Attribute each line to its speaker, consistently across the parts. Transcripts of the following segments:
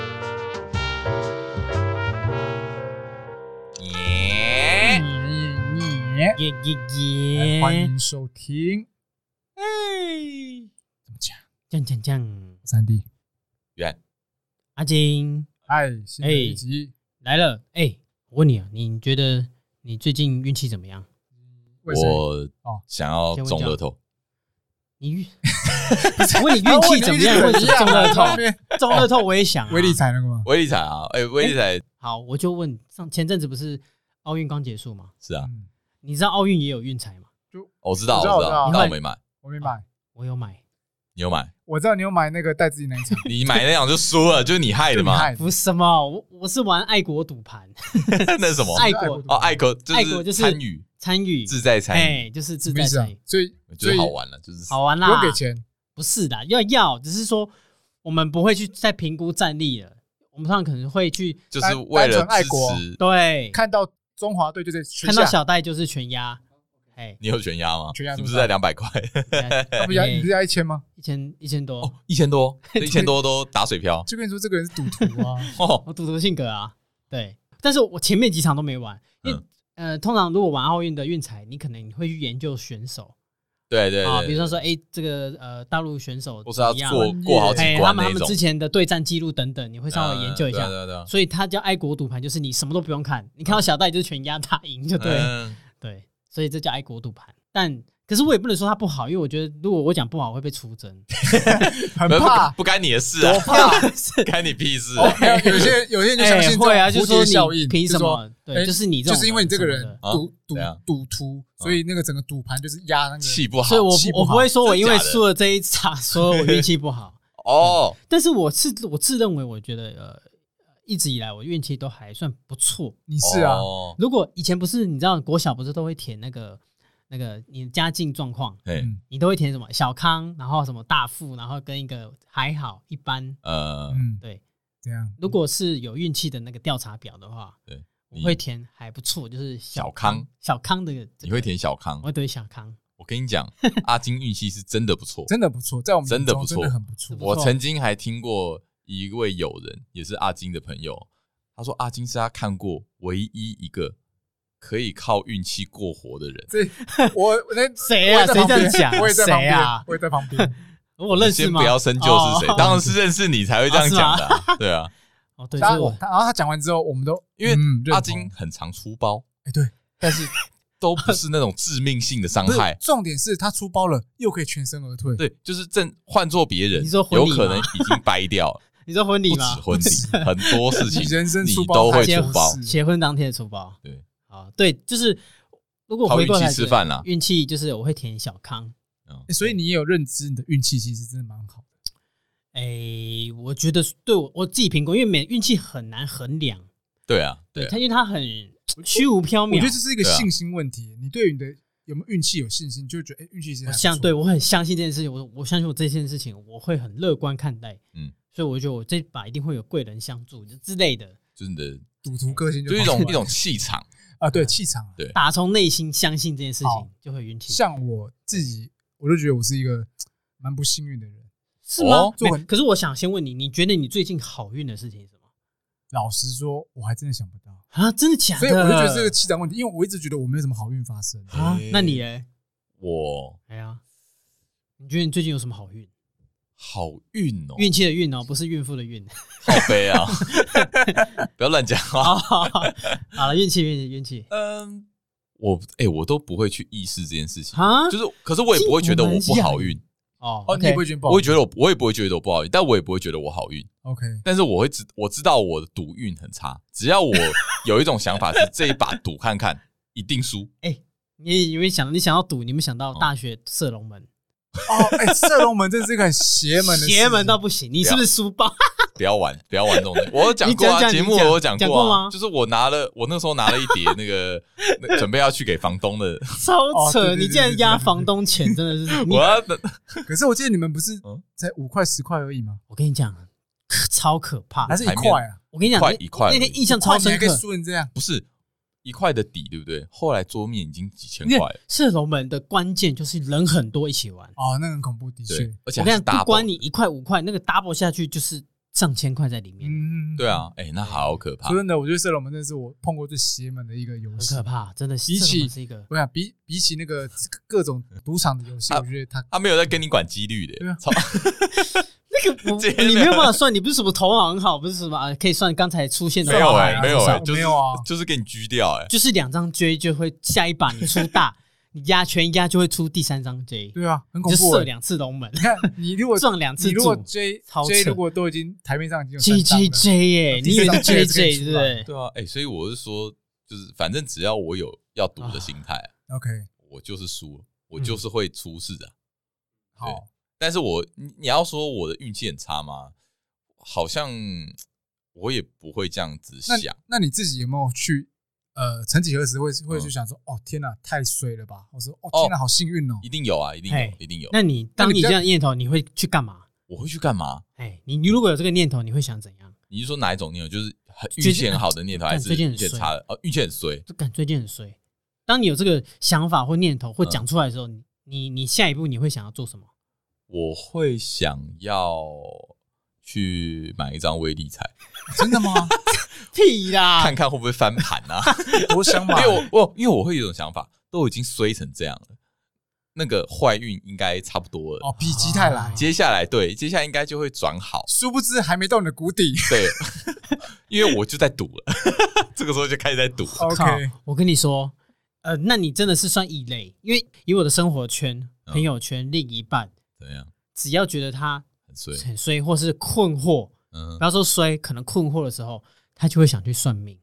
Speaker 1: 哎
Speaker 2: 耶耶
Speaker 3: 来
Speaker 2: 耶！
Speaker 3: 欢迎收听。
Speaker 2: 哎，
Speaker 3: 怎么讲？
Speaker 2: 降降降！
Speaker 3: 三 D，
Speaker 1: 远
Speaker 2: 阿金
Speaker 3: 嗨，新的一集，
Speaker 2: 来了。哎、我问你啊，你觉得你最近运气怎么样？
Speaker 3: 为谁
Speaker 1: 我
Speaker 3: 哦
Speaker 1: 想要中乐透，
Speaker 2: 你运不是问你运气怎么样？或者是中乐
Speaker 3: 后
Speaker 2: 透？
Speaker 3: 面
Speaker 2: 中乐透我也想、啊。
Speaker 3: 威力彩那个吗？
Speaker 1: 威力彩啊，哎，威力彩
Speaker 2: 好，我就问上前阵子不是奥运刚结束吗？
Speaker 1: 是啊，
Speaker 3: 嗯，
Speaker 2: 你知道奥运也有运彩吗？
Speaker 1: 我知道，
Speaker 3: 我知道
Speaker 1: 我知道
Speaker 3: 我，知道
Speaker 1: 但我没买，
Speaker 3: 我没买，
Speaker 2: 我有买，
Speaker 1: 你有买？
Speaker 3: 我知道你有买那个带自己那一场，
Speaker 1: 你买那样就输 了，就是你害的
Speaker 3: 就你
Speaker 1: 嘛？
Speaker 3: 害的
Speaker 2: 不是什么，我我是玩爱国赌盘，
Speaker 1: 那是什么？
Speaker 2: 爱
Speaker 3: 是
Speaker 2: 国
Speaker 1: 哦，爱国
Speaker 2: 爱国就
Speaker 1: 是
Speaker 2: 是
Speaker 1: 参与，
Speaker 2: 参与，
Speaker 1: 自在参与，
Speaker 2: 哎，就是自
Speaker 3: 什么
Speaker 2: 在
Speaker 3: 意思啊
Speaker 2: 参与，？
Speaker 3: 所以
Speaker 1: 我觉
Speaker 3: 所
Speaker 1: 得
Speaker 3: 以
Speaker 1: 好玩了，就是
Speaker 2: 好玩啦。
Speaker 3: 有给钱，
Speaker 2: 不是的，要要，只是说我们不会去再评估战力了，我们通常可能会去
Speaker 1: 就是为了
Speaker 3: 单纯爱
Speaker 1: 支
Speaker 3: 国
Speaker 1: 持。，
Speaker 2: 对
Speaker 3: 看到中华队就在全
Speaker 2: 看到
Speaker 3: 下，
Speaker 2: 小戴就是全压，哎
Speaker 1: 你有全压吗？
Speaker 3: 全压
Speaker 1: 是
Speaker 3: 多少
Speaker 1: 不是在两百块？
Speaker 3: 他不要你是要一千吗？
Speaker 2: 一千一千多，
Speaker 1: 哦，一千 多，一千多都打水漂
Speaker 3: 就跟你说这个人是赌徒啊，
Speaker 1: 哦。
Speaker 2: 我赌徒性格啊，对，但是我前面几场都没玩，因为、
Speaker 1: 嗯
Speaker 2: 呃，通常如果玩奥运的运彩，你可能会去研究选手
Speaker 1: 对对
Speaker 2: 啊，
Speaker 1: 对，
Speaker 2: 比如说说，哎、这个呃大陆选手
Speaker 1: 我是要
Speaker 2: 怎么样
Speaker 1: 过过好几
Speaker 2: 哎、他
Speaker 1: 关
Speaker 2: 们
Speaker 1: 那
Speaker 2: 他们
Speaker 1: 种
Speaker 2: 之，前的对战记录等等，你会稍微研究一
Speaker 1: 嗯
Speaker 2: 下。
Speaker 1: 对对啊对
Speaker 2: 所以它叫爱国赌盘，就是你什么都不用看，你看到小戴就是全压他赢就对了。
Speaker 1: 嗯
Speaker 2: 对，所以这叫爱国赌盘。但可是我也不能说它不好，因为我觉得如果我讲不好会被出征。
Speaker 3: 很
Speaker 1: 不
Speaker 3: 怕
Speaker 1: 不。不干你的事啊，
Speaker 2: 是
Speaker 1: 干你屁事啊！
Speaker 3: 哦，没有，有些人有些人就相信
Speaker 2: 哎
Speaker 3: 这种
Speaker 2: 会啊，就
Speaker 3: 蝴
Speaker 2: 是说
Speaker 3: 蝶效应，
Speaker 2: 你凭
Speaker 3: 就
Speaker 2: 什
Speaker 3: 是说
Speaker 2: 么？对，
Speaker 3: 哎
Speaker 2: 就是你这
Speaker 3: 就
Speaker 2: 种，
Speaker 3: 是因为你这个
Speaker 2: 什
Speaker 3: 人
Speaker 2: 么
Speaker 1: 啊
Speaker 3: 赌赌
Speaker 1: 对啊
Speaker 3: 赌徒，所以那个整个赌盘就是压那个
Speaker 1: 气不
Speaker 2: 的，
Speaker 1: 好，
Speaker 2: 所以我
Speaker 3: 气
Speaker 2: 不
Speaker 3: 不
Speaker 2: 我
Speaker 3: 好
Speaker 2: 不会说我因为
Speaker 1: 真假的
Speaker 2: 输了这一场，说我运气不好。
Speaker 1: 哦，
Speaker 2: 但是我是我自认为，我觉得呃，一直以来我运气都还算不错。
Speaker 3: 你是啊，
Speaker 1: 哦
Speaker 2: 如果以前不是你知道国小不是都会填那个那个你的家境状况，
Speaker 1: 嘿，
Speaker 3: 嗯
Speaker 2: 你都会填什么小康，然后什么大富，然后跟一个还好一般，
Speaker 1: 呃，
Speaker 3: 嗯，
Speaker 2: 对。
Speaker 3: 这样
Speaker 2: 如果是有运气的那个调查表的话，
Speaker 1: 对，
Speaker 2: 我
Speaker 1: 你
Speaker 2: 会填还不错，就是小
Speaker 1: 小康，
Speaker 2: 小康的、这个
Speaker 1: 你会，填小康
Speaker 2: 我？会对小康，
Speaker 1: 我跟你 讲，阿金运气是真的不错。
Speaker 3: 真的不错，在我们
Speaker 1: 真的
Speaker 3: 眼中
Speaker 1: 不错
Speaker 3: 真的很不错。
Speaker 2: 不
Speaker 1: 我曾经还听过一位友人，也是阿金的朋友，他说阿金是他看过唯一一个可以靠运气过活的人。
Speaker 3: 这我我那
Speaker 2: 谁啊
Speaker 3: 我也在旁边
Speaker 2: 谁这样讲
Speaker 3: 我也在旁
Speaker 2: 谁
Speaker 3: 边，
Speaker 2: 啊
Speaker 3: 我也在旁边。
Speaker 2: 我认识
Speaker 1: 先
Speaker 2: 吗？
Speaker 1: 不要深究是谁
Speaker 2: 哦，
Speaker 1: 当然是认识你才会这样讲的啊。对啊，
Speaker 2: 哦， 对，
Speaker 3: 然
Speaker 2: 所以
Speaker 3: 后
Speaker 2: 我
Speaker 3: 他然后他讲完之后，我们都
Speaker 1: 因为
Speaker 3: 嗯认同
Speaker 1: 阿金很常出包，
Speaker 3: 哎对，
Speaker 1: 但是都不是那种致命性的伤
Speaker 3: 不是
Speaker 1: 害。
Speaker 3: 重点是他出包了，又可以全身而退。
Speaker 1: 对，就是正换做别人
Speaker 2: 你说，婚
Speaker 1: 有
Speaker 2: 礼吗
Speaker 1: 可能已经掰掉了，
Speaker 2: 你说婚礼
Speaker 1: 不止
Speaker 2: 吗？
Speaker 1: 婚礼，很多事情
Speaker 3: 你人生
Speaker 1: 你
Speaker 3: 出包
Speaker 1: 都会
Speaker 3: 太
Speaker 1: 出
Speaker 3: 多
Speaker 1: 包
Speaker 3: 事。
Speaker 2: 结婚当天的出包，
Speaker 1: 对，
Speaker 2: 啊，对，就是如果
Speaker 1: 靠
Speaker 2: 回过
Speaker 1: 运气
Speaker 2: 来
Speaker 1: 吃饭啦
Speaker 2: 运气就是我会填小康。
Speaker 1: 嗯
Speaker 3: 哎所以你也有认知，你的运气其实真的蛮好的。
Speaker 2: 哎，我觉得是对我我自己评估，因为每运气很难衡量，
Speaker 1: 对啊，
Speaker 2: 对
Speaker 1: 对
Speaker 2: 它，因为它很虚无缥
Speaker 3: 我觉得
Speaker 2: 缈
Speaker 3: 这。是一个
Speaker 1: 对啊
Speaker 3: 信心问题，你对你的有没有运气有信心，就会觉得哎，运气其实
Speaker 2: 我
Speaker 3: 还不
Speaker 2: 相
Speaker 3: 错
Speaker 2: 对我很相信这件事情，我我相信我这件事情我会很乐观看待，嗯
Speaker 1: 嗯，
Speaker 2: 所以我觉得我这把一定会有贵人相助就之类的，
Speaker 1: 就是你的，
Speaker 3: 赌徒个性就
Speaker 1: 就一
Speaker 3: 跑
Speaker 1: 种
Speaker 3: 出来
Speaker 1: 一种气场。
Speaker 3: 啊，对气场啊。
Speaker 1: 对
Speaker 2: 打从内心相信这件事情
Speaker 3: 好
Speaker 2: 就会有运气，
Speaker 3: 像我自己，我就觉得我是一个蛮不幸运的人。
Speaker 2: 是吗
Speaker 1: 哦？
Speaker 2: 没
Speaker 3: 做很
Speaker 2: 可是我想先问你，你觉得你最近好运的事情是什么
Speaker 3: 老实说，我还真的想不到，
Speaker 2: 啊？真的假的？
Speaker 3: 所以我就觉得这个气场问题，因为我一直觉得我没有什么好运发生。哦
Speaker 2: 啊
Speaker 1: 哎，
Speaker 2: 那你嘞？
Speaker 1: 我
Speaker 2: 哎呀，你觉得你最近有什么好运？
Speaker 1: 好运哦，
Speaker 2: 运气的运哦，不是孕妇的孕。
Speaker 1: 好悲啊！不要乱讲
Speaker 2: 好
Speaker 1: 啊。
Speaker 2: 好好好了，运气运气运气
Speaker 1: 嗯，我哎、我都不会去意识这件事情，
Speaker 2: 啊！
Speaker 1: 就是可是我也不会觉得我不好运，
Speaker 2: 哦
Speaker 3: 哦，你也
Speaker 2: ，OK，
Speaker 3: 不会觉得不好
Speaker 1: 我会觉得我我也不会觉得我不好运，但我也不会觉得我好运，
Speaker 3: OK，
Speaker 1: 但是我会知我知道我的赌运很差，只要 我有一种想法是这一把赌看看一定输，
Speaker 2: 你有没有想你想要赌？你有没有想到大学射龙门？
Speaker 3: 哦，哎，射龙门真是一个很邪门的事
Speaker 2: 邪门到不行，你是不是书包？
Speaker 1: 不要玩不要玩这种东西。我有讲过
Speaker 2: 你讲
Speaker 1: 啊，
Speaker 2: 讲
Speaker 1: 节目
Speaker 2: 你
Speaker 1: 我
Speaker 2: 讲
Speaker 1: 有讲
Speaker 2: 讲
Speaker 1: 过
Speaker 2: 过
Speaker 1: 啊
Speaker 2: 吗，
Speaker 1: 就是我拿了我那时候拿了一叠那 个那准备要去给房东的，
Speaker 3: 哦
Speaker 2: 超扯！
Speaker 3: 对对
Speaker 2: 你
Speaker 3: 对
Speaker 2: 竟然压房东钱，真的 是你
Speaker 1: 我。要拿
Speaker 3: 可是我记得你们不是
Speaker 1: 嗯
Speaker 3: 才五块十块而已吗？
Speaker 2: 我跟你讲，可超可怕
Speaker 3: 还！是一块啊？哦
Speaker 2: 我跟你
Speaker 1: 一
Speaker 2: 讲，
Speaker 1: 块一块
Speaker 2: 那天印象超深
Speaker 3: 跟
Speaker 2: 刻。
Speaker 3: 输成这样，
Speaker 1: 不是一块的底，对不对？后来桌面已经几千
Speaker 2: 因
Speaker 1: 块
Speaker 2: 为
Speaker 1: 了，
Speaker 2: 射龙门的关键就是人很多一起玩。
Speaker 3: 哦，那个很恐怖，的确
Speaker 1: 对，而且还
Speaker 2: 我跟你
Speaker 1: 是
Speaker 2: 讲，
Speaker 1: 大
Speaker 2: 不管你一块五块，那个 double 下去就是上千块在里面，
Speaker 3: 嗯，
Speaker 1: 对，啊，哎、那好可怕
Speaker 3: 说。真的，我觉得射龙门真的是我碰过最邪门的一个游
Speaker 2: 很
Speaker 3: 戏
Speaker 2: 可。怕，真的是。
Speaker 3: 比
Speaker 2: 这
Speaker 3: 起
Speaker 2: 种是一个
Speaker 3: 我想比比起那个各种赌场的游戏，我觉得它
Speaker 1: 他没有在跟你管几率
Speaker 3: 对
Speaker 1: 的
Speaker 3: 啊，
Speaker 1: 操！
Speaker 2: 那个我
Speaker 1: 真的
Speaker 2: 你没有办法算，你不是什么头脑很好，不是什么啊，可以算刚才出现的
Speaker 1: 没有
Speaker 2: 话
Speaker 1: 哎、
Speaker 2: 啊
Speaker 1: 没有
Speaker 2: 算
Speaker 1: 哎、
Speaker 3: 我
Speaker 1: 就是
Speaker 3: 欸没有啊
Speaker 1: 就是给你狙掉哎、
Speaker 2: 就是两张 J 就会下一把你出 大，你压全压就会出第三张 J，
Speaker 3: 对啊，很
Speaker 2: 你
Speaker 3: 恐
Speaker 2: 就
Speaker 3: 怖
Speaker 2: 射
Speaker 3: 欸。
Speaker 2: 两次龙门，
Speaker 3: 你看，你如果
Speaker 2: 撞两次
Speaker 3: 你如果
Speaker 2: 柱
Speaker 3: J
Speaker 2: 超扯
Speaker 3: J 如果都已经台面上已经有
Speaker 2: J
Speaker 3: 三张
Speaker 2: J
Speaker 3: 了
Speaker 2: J
Speaker 1: 啊
Speaker 2: 耶，哎你以为是 J J 对不对？
Speaker 1: 对啊，哎、所以我是说，就是反正只要我有要赌
Speaker 2: 啊
Speaker 1: 的心态、啊
Speaker 3: ，OK，
Speaker 1: 我就是输了，
Speaker 2: 嗯
Speaker 1: 我就是会出事的。
Speaker 3: 好，
Speaker 1: 但是我你你要说我的运气很差吗？好像嗯我也不会这样子
Speaker 3: 那
Speaker 1: 想。
Speaker 3: 那你自己有没有去呃，曾几何时会会
Speaker 1: 嗯
Speaker 3: 去想说，哦天哪，太衰了吧？我说，哦
Speaker 1: 哦
Speaker 3: 天哪，好幸 运哦。
Speaker 1: 一定有啊，一定
Speaker 2: 嘿
Speaker 1: 有，一定有。
Speaker 2: 那你当
Speaker 3: 那
Speaker 2: 你
Speaker 3: 你
Speaker 2: 这
Speaker 3: 这
Speaker 2: 样念头，你会去干嘛？
Speaker 1: 我会去干嘛？
Speaker 2: 哎，你你如果有这个念头，你会想怎样？
Speaker 1: 你是说哪一种念头？就是很
Speaker 2: 最
Speaker 1: 运
Speaker 2: 近
Speaker 1: 气很好的念头，
Speaker 2: 干
Speaker 1: 还是
Speaker 2: 最近
Speaker 1: 运
Speaker 2: 很
Speaker 1: 气很
Speaker 2: 衰
Speaker 1: 差的？哦，运气很衰。
Speaker 2: 就感觉最近很衰。当你有这个想法或念头或讲出来的时候，你你你下一步你会想要做什么？
Speaker 1: 我会想要去买一张威力彩，
Speaker 3: 真的吗？
Speaker 2: 屁啦
Speaker 1: 看！看会不会翻盘 啊？
Speaker 3: 我想
Speaker 1: 因
Speaker 3: 买
Speaker 1: 为，我我因为我会有一种想法，都已经衰成这样了，那个坏运应该差不多了。
Speaker 3: 哦，否极泰来
Speaker 2: 啊。
Speaker 1: 接下来对，接下来应该就会转好。
Speaker 3: 殊不知还没到你的 谷底。
Speaker 1: 对，因为我就在赌了， 这个时候就开始在赌。
Speaker 2: 靠
Speaker 3: OK，
Speaker 2: 我跟你说，呃，那你真的是算异类，因为以我的生活圈、
Speaker 1: 嗯
Speaker 2: 朋友圈、另一半，
Speaker 1: 怎么样？
Speaker 2: 只要觉得他
Speaker 1: 很衰？
Speaker 2: 很衰或是困惑，
Speaker 1: 嗯
Speaker 2: 不，要说衰，可能困惑的时候，他就会想去算命。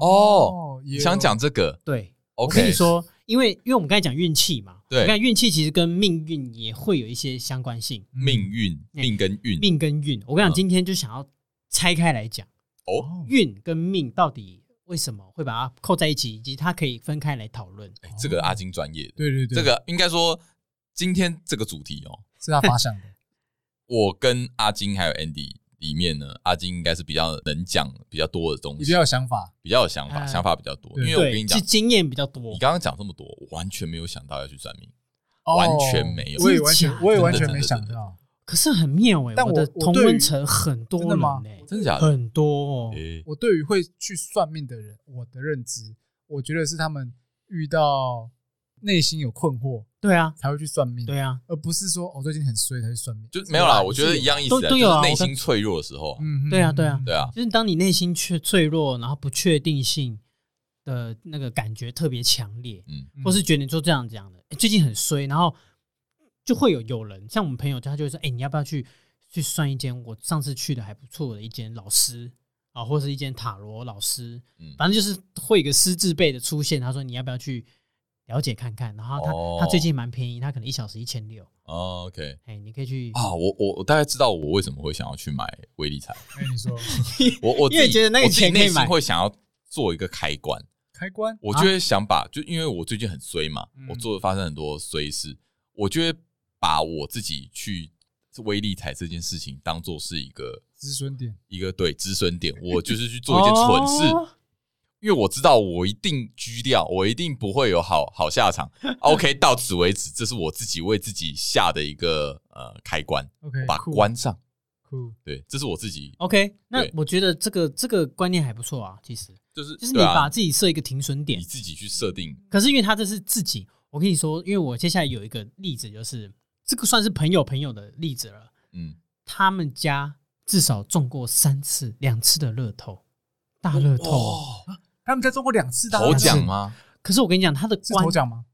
Speaker 1: 哦
Speaker 3: 也
Speaker 1: 你
Speaker 3: 有
Speaker 1: 想讲这个
Speaker 2: 对我
Speaker 1: ？OK，
Speaker 2: 跟你说，因为因为我们刚才讲运气嘛，
Speaker 1: 对
Speaker 2: 你看运气其实跟命运也会有一些相关性，
Speaker 3: 嗯
Speaker 1: 命运、命跟运
Speaker 2: 嗯命跟运。我跟
Speaker 1: 嗯
Speaker 2: 你讲，今天就想要拆开来讲，
Speaker 1: 哦，
Speaker 2: 运跟命到底为什么会把它扣在一起，以及它可以分开来讨论。
Speaker 1: 哎这个阿金专业的，
Speaker 3: 对对对，
Speaker 1: 这个应该说今天这个主题哦，
Speaker 3: 是他发想的。
Speaker 1: 我跟阿金还有 Andy 里面呢，阿金应该是比较能讲比较多的东
Speaker 3: 你比
Speaker 1: 西
Speaker 3: 较，有想法，
Speaker 1: 比较有想法，
Speaker 2: 嗯
Speaker 1: 想法比较多。因为
Speaker 3: 对
Speaker 1: 我跟你
Speaker 2: 对，
Speaker 1: 讲
Speaker 2: 是，经验比较多
Speaker 1: 你。刚刚讲这么多，我完全没有想到要去算命。
Speaker 3: 哦
Speaker 1: 完全没有
Speaker 3: 我也完全，我也完全
Speaker 1: 真的
Speaker 3: 没
Speaker 1: 真的
Speaker 3: 想到。
Speaker 2: 可是很妙哎、
Speaker 3: 但
Speaker 2: 我
Speaker 3: 我
Speaker 2: 的
Speaker 3: 我
Speaker 2: 同
Speaker 3: 对于
Speaker 2: 温层很多
Speaker 3: 真
Speaker 2: 人
Speaker 3: 的吗
Speaker 2: 哎、
Speaker 1: 真的假的？
Speaker 2: 很多、哦。
Speaker 1: 诶
Speaker 3: 我对于会去算命的人，我的认知，我觉得是他们遇到内心有困惑
Speaker 2: 对啊，
Speaker 3: 才会去算命，
Speaker 2: 对啊，
Speaker 3: 而不是说哦最近很衰才去算命。
Speaker 1: 就没有啦，
Speaker 2: 是
Speaker 1: 我觉得一样意思啊，
Speaker 2: 都
Speaker 1: 就
Speaker 2: 都有啊
Speaker 1: 是内心脆弱的时候啊，
Speaker 3: 嗯
Speaker 2: 对啊对啊
Speaker 1: 对啊，
Speaker 2: 就是当你内心脆脆弱，然后不确定性的那个感觉特别强烈，
Speaker 1: 嗯，
Speaker 2: 或是觉得你做这样这样的、诶最近很衰，然后就会有有人像我们朋友，他就会说：“哎、你要不要去去算一间我上次去的还不错的一间老师啊，或是一间塔罗老师，
Speaker 1: 嗯
Speaker 2: 反正就是会有一个师字辈的出现。”他说：“你要不要去了解看看？”然后他、
Speaker 1: 哦
Speaker 2: 他最近蛮便宜，他可能一小时一千六，
Speaker 1: 哦，OK。
Speaker 2: 哎，你可以去，
Speaker 1: 啊，我我我大概知道我为什么会想要去买威力彩，
Speaker 3: 哎，你说
Speaker 1: 我我
Speaker 2: 因为
Speaker 1: 自己
Speaker 2: 觉得那个
Speaker 1: 我自己
Speaker 2: 钱可以
Speaker 1: 内心
Speaker 2: 买啊
Speaker 1: 会想要做一个开关，
Speaker 3: 开关
Speaker 1: 我就会想把，就因为我最近很衰嘛，
Speaker 3: 嗯
Speaker 1: 我做的发生很多衰事，我就会把我自己去威力彩这件事情当做是一个
Speaker 3: 止损点，
Speaker 1: 一个对止损点，我就是去做一件蠢事，
Speaker 2: 哦
Speaker 1: 因为我知道我一定狙掉，我一定不会有好好下场。OK，到 此为止，这是我自己为自己下的一个呃开关，
Speaker 3: OK，
Speaker 1: 把
Speaker 3: 酷
Speaker 1: 关上。
Speaker 3: 酷，
Speaker 1: 对，这是我自己，
Speaker 2: OK，那
Speaker 1: 对
Speaker 2: 我觉得这个这个观念还不错啊，其实
Speaker 1: 就是
Speaker 2: 就是你
Speaker 1: 对啊
Speaker 2: 把自己设一个停损点
Speaker 1: 你，自己去设定，
Speaker 2: 可是因为他这是自己，我跟你说，因为我接下来有一个例子，就是这个算是朋友朋友的例子了。
Speaker 1: 嗯，
Speaker 2: 他们家至少中过三次、两次的乐透，大乐透。
Speaker 1: 哦，
Speaker 3: 他们在中国两次大
Speaker 1: 头
Speaker 3: 奖
Speaker 1: 奖吗？
Speaker 2: 可是我跟你讲，他的
Speaker 3: 是
Speaker 2: 官
Speaker 3: 头奖吗？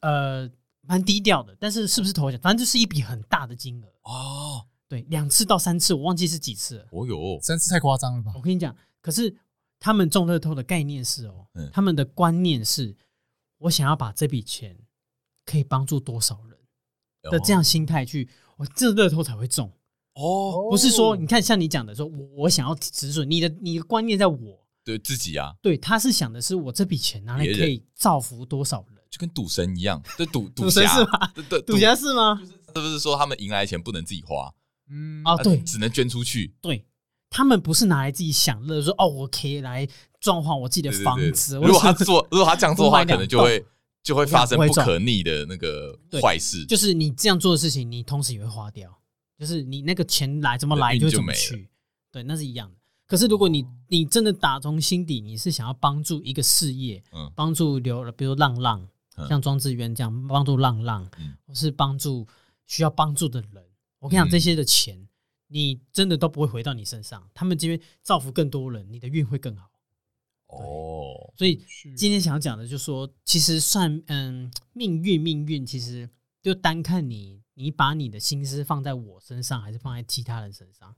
Speaker 2: 呃蛮低调的，但是是不是头奖，反正就是一笔很大的金额。
Speaker 1: 哦，
Speaker 2: 对，两次到三次，我忘记是几次了。
Speaker 1: 哦哟，
Speaker 3: 三次太夸张了吧
Speaker 2: 我？跟你讲，可是他们中乐透的概念是哦，
Speaker 1: 嗯
Speaker 2: 他们的观念是，我想要把这笔钱可以帮助多少人。的这样心态去，我这乐透才会中。
Speaker 1: 哦，
Speaker 2: 不是说你看像你讲的说，我我想要止损，你的你的观念在我，
Speaker 1: 对自己啊，
Speaker 2: 对，他是想的是我这笔钱拿来
Speaker 1: 别人
Speaker 2: 可以造福多少人？
Speaker 1: 就跟赌神一样，这赌
Speaker 2: 赌神
Speaker 1: 侠
Speaker 2: 是吧？
Speaker 1: 对对，
Speaker 2: 赌侠是吗？
Speaker 1: 是不是说他们赢来的钱不能自己花，
Speaker 3: 嗯
Speaker 2: 哦，
Speaker 1: 啊
Speaker 2: 对
Speaker 1: 只能捐出去？
Speaker 2: 对，他们不是拿来自己享乐，说哦，我可以来装潢我自己的
Speaker 1: 对对
Speaker 2: 房
Speaker 1: 对
Speaker 2: 子。
Speaker 1: 如果他
Speaker 2: 我是
Speaker 1: 做，如果他这样做的
Speaker 2: 我买
Speaker 1: 话，可
Speaker 2: 两
Speaker 1: 能就会就会发生
Speaker 2: 我想
Speaker 1: 不
Speaker 2: 不
Speaker 1: 可
Speaker 2: 会
Speaker 1: 逆的那个
Speaker 2: 对
Speaker 1: 坏事，
Speaker 2: 就是你这样做的事情，你同时也会花掉，就是你那个钱来怎么
Speaker 1: 你的
Speaker 2: 来
Speaker 1: 运
Speaker 2: 就会
Speaker 1: 就
Speaker 2: 怎么
Speaker 1: 没了
Speaker 2: 去。对，那是一样的。可是如果你你真的打从心底你是想要帮助一个事业，
Speaker 1: 嗯
Speaker 2: 帮助流，比如浪浪
Speaker 1: 嗯，
Speaker 2: 像庄志渊这样帮助浪浪
Speaker 1: 嗯，
Speaker 2: 或是帮助需要帮助的人，我跟你讲
Speaker 1: 嗯
Speaker 2: 这些的钱，你真的都不会回到你身上，他们因为造福更多人，你的运会更好。
Speaker 1: 哦，
Speaker 2: 所以
Speaker 3: 去
Speaker 2: 今天想要讲的就是说，其实算嗯命运，命运其实就单看你，你把你的心思放在我身上，还是放在其他人身上。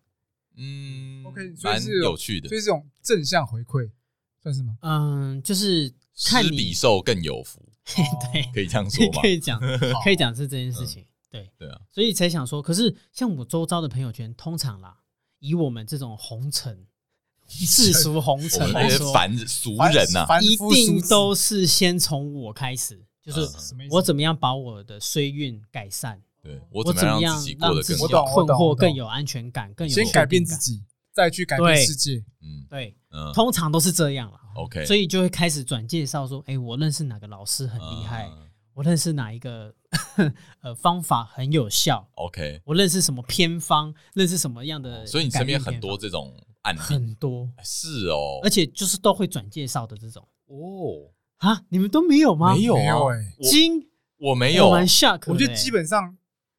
Speaker 1: 嗯
Speaker 3: OK，所以
Speaker 1: 蛮
Speaker 3: 是有
Speaker 1: 有趣的
Speaker 3: 所，以这种正向回馈算是吗？
Speaker 2: 嗯，就是看
Speaker 1: 施比
Speaker 2: 你，
Speaker 1: 受更有福，
Speaker 2: 对，
Speaker 1: 可以这样说吗
Speaker 2: 可？以讲， 可以讲是这件事情，对，
Speaker 1: 对啊，
Speaker 2: 所以才想说，可是像我周遭的朋友圈，通常啦，以我们这种红尘世俗红
Speaker 1: 我
Speaker 2: 尘
Speaker 1: 们
Speaker 2: 来
Speaker 1: 这些
Speaker 2: 说，
Speaker 1: 凡俗人啊呐，
Speaker 3: 凡
Speaker 2: 一
Speaker 3: 夫俗
Speaker 2: 定
Speaker 3: 子
Speaker 2: 都是先从我开始，就是
Speaker 1: 嗯
Speaker 3: 什么意思？
Speaker 2: 我怎么样把我的衰运改善，
Speaker 1: 对我
Speaker 2: 我
Speaker 1: 怎
Speaker 2: 怎
Speaker 1: 么让
Speaker 2: 么样
Speaker 1: 自己过
Speaker 2: 让
Speaker 1: 得
Speaker 2: 自
Speaker 1: 更
Speaker 2: 己
Speaker 3: 我
Speaker 2: 有
Speaker 3: 懂
Speaker 1: 好？
Speaker 2: 困惑、
Speaker 3: 我懂
Speaker 2: 更有安全感、更有
Speaker 3: 先改变
Speaker 2: 确定
Speaker 3: 自
Speaker 2: 感，
Speaker 3: 己，再去改变
Speaker 2: 对
Speaker 3: 世界。
Speaker 1: 嗯
Speaker 2: 对，
Speaker 1: 嗯
Speaker 2: 通常都是这样啦。
Speaker 1: ，OK，嗯
Speaker 2: 所
Speaker 1: 以
Speaker 2: 以就会开始转介绍说，哎、我认识哪个老师很厉害，我认识哪一个呃方法很有效，
Speaker 1: ，OK，
Speaker 2: 我认识什么偏方，认识什么样的改
Speaker 1: 哦
Speaker 2: 变偏方。
Speaker 1: 所以你身边很多这种案例，
Speaker 2: 呃很多，
Speaker 1: 哎是哦，
Speaker 2: 而且就是都会转介绍的这种
Speaker 1: 哦，
Speaker 2: 啊，你们都没有吗？
Speaker 1: 没有
Speaker 3: 没有
Speaker 1: 啊，
Speaker 3: 哎，
Speaker 2: 惊，
Speaker 1: 我没有
Speaker 2: 我，蛮 shock 的欸。
Speaker 3: 我觉得基本上，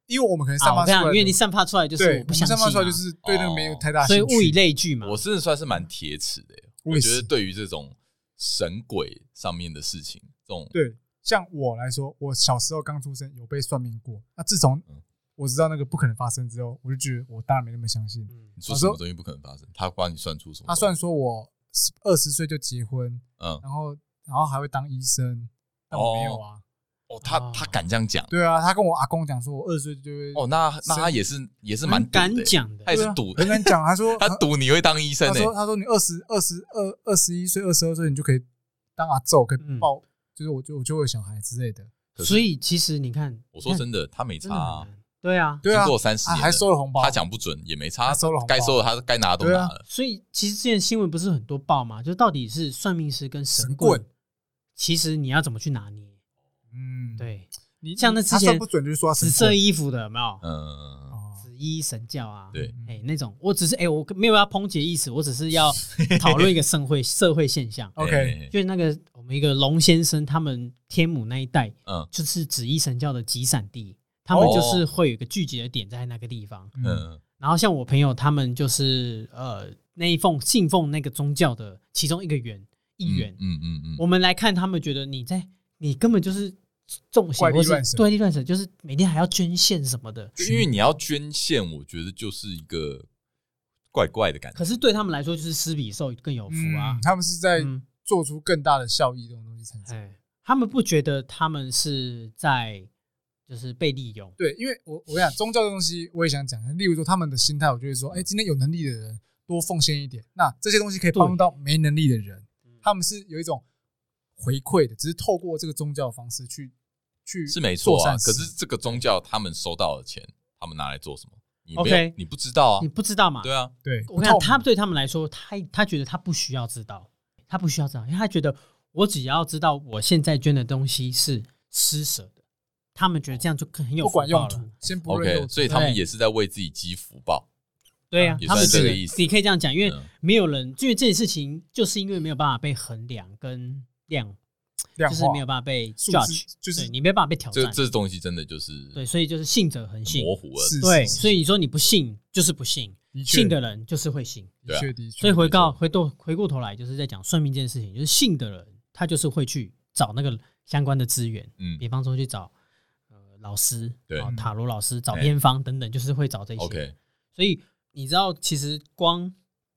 Speaker 3: 因为我们可能
Speaker 2: 啊，
Speaker 3: 散
Speaker 2: 我
Speaker 3: 发出
Speaker 2: 跟你
Speaker 3: 来
Speaker 2: 讲，
Speaker 3: 的，
Speaker 2: 因为你散发出来就是
Speaker 3: 对，
Speaker 2: 不
Speaker 3: 我们
Speaker 2: 相信
Speaker 3: 散
Speaker 2: 嘛，
Speaker 3: 发出来就是对那个没有太大兴
Speaker 2: 所以
Speaker 3: 趣，
Speaker 2: 物以类聚嘛。
Speaker 1: 我真的算是蛮铁齿的耶，
Speaker 3: 我
Speaker 1: 我
Speaker 3: 也
Speaker 1: 觉得
Speaker 3: 是。
Speaker 1: 对于这种神鬼上面的事情，这种
Speaker 3: 对，像我来说，我小时候刚出生有被算命过，那自从
Speaker 1: 嗯
Speaker 3: 我知道那个不可能发生之后，我就觉得我当然没那么相信。
Speaker 2: 嗯
Speaker 1: 你说什么东西不可能发生，他帮你算出什么？
Speaker 3: 啊他算说我二十岁就结婚，
Speaker 1: 嗯，
Speaker 3: 然后然后还会当医生，但我没有啊。
Speaker 1: 哦，他
Speaker 2: 哦
Speaker 1: 他敢这样讲，
Speaker 3: 对啊，他跟我阿公讲说，我二十岁就会，
Speaker 1: 哦，那那他也是也是蛮
Speaker 2: 蛮
Speaker 1: 赌的耶
Speaker 2: 敢，讲的
Speaker 1: 他，也是赌，
Speaker 3: 很敢讲。他说
Speaker 1: 他赌你会当医生
Speaker 3: 啊
Speaker 1: 欸
Speaker 3: 他
Speaker 1: 呢，
Speaker 3: 说：“他说你二十二十二二十一岁、二十二岁，你就可以当阿昼，可以
Speaker 2: 嗯
Speaker 3: 抱，就是我就我就会有小孩之类的。
Speaker 1: 可是
Speaker 2: 所以其实你看，
Speaker 1: 我说
Speaker 2: 你看
Speaker 1: 真的，他没
Speaker 2: 真
Speaker 1: 差
Speaker 2: 的
Speaker 1: 啊
Speaker 2: 很，难，对 啊。
Speaker 3: 对啊
Speaker 1: 经，过三十
Speaker 3: 还
Speaker 1: 年了
Speaker 3: 还收了红包，
Speaker 1: 他讲不准也没差，
Speaker 3: 他收了红包
Speaker 1: 该收的他该拿的都
Speaker 3: 对
Speaker 1: 拿
Speaker 3: 啊
Speaker 1: 了，
Speaker 2: 所以其实之前新闻不是很多报嘛，就到底是算命师跟神
Speaker 3: 神
Speaker 2: 棍
Speaker 3: 棍，
Speaker 2: 其实你要怎么去拿捏？
Speaker 3: 嗯，
Speaker 2: 对，
Speaker 3: 你
Speaker 2: 像那之
Speaker 3: 他算
Speaker 2: 前
Speaker 3: 不准就是说他
Speaker 2: 紫
Speaker 3: 神
Speaker 2: 色
Speaker 3: 棍
Speaker 2: 衣服的有没有？
Speaker 1: 嗯，
Speaker 3: 哦
Speaker 2: 紫衣神教啊，
Speaker 1: 对
Speaker 3: 嗯
Speaker 2: 哎、那种，我只是哎、我没有要抨击意思，我只 是要讨论一个社会社会现象，
Speaker 3: OK，
Speaker 1: 哎
Speaker 2: 就是那个我们一个龙先生他们天母那一带，
Speaker 1: 嗯
Speaker 2: 就是紫衣神教的集散地，他
Speaker 1: 哦
Speaker 2: 们就是会有一个聚集的点在那个地方。
Speaker 3: 嗯，
Speaker 1: 嗯
Speaker 2: 然后像我朋友他们就是呃那一奉信奉那个宗教的其中一个员一员，
Speaker 1: 嗯嗯嗯，
Speaker 2: 我们来看他们觉得你在你根本就是中邪
Speaker 3: 怪力
Speaker 2: 或是
Speaker 3: 乱神
Speaker 2: 对立乱神，就是每天还要捐献什么的，
Speaker 1: 就因为你要捐献，我觉得就是一个怪怪的感觉
Speaker 2: 可。是对他们来说就是施比受更有福啊
Speaker 3: 嗯。他们是在
Speaker 2: 嗯
Speaker 3: 做出更大的效益这种东西产生。
Speaker 2: 哎，他们不觉得他们是在就是被利用，
Speaker 3: 对，因为我我跟你讲宗教的东西，我也想讲。例如说他们的心态，我就会说，
Speaker 2: 嗯
Speaker 3: 哎，今天有能力的人多奉献一点，那这些东西可以帮助到没能力的人
Speaker 2: 嗯。
Speaker 3: 他们是有一种回馈的，只是透过这个宗教的方式去去
Speaker 1: 是没错
Speaker 3: 做
Speaker 1: 啊，
Speaker 3: 善
Speaker 1: 可
Speaker 3: 事
Speaker 1: 是这个宗教他们收到的钱，他们拿来做什么？你没
Speaker 2: OK
Speaker 1: 有，你不知道啊
Speaker 2: 你，不知道嘛？
Speaker 1: 对啊，
Speaker 3: 对，
Speaker 2: 我看
Speaker 3: 不透明
Speaker 2: 他对他们来说，他他觉得他不需要知道，他不需要知道，因为他觉得我只要知道我现在捐的东西是施舍的，他们觉得这样就很有
Speaker 3: 不管
Speaker 2: 福报
Speaker 3: 用
Speaker 2: 了
Speaker 3: 途，先不论用
Speaker 1: OK，
Speaker 3: 途。
Speaker 1: 所以他们
Speaker 2: 对
Speaker 1: 也是在为自己积福报。
Speaker 2: 对啊
Speaker 1: 嗯也，
Speaker 2: 他们
Speaker 1: 算
Speaker 2: 觉
Speaker 1: 是这
Speaker 2: 得
Speaker 1: 个意思
Speaker 2: 你可以这样讲，因为
Speaker 1: 嗯
Speaker 2: 没有人，因为这件事情就是因为没有办法被衡量跟量，
Speaker 3: 量
Speaker 2: 就是
Speaker 3: 化
Speaker 2: 没有办法被
Speaker 3: 数
Speaker 2: judge，
Speaker 3: 字就是
Speaker 2: 对你没有办法被挑
Speaker 1: 这
Speaker 2: 战，
Speaker 1: 这东西真的就是
Speaker 2: 对，所以就是信者恒信，
Speaker 1: 模糊了。
Speaker 3: 是
Speaker 2: 对，所以你说你不信就是不信，
Speaker 3: 的确
Speaker 2: 信的人就是会信。
Speaker 1: 对
Speaker 3: 的
Speaker 1: 啊
Speaker 3: 确的确，
Speaker 2: 所以回到
Speaker 1: 没
Speaker 2: 回头回过头来，就是在讲算命这件事情，就是信的人他就是会去找那个相关的资源，
Speaker 1: 嗯
Speaker 2: 比方说去找呃老师，
Speaker 1: 对
Speaker 2: 啊塔罗老师，找
Speaker 1: 哎
Speaker 2: 偏方等等，就是会找这些。
Speaker 1: ，OK，
Speaker 2: 所以你知道，其实光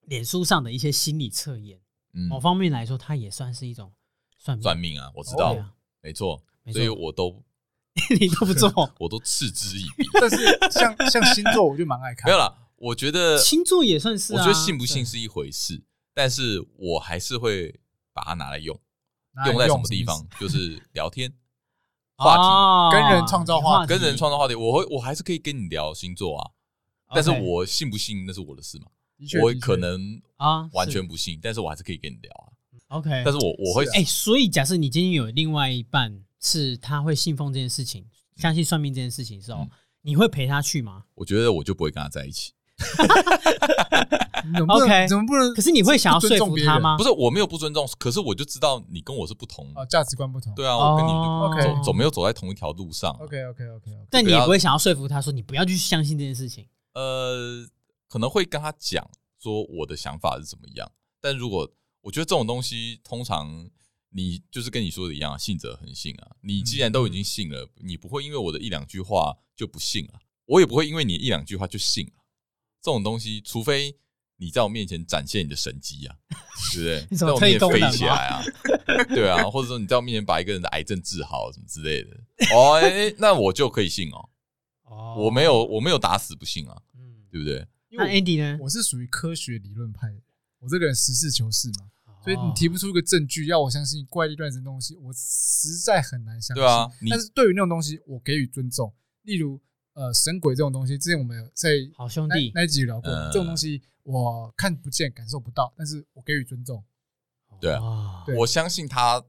Speaker 2: 脸书上的一些心理测验，
Speaker 1: 嗯
Speaker 2: 某，方面来说，它也算是一种算命。
Speaker 1: 算命啊，我知
Speaker 2: 对
Speaker 1: 道，
Speaker 2: 啊，
Speaker 1: 没错，
Speaker 2: 没错
Speaker 1: 所以我都
Speaker 2: 你都不 做
Speaker 1: 我都嗤之以鼻。
Speaker 3: 但是像像星座，我就蛮爱看。
Speaker 1: 没有啦，我觉得
Speaker 2: 星座也算是、
Speaker 1: 我
Speaker 2: 啊，
Speaker 1: 觉得信不信
Speaker 2: 对
Speaker 1: 是一回事，但是我还是会把它拿来用，
Speaker 3: 拿来
Speaker 1: 用在什
Speaker 3: 用
Speaker 1: 么
Speaker 3: 什么
Speaker 1: 地
Speaker 3: 意
Speaker 1: 方？就是聊天、话
Speaker 2: 哦
Speaker 3: 跟人创造话
Speaker 2: 题
Speaker 1: 跟人创造话题。我会我还是可以跟你聊星座啊，但是
Speaker 2: OK
Speaker 1: 我信不信那是我的事嘛，
Speaker 3: 的确
Speaker 1: 我
Speaker 3: 的确
Speaker 1: 可能
Speaker 2: 啊
Speaker 1: 完
Speaker 2: 是
Speaker 1: 全不信，但是我还是可以跟你聊啊。
Speaker 2: OK，
Speaker 1: 但是我我会
Speaker 3: 是啊
Speaker 2: 哎、所以假设你今天有另外一半是他会信奉这件事情，相信算命这件事情的时候，
Speaker 1: 嗯
Speaker 2: 你会陪他去吗？
Speaker 1: 我觉得我就不会跟他在一起。
Speaker 3: 你怎么不
Speaker 2: OK
Speaker 3: 能怎么不能
Speaker 2: 可是你会想要说服他吗？
Speaker 3: 啊
Speaker 1: 不是我没有不尊重，可是我就知道你跟我是不同。
Speaker 3: 啊？价值观不同。
Speaker 1: 对啊，我跟你
Speaker 2: 哦
Speaker 3: OK
Speaker 1: 走走没有走在同一条路上。
Speaker 3: OK OK OK OK。
Speaker 2: 但你也不会想要说服他说你不要去相信这件事情。
Speaker 1: 呃，可能会跟他讲说我的想法是怎么样，但如果我觉得这种东西，通常你就是跟你说的一样，信者恒信啊。你既然都已经信了，你不会因为我的一两句话就不信啊，我也不会因为你一两句话就信啊。这种东西，除非你在我面前展现你的神迹啊，对不 对？
Speaker 2: 你怎
Speaker 1: 在
Speaker 2: 么
Speaker 1: 我面
Speaker 2: 特
Speaker 1: 前飞
Speaker 2: 异功能
Speaker 1: 起
Speaker 2: 吗
Speaker 1: 来啊，对啊，或者说你在我面前把一个人的癌症治好什么之类的，哦，哎那我就可以信哦。
Speaker 2: 哦
Speaker 1: 我没有，我没有打死不信啊，
Speaker 2: 嗯
Speaker 1: 对不对？
Speaker 3: 因
Speaker 2: 那
Speaker 3: 为
Speaker 2: Andy 呢
Speaker 3: 我？我是属于科学理论派的，我这个人实事求是嘛，
Speaker 1: 哦
Speaker 3: 所以你提
Speaker 2: 提
Speaker 3: 不出一个证据要我相信怪力乱神的东西，我实在很难相信。
Speaker 1: 对啊，你
Speaker 3: 但是对于那种东西，我给予尊重。例如，呃，神鬼这种东西，之前我们有在
Speaker 2: 好兄
Speaker 3: 那
Speaker 2: 弟
Speaker 3: 那一集有聊过，
Speaker 1: 嗯
Speaker 3: 这种东西我看不见、感受不到，但是我给予尊重。
Speaker 1: 对啊
Speaker 2: 啊
Speaker 3: 对
Speaker 1: 我相信它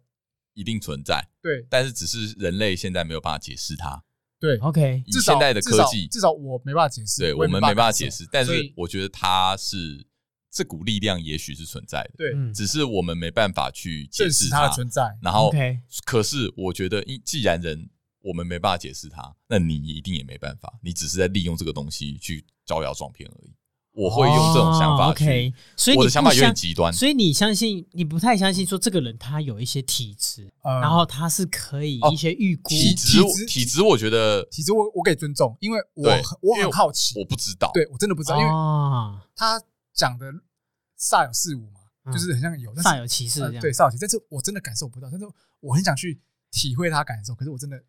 Speaker 1: 一定存在，
Speaker 3: 对
Speaker 1: 但是只是人类现在没有办法解释它。
Speaker 3: 对，
Speaker 2: OK，
Speaker 1: 以
Speaker 3: 至少
Speaker 1: 现代的科技，
Speaker 3: 至少至少我没办法解释，
Speaker 1: 对
Speaker 3: 我
Speaker 1: 我
Speaker 3: 也
Speaker 1: 们
Speaker 3: 没
Speaker 1: 没办法
Speaker 3: 感受
Speaker 1: 解释，但
Speaker 3: 所
Speaker 1: 是
Speaker 3: 以
Speaker 1: 我觉得它是这股力量，也许是存在的，
Speaker 3: 对
Speaker 2: 嗯
Speaker 1: 只是我们没办法去解
Speaker 3: 证
Speaker 1: 释
Speaker 3: 实它的存在。
Speaker 1: 然后，
Speaker 2: ，OK，
Speaker 1: 可是我觉得，因既然人我们没办法解释它，那你一定也没办法，你只是在利用这个东西去招摇撞骗而已。我会用这种想
Speaker 2: 哦
Speaker 1: 法去
Speaker 2: ，OK，，所以你
Speaker 1: 我
Speaker 2: 不
Speaker 1: 的想法有点
Speaker 2: 相
Speaker 1: 极端，
Speaker 2: 所以你相信，你不太相信说这个人他有一些体质，
Speaker 3: 呃
Speaker 2: 然后他是可以一些预估，
Speaker 1: 嗯哦体质
Speaker 3: 体质
Speaker 1: 体质，我觉得
Speaker 3: 其实我我给尊重，因为我
Speaker 1: 对
Speaker 3: 很我
Speaker 1: 因为
Speaker 3: 很好奇，
Speaker 1: 我不知道，
Speaker 3: 对我真的不知道，因为
Speaker 2: 啊，
Speaker 3: 他讲的煞有事无嘛，
Speaker 2: 嗯
Speaker 3: 就是很像有，但是
Speaker 2: 煞有其事
Speaker 3: 呃
Speaker 2: 这样。
Speaker 3: 对，煞有其事，但是我真的感受不到，但是我很想去体会他感受，可是我真的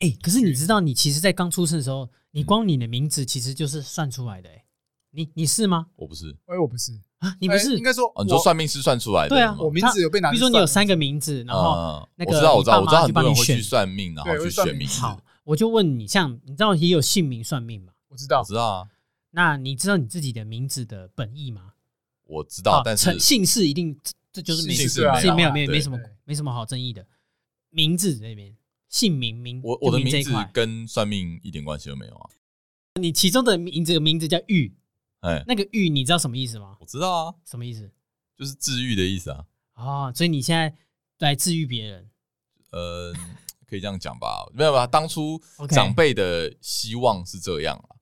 Speaker 2: 哎，可是你知道，你其实，在刚出生的时候，你
Speaker 3: 嗯
Speaker 2: 光你的名字其实就是算出来的，哎，你你是吗？
Speaker 1: 我不是。
Speaker 3: 哎，我不是，
Speaker 2: 啊，
Speaker 3: 你
Speaker 2: 你不是
Speaker 3: 应？该说
Speaker 1: 哦，你说
Speaker 3: 我
Speaker 1: 算命师算出来的
Speaker 2: 对啊
Speaker 1: 是吗
Speaker 3: 我名字有被拿
Speaker 2: 比
Speaker 3: 去算
Speaker 2: 如说
Speaker 3: 吗，
Speaker 2: 你有三个名字，然后
Speaker 1: 嗯
Speaker 2: 那
Speaker 1: 我
Speaker 2: 个
Speaker 1: 知道，
Speaker 2: 你
Speaker 1: 我知道，
Speaker 2: 爸
Speaker 1: 我
Speaker 2: 妈
Speaker 1: 知道
Speaker 2: 就
Speaker 1: 很
Speaker 2: 帮
Speaker 1: 多人
Speaker 2: 你
Speaker 1: 会
Speaker 2: 选
Speaker 1: 去算命，然
Speaker 3: 对
Speaker 1: 后
Speaker 3: 会
Speaker 1: 去
Speaker 3: 算
Speaker 1: 选
Speaker 3: 名
Speaker 1: 名
Speaker 3: 字
Speaker 1: 字。
Speaker 2: 好，我就问你，像你知道也有姓名算命嘛？
Speaker 3: 我知道
Speaker 1: 我，知道啊，
Speaker 2: 那你知道你自己的名字的本意吗？
Speaker 1: 我知道
Speaker 2: 好，
Speaker 1: 啊但
Speaker 2: 成
Speaker 1: 是
Speaker 2: 姓氏一定这这就是没
Speaker 1: 姓氏
Speaker 2: 没
Speaker 1: 没有
Speaker 2: 有
Speaker 1: 啊
Speaker 2: 没
Speaker 1: 对
Speaker 2: 有没什么
Speaker 3: 对
Speaker 2: 没什么好争议的。名字那边姓名名，
Speaker 1: 我我的
Speaker 2: 就名这
Speaker 1: 名
Speaker 2: 一
Speaker 1: 字
Speaker 2: 块，
Speaker 1: 跟算命一点关系都没有啊。
Speaker 2: 你其中的名字名字叫玉，
Speaker 1: 哎，
Speaker 2: 那个玉你知道什么意思吗？
Speaker 1: 我知道啊，
Speaker 2: 什么意思
Speaker 1: 就是治愈的意思啊。
Speaker 2: 哦？所以你现在来治愈别人
Speaker 1: 呃，可以这样讲吧？没有吧？当初
Speaker 2: OK
Speaker 1: 长辈的希望是这样啊，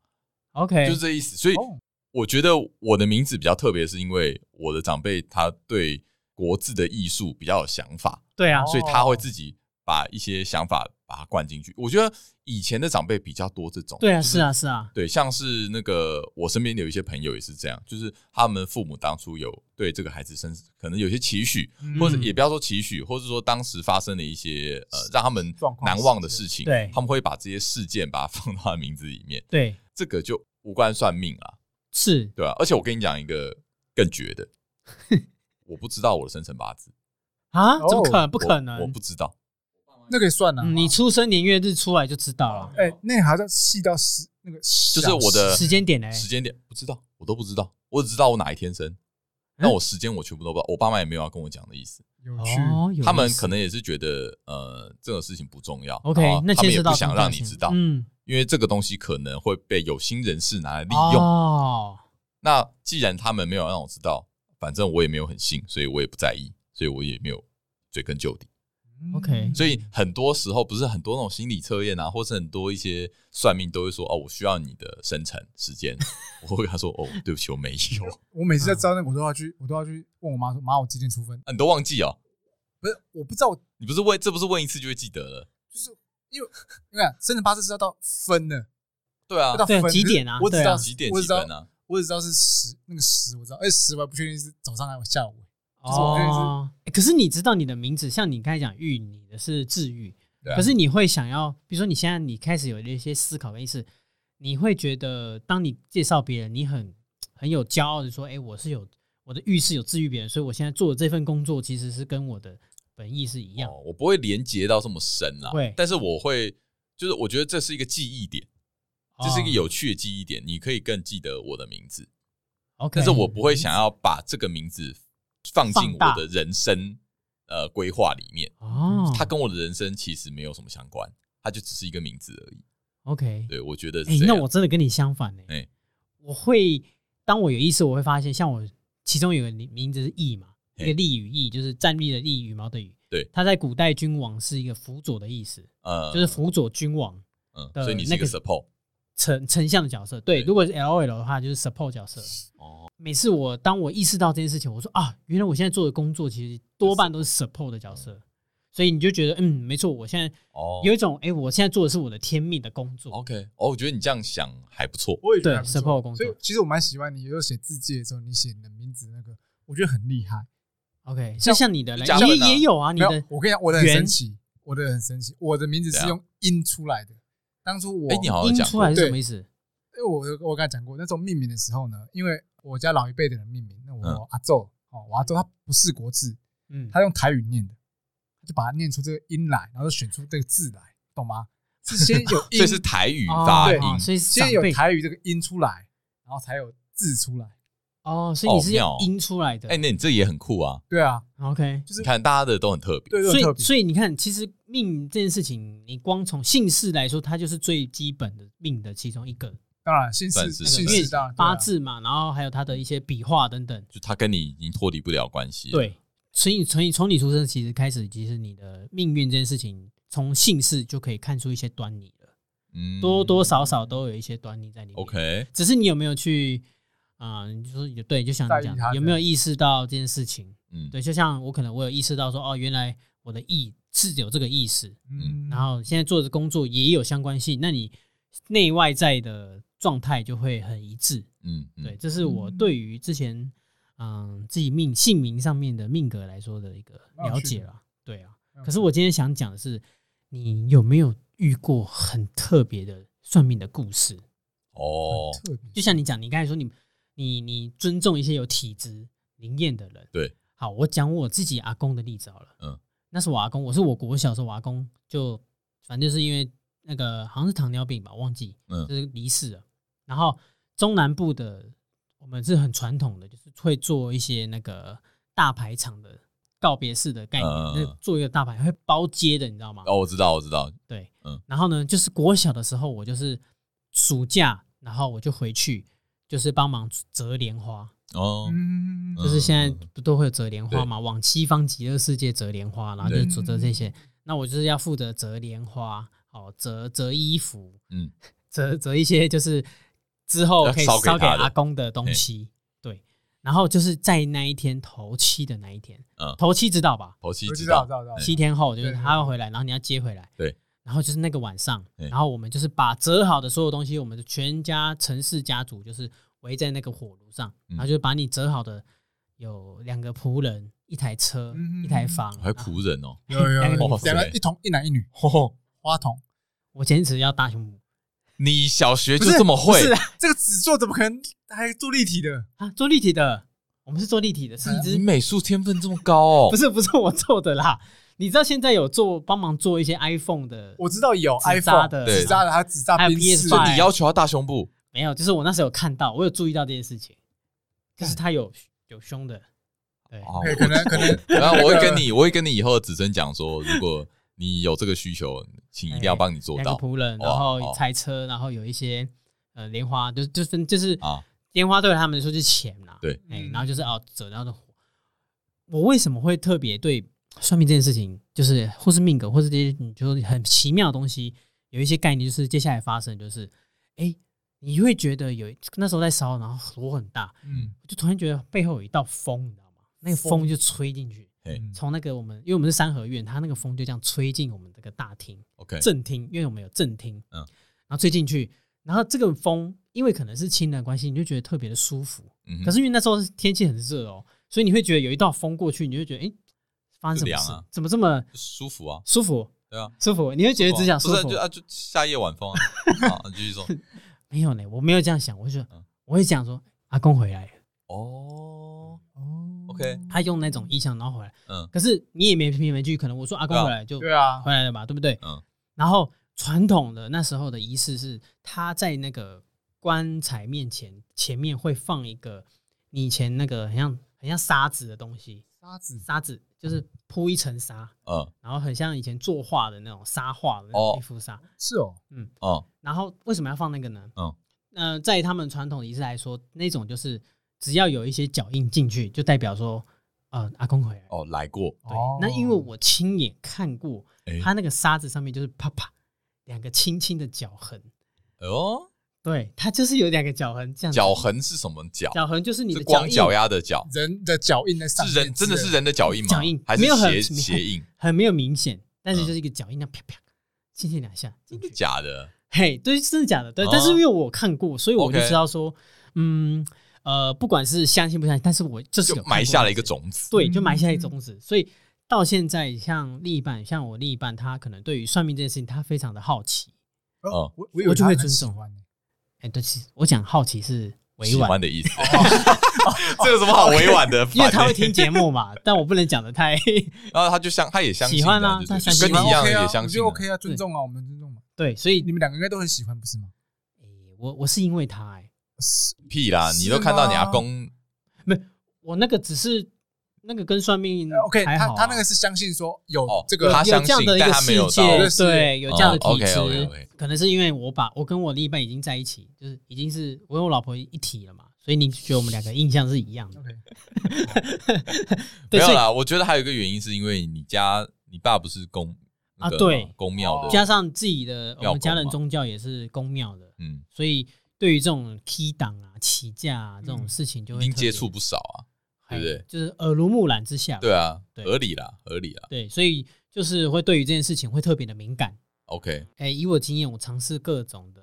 Speaker 2: ，OK？
Speaker 1: 就是这意思。所以
Speaker 3: 哦
Speaker 1: 我觉得我的名字比较特别，是因为我的长辈他对国字的艺术比较有想法。
Speaker 2: 对啊
Speaker 3: 哦，
Speaker 1: 所以他会自己把一些想法把它灌进去。我觉得以前的长辈比较多这种，
Speaker 2: 对啊，
Speaker 1: 就是
Speaker 2: 啊，是啊，
Speaker 1: 对，像是那个我身边有一些朋友也是这样，就是他们父母当初有对这个孩子生可能有些期许，
Speaker 3: 嗯
Speaker 1: 或者也不要说期许，或者说当时发生的一些呃让他们
Speaker 3: 状况
Speaker 1: 难忘的事情，
Speaker 2: 对
Speaker 1: 他们会把这些事件把它放到他的名字里面，
Speaker 2: 对，
Speaker 1: 这个就无关算命啊，
Speaker 2: 是
Speaker 1: 对吧、而且我跟你讲一个更绝 的，我不知道我的生辰八字，
Speaker 2: 啊，
Speaker 3: 哦
Speaker 2: 怎么可能？
Speaker 1: 不
Speaker 2: 不可
Speaker 1: 我
Speaker 2: 能
Speaker 1: 不！知道。
Speaker 3: 那可以算了。
Speaker 2: 嗯你出生年月日出来就知道了，
Speaker 3: 哎，那好像细到十那个
Speaker 1: 就
Speaker 3: 小时，
Speaker 1: 是我的
Speaker 2: 时间点嘞，
Speaker 1: 哎时间点不知道，我都不知道，我只知道我哪一天
Speaker 2: 嗯
Speaker 1: 生，那我时间我全部都不知道，我爸妈也没有要跟我讲的意思，
Speaker 3: 有趣，
Speaker 2: 哦，有
Speaker 1: 他
Speaker 2: 意
Speaker 1: 们
Speaker 2: 思
Speaker 1: 可能也是觉得呃这种事情不重要
Speaker 2: OK，
Speaker 1: 然后
Speaker 2: 那
Speaker 1: 他
Speaker 2: 牵
Speaker 1: 们
Speaker 2: 涉
Speaker 1: 也
Speaker 2: 到
Speaker 1: 不想
Speaker 2: 宗教
Speaker 1: 让你
Speaker 2: 性
Speaker 1: 知道，
Speaker 2: 嗯，
Speaker 1: 因为这个东西可能会被有心人士拿来利用。
Speaker 2: 哦，
Speaker 1: 那既然他们没有让我知道，反正我也没有很信，所以我也不在意，所以我也没有追根究底。
Speaker 3: 嗯
Speaker 2: OK
Speaker 1: 所以很多时候不是很多那种心理测验啊，或是很多一些算命都会说哦，我需要你的生辰时 间，我会跟他说哦，对不起，我没有，
Speaker 3: 我每次在知道那个，我都要去，我都要去问我妈说，妈，我几点出分？
Speaker 1: 啊你都忘记哦。
Speaker 3: 不是，我不知道我
Speaker 1: 你不是问，这不是问一次就会记得了？
Speaker 3: 因为啊生辰八字是要到分的，
Speaker 1: 对啊
Speaker 3: 要，到
Speaker 2: 对啊
Speaker 3: 分
Speaker 2: 几点啊
Speaker 3: 我只知
Speaker 2: 对啊
Speaker 3: 道
Speaker 1: 几点
Speaker 3: 我
Speaker 1: 几
Speaker 3: 只知道
Speaker 1: 分啊？
Speaker 3: 我只知道是十，那个十我知道，而且十我还不确定是早上还是下午。就是我觉得是
Speaker 2: 哦，欸可是你知道你的名字，像你刚才讲玉，你的是治愈，
Speaker 1: 对啊
Speaker 2: 可是你会想要，比如说你现在你开始有了一些思考跟意识，你会觉得当你介绍别人，你很很有骄傲的说，哎、我是有我的玉是有治愈别人，所以我现在做的这份工作其实是跟我的本意是一样。
Speaker 1: 哦，我不会连接到这么深啦
Speaker 2: 会，
Speaker 1: 但是我会，就是我觉得这是一个记忆点，这是一个有趣的记忆点，你可以更记得我的名字，
Speaker 2: 哦，OK，
Speaker 1: 但是我不会想要把这个名字放进
Speaker 2: 放大
Speaker 1: 我的人生呃规划里面，
Speaker 2: 哦，
Speaker 1: 它跟我的人生其实没有什么相关，它就只是一个名字而已。
Speaker 2: OK，
Speaker 1: 对，我觉得
Speaker 2: 哎、
Speaker 1: 是这
Speaker 2: 那
Speaker 1: 样。
Speaker 2: 我真的跟你相反呢、
Speaker 1: 哎
Speaker 2: 我会当我有意识，我会发现，像我其中有个名字是义嘛，
Speaker 1: 嘿
Speaker 2: 一个立羽翼，就是站立的立，羽毛的羽。
Speaker 1: 对
Speaker 2: 它在古代君王是一个辅佐的意思，
Speaker 1: 呃，
Speaker 2: 就是辅佐君王
Speaker 1: 嗯，
Speaker 2: 的
Speaker 1: 所以你是一
Speaker 2: 那
Speaker 1: 个
Speaker 2: 个
Speaker 1: support
Speaker 2: 丞丞相的角色。对，
Speaker 1: 对
Speaker 2: 如果是 L O L 的话，就是 support 角色。
Speaker 1: 哦，
Speaker 2: 每次我当我意识到这件事情，我说啊，原来我现在做的工作其实多半都是 support 的角色，所以你就觉得嗯，没错，我现在
Speaker 1: 哦，
Speaker 2: 有一种哎、诶我现在做的是我的天命的工作。
Speaker 1: OK，哦，我觉得你这样想还不错，
Speaker 3: 我也觉得
Speaker 2: 对
Speaker 3: 还不错
Speaker 2: support 工作
Speaker 3: 所以其实我蛮喜欢你，有时候写字界的时候，你写你的名字那个，我觉得很厉害。
Speaker 2: OK，就
Speaker 3: 像
Speaker 2: 像你的嘞
Speaker 1: 加
Speaker 2: 也
Speaker 1: 分啊
Speaker 2: 也有啊，你
Speaker 3: 没有
Speaker 2: 的，
Speaker 3: 我跟你讲，我的很
Speaker 2: 原
Speaker 3: 神奇，我的很神奇，我的名字
Speaker 1: 怎
Speaker 3: 是
Speaker 1: 样
Speaker 3: 用音出来的。当初我，
Speaker 1: 哎，你好像
Speaker 2: 音
Speaker 1: 讲
Speaker 2: 出
Speaker 1: 过
Speaker 2: 来是
Speaker 3: 对
Speaker 2: 什么意思？
Speaker 3: 因为我有我刚才讲过，那时候命名的时候呢，因为我家老一辈的人命名，那
Speaker 1: 嗯
Speaker 3: 我阿昼哦，我阿昼他不是国字，
Speaker 2: 嗯，
Speaker 3: 他用台语念的，他就把它念出这个音来，然后选出这个字来，懂吗？是先 有音
Speaker 1: 所以，是台语发
Speaker 3: 对
Speaker 2: 哦哦
Speaker 1: 音，
Speaker 2: 所以是
Speaker 3: 先
Speaker 2: 长
Speaker 3: 有
Speaker 2: 辈
Speaker 3: 台语这个音出来，然后才有字出来。
Speaker 2: 哦，所以你
Speaker 1: 哦
Speaker 2: 是
Speaker 1: 妙
Speaker 2: 要音出来的。
Speaker 1: 哎，那你这也很酷啊！
Speaker 3: 对啊，
Speaker 2: OK，
Speaker 3: 就是
Speaker 1: 你看大家的都很特别，
Speaker 3: 对，
Speaker 2: 所
Speaker 3: 对特
Speaker 2: 以
Speaker 3: 别
Speaker 2: 所以你看，其实命这件事情，你光从姓氏来说，它就是最基本的命的其中一个，
Speaker 3: 当然姓
Speaker 1: 算
Speaker 3: 氏
Speaker 1: 是
Speaker 3: 姓
Speaker 2: 因为
Speaker 3: 氏当然对啊
Speaker 2: 八字嘛，然后还有它的一些笔画等等。
Speaker 1: 就他跟你已经脱离不了关系。，
Speaker 2: 对，所以从你从你出生其实开始，其实你的命运这件事情，从姓氏就可以看出一些端倪了，
Speaker 1: 嗯
Speaker 2: 多多少少都有一些端倪在里面。
Speaker 1: OK，
Speaker 2: 只是你有没有去啊、你就说有对，就想
Speaker 3: 在意
Speaker 2: 讲
Speaker 3: 它的
Speaker 2: 有没有意识到这件事情？
Speaker 1: 嗯，
Speaker 2: 对，就像我可能我有意识到说，哦，原来我的意是有这个意识，
Speaker 1: 嗯
Speaker 2: 然后现在做的工作也有相关性，那你内外在的状态就会很一致。
Speaker 1: 嗯，嗯
Speaker 2: 对，，这是我对于之前嗯自己命姓名上面的命格来说的一个
Speaker 3: 蛮有
Speaker 2: 了
Speaker 3: 趣
Speaker 2: 解
Speaker 3: 的
Speaker 2: 啦。对啊，
Speaker 3: 嗯
Speaker 2: 可是我今天想讲的是，你有没有遇过很特别的算命的故事？
Speaker 1: 哦，
Speaker 3: 特别
Speaker 2: 就像你讲，你刚才说你你你尊重一些有体质灵验的人。
Speaker 1: 对，
Speaker 2: 好，我讲我自己阿公的例子好了。
Speaker 1: 嗯
Speaker 2: 嗯，那是我阿公，我是我国小的时候，我阿公就反正就是因为那个好像是糖尿病吧，我忘记，
Speaker 1: 嗯
Speaker 2: 就是离世了。然后中南部的我们是很传统的，就是会做一些那个大排场的告别式的概念，
Speaker 1: 嗯嗯嗯
Speaker 2: 那做一个大排会包街的，你知道吗？
Speaker 1: 哦，我知道，我知道，
Speaker 2: 对，
Speaker 1: 嗯
Speaker 2: 然后呢，就是国小的时候，我就是暑假，然后我就回去，就是帮忙折莲花，
Speaker 1: 哦，
Speaker 3: 嗯
Speaker 2: 就是现
Speaker 1: 嗯
Speaker 2: 在不都会有折莲花嘛，往西方极乐世界折莲花，然后就
Speaker 1: 对
Speaker 2: 折折这些。那我就是要负责折莲花，哦，折折衣服，
Speaker 1: 嗯，
Speaker 2: 折折一些就是之后可以
Speaker 1: 要烧
Speaker 2: 烧
Speaker 1: 给他的
Speaker 2: 给阿公的东西，对。然后就是在那一天头七的那一天，
Speaker 1: 嗯
Speaker 2: 头七知道吧？
Speaker 1: 头七
Speaker 3: 我
Speaker 1: 知
Speaker 3: 知
Speaker 1: 道
Speaker 3: 道知，道知道，
Speaker 2: 七天后就是
Speaker 3: 对
Speaker 2: 他要回来，然后你要接回来。
Speaker 1: 对。
Speaker 2: 然后就是那个晚上，
Speaker 1: 对
Speaker 2: 然后我们就是把折好的所有东西，我们的全家陈氏家族就是围在那个火炉上，
Speaker 1: 嗯
Speaker 2: 然后就把你折好的有两个仆人、一台车、
Speaker 3: 嗯
Speaker 2: 一台房。啊
Speaker 1: 还
Speaker 2: 然后
Speaker 1: 仆人哦，
Speaker 3: 有有有
Speaker 2: 两个
Speaker 3: 有
Speaker 1: 女生
Speaker 3: 两个一童一男 一女，花童
Speaker 2: 我坚持要大胸部
Speaker 1: 你小学就
Speaker 3: 不是
Speaker 1: 这么会
Speaker 2: 不是
Speaker 3: 这个纸做怎么可能还做立体的？
Speaker 2: 啊，做立体的，我们是做立体的，是一
Speaker 1: 你
Speaker 2: 只
Speaker 1: 美术天分这么高哦？
Speaker 2: 不是不是我做的啦。你知道现在有做帮忙做一些 iPhone 的，
Speaker 3: 我知道有
Speaker 2: 纸扎
Speaker 3: iPhone
Speaker 2: 的
Speaker 1: 对
Speaker 3: 纸扎的，还有纸扎
Speaker 2: 还有
Speaker 3: 冰室
Speaker 2: PS5
Speaker 1: 你要求他大胸部，
Speaker 2: 没有，就是我那时候有看到，我有注意到这件事情，就是他有有胸的，对，
Speaker 1: 哦
Speaker 3: 对可能 可能
Speaker 1: 然后我会跟你，我会跟你以后的子孙讲说，如果你有这个需求，请一定要帮你做
Speaker 2: 哎两个
Speaker 1: 到
Speaker 2: 仆人，
Speaker 1: 哇
Speaker 2: 然后
Speaker 1: 哦
Speaker 2: 拆车，然后有一些呃莲花，就就是就是
Speaker 1: 啊！
Speaker 2: 莲花对他们来说是钱啦，
Speaker 1: 对
Speaker 2: 哎、
Speaker 3: 嗯
Speaker 2: 然后就是哦折，然后的火。我为什么会特别对算命这件事情，就是或是命格，或是这些你就说很奇妙的东西，有一些概念，就是接下来发生，就是哎、你会觉得有那时候在烧，然后火很大，
Speaker 3: 嗯
Speaker 2: 我就突然觉得背后有一道风，你知道吗？那个风就吹进去，
Speaker 1: 嘿
Speaker 3: 嗯
Speaker 2: 从那个我们因为我们是三合院，它那个风就这样吹进我们这个大厅。
Speaker 1: ，OK，
Speaker 2: 正厅，因为我们有正厅，
Speaker 1: 嗯
Speaker 2: 嗯，然后吹进去，然后这个风，因为可能是亲人的关系，你就觉得特别的舒服。
Speaker 1: 嗯哼
Speaker 2: 可是因为那时候天气很热哦，所以你会觉得有一道风过去，你就会觉得哎、诶发生什么
Speaker 1: 就
Speaker 2: 事？
Speaker 1: 凉啊
Speaker 2: 怎么这么
Speaker 1: 舒服啊，
Speaker 2: 舒服？
Speaker 1: 对啊，
Speaker 2: 舒服？你会觉得只想舒
Speaker 1: 不是
Speaker 2: 服？
Speaker 1: 就啊就夏夜晚风啊，啊， 你继续说
Speaker 2: 没有呢，我没有这样想，我就觉得
Speaker 1: 嗯
Speaker 2: 我会想说阿公回来了，
Speaker 1: 哦，
Speaker 3: 哦
Speaker 1: OK
Speaker 2: 他用那种意象然后回来，
Speaker 1: 嗯
Speaker 2: 可是你也没凭没据，可能我说阿公
Speaker 1: 对啊
Speaker 2: 回来就
Speaker 3: 对啊，
Speaker 2: 回来了吧，对不对？
Speaker 1: 嗯
Speaker 2: 然后传统的那时候的仪式是，他在那个棺材面前前面会放一个你以前那个很像很像沙子的东西，
Speaker 3: 沙子
Speaker 2: 沙子就是铺一层沙，
Speaker 1: 嗯
Speaker 2: 然后很像以前作画的那种沙画的那种
Speaker 1: 哦
Speaker 2: 一幅沙。
Speaker 3: 是哦，
Speaker 1: 嗯
Speaker 2: 然后为什么要放那个呢？
Speaker 1: 嗯，
Speaker 2: 呃，在他们传统仪式来说，那种就是只要有一些脚印进去，就代表说，呃，阿公回来。
Speaker 1: 哦，来过，
Speaker 2: 对
Speaker 3: 哦，
Speaker 2: 那因为我亲眼看过，
Speaker 1: 哎、
Speaker 2: 它那个沙子上面就是啪啪两个轻轻的脚痕，
Speaker 1: 哦，
Speaker 2: 对，它就是有两个脚痕这样子。
Speaker 1: 脚痕是什么脚？
Speaker 2: 脚痕就是你
Speaker 1: 是
Speaker 2: 的
Speaker 1: 光脚
Speaker 2: 印，
Speaker 1: 丫的脚，
Speaker 3: 人的脚印在上面
Speaker 1: 是人真的是人的脚印吗？
Speaker 2: 脚印
Speaker 1: 还是
Speaker 2: 没有很
Speaker 1: 鞋鞋 印？
Speaker 2: 很没有明显，但是
Speaker 1: 嗯
Speaker 2: 就是一个脚印，那啪啪轻轻两下进
Speaker 1: 真的
Speaker 2: 去。
Speaker 1: 假的？
Speaker 2: 嘿，对，真的假的？对，
Speaker 1: 哦
Speaker 2: 但是因为我看过，所以我就
Speaker 1: OK
Speaker 2: 知道说，嗯，呃，不管是相信不相信，但是我就是
Speaker 1: 就
Speaker 2: 有看
Speaker 1: 埋
Speaker 2: 过
Speaker 1: 下了一
Speaker 2: 那
Speaker 1: 个嗯
Speaker 2: 些
Speaker 1: 种子。
Speaker 2: 对，就埋下一种子。所以到现在，像另一半，像我另一半，他可能对于算命这件事情，他非常的好奇。
Speaker 3: 哦
Speaker 1: 嗯
Speaker 3: 我我以为
Speaker 2: 我就会
Speaker 3: 他很喜
Speaker 2: 尊重
Speaker 3: 欢欸
Speaker 2: 哎、对，其实我讲好奇是委
Speaker 1: 喜
Speaker 2: 婉哦
Speaker 1: 欢，的意思，这有什么好委婉的？
Speaker 2: 因为他
Speaker 1: 烦欸
Speaker 2: 会听节目 嘛，但我不能讲的太
Speaker 1: 然后他就相，他也相信
Speaker 2: 喜欢啊
Speaker 1: 的
Speaker 2: 他
Speaker 1: 对
Speaker 2: 相
Speaker 1: 对
Speaker 2: 信
Speaker 1: 跟
Speaker 2: 啊
Speaker 1: 你一样
Speaker 3: OK 啊
Speaker 1: 也相
Speaker 3: 我
Speaker 1: 信
Speaker 3: 觉
Speaker 1: 啊。
Speaker 3: 得 OK 啊，尊重啊，我们尊重嘛。
Speaker 2: 对，所以
Speaker 3: 你们两个应该都很喜欢，不是吗？
Speaker 2: 哎我我是因为他、哎，
Speaker 3: 是
Speaker 1: 屁啦！你
Speaker 3: 是
Speaker 1: 都看到你
Speaker 3: 吗
Speaker 1: 阿公，
Speaker 2: 我那个只是那个跟算命
Speaker 1: 嗯
Speaker 3: 呃 OK，
Speaker 2: 还
Speaker 3: 他
Speaker 2: 好啊
Speaker 3: 他那个是相信说有
Speaker 1: 哦
Speaker 3: 这个
Speaker 1: 他
Speaker 2: 有
Speaker 1: 相
Speaker 2: 这样
Speaker 1: 信
Speaker 2: 的一
Speaker 1: 但
Speaker 2: 个
Speaker 1: 他没
Speaker 2: 世
Speaker 1: 有
Speaker 2: 界
Speaker 1: 到，
Speaker 2: 对，有这样的
Speaker 1: 哦
Speaker 2: 体质。
Speaker 1: ，OK，OK，OK
Speaker 2: 可能是因为我把我跟我另一半已经在一起，就是已经是我跟我老婆一体了嘛，所以你觉得我们两个印象是一样的。
Speaker 3: OK，
Speaker 1: 没
Speaker 2: 对，
Speaker 1: 有
Speaker 2: 所以
Speaker 1: 啦。我觉得还有一个原因是因为你家你爸不是公那
Speaker 2: 啊
Speaker 1: 个
Speaker 2: 对
Speaker 1: 嘛公庙
Speaker 2: 加
Speaker 1: 的，
Speaker 2: 上自己的我
Speaker 1: 庙
Speaker 2: 们家
Speaker 1: 公
Speaker 2: 人
Speaker 1: 嘛
Speaker 2: 宗教也是公庙的，
Speaker 1: 嗯，
Speaker 2: 所以对于这种 key 档啊、起价啊这种事情就
Speaker 1: 嗯已
Speaker 2: 会
Speaker 1: 经
Speaker 2: 特
Speaker 1: 接
Speaker 2: 别
Speaker 1: 触，不少啊。
Speaker 2: 哎
Speaker 1: 对不对？
Speaker 2: 就是耳濡目染之下，
Speaker 1: 对啊，
Speaker 2: 对
Speaker 1: 合理啦，合理啦。
Speaker 2: 对，所以就是会对于这件事情会特别的敏感。
Speaker 1: OK，
Speaker 2: 哎，以我经验，我尝试各种的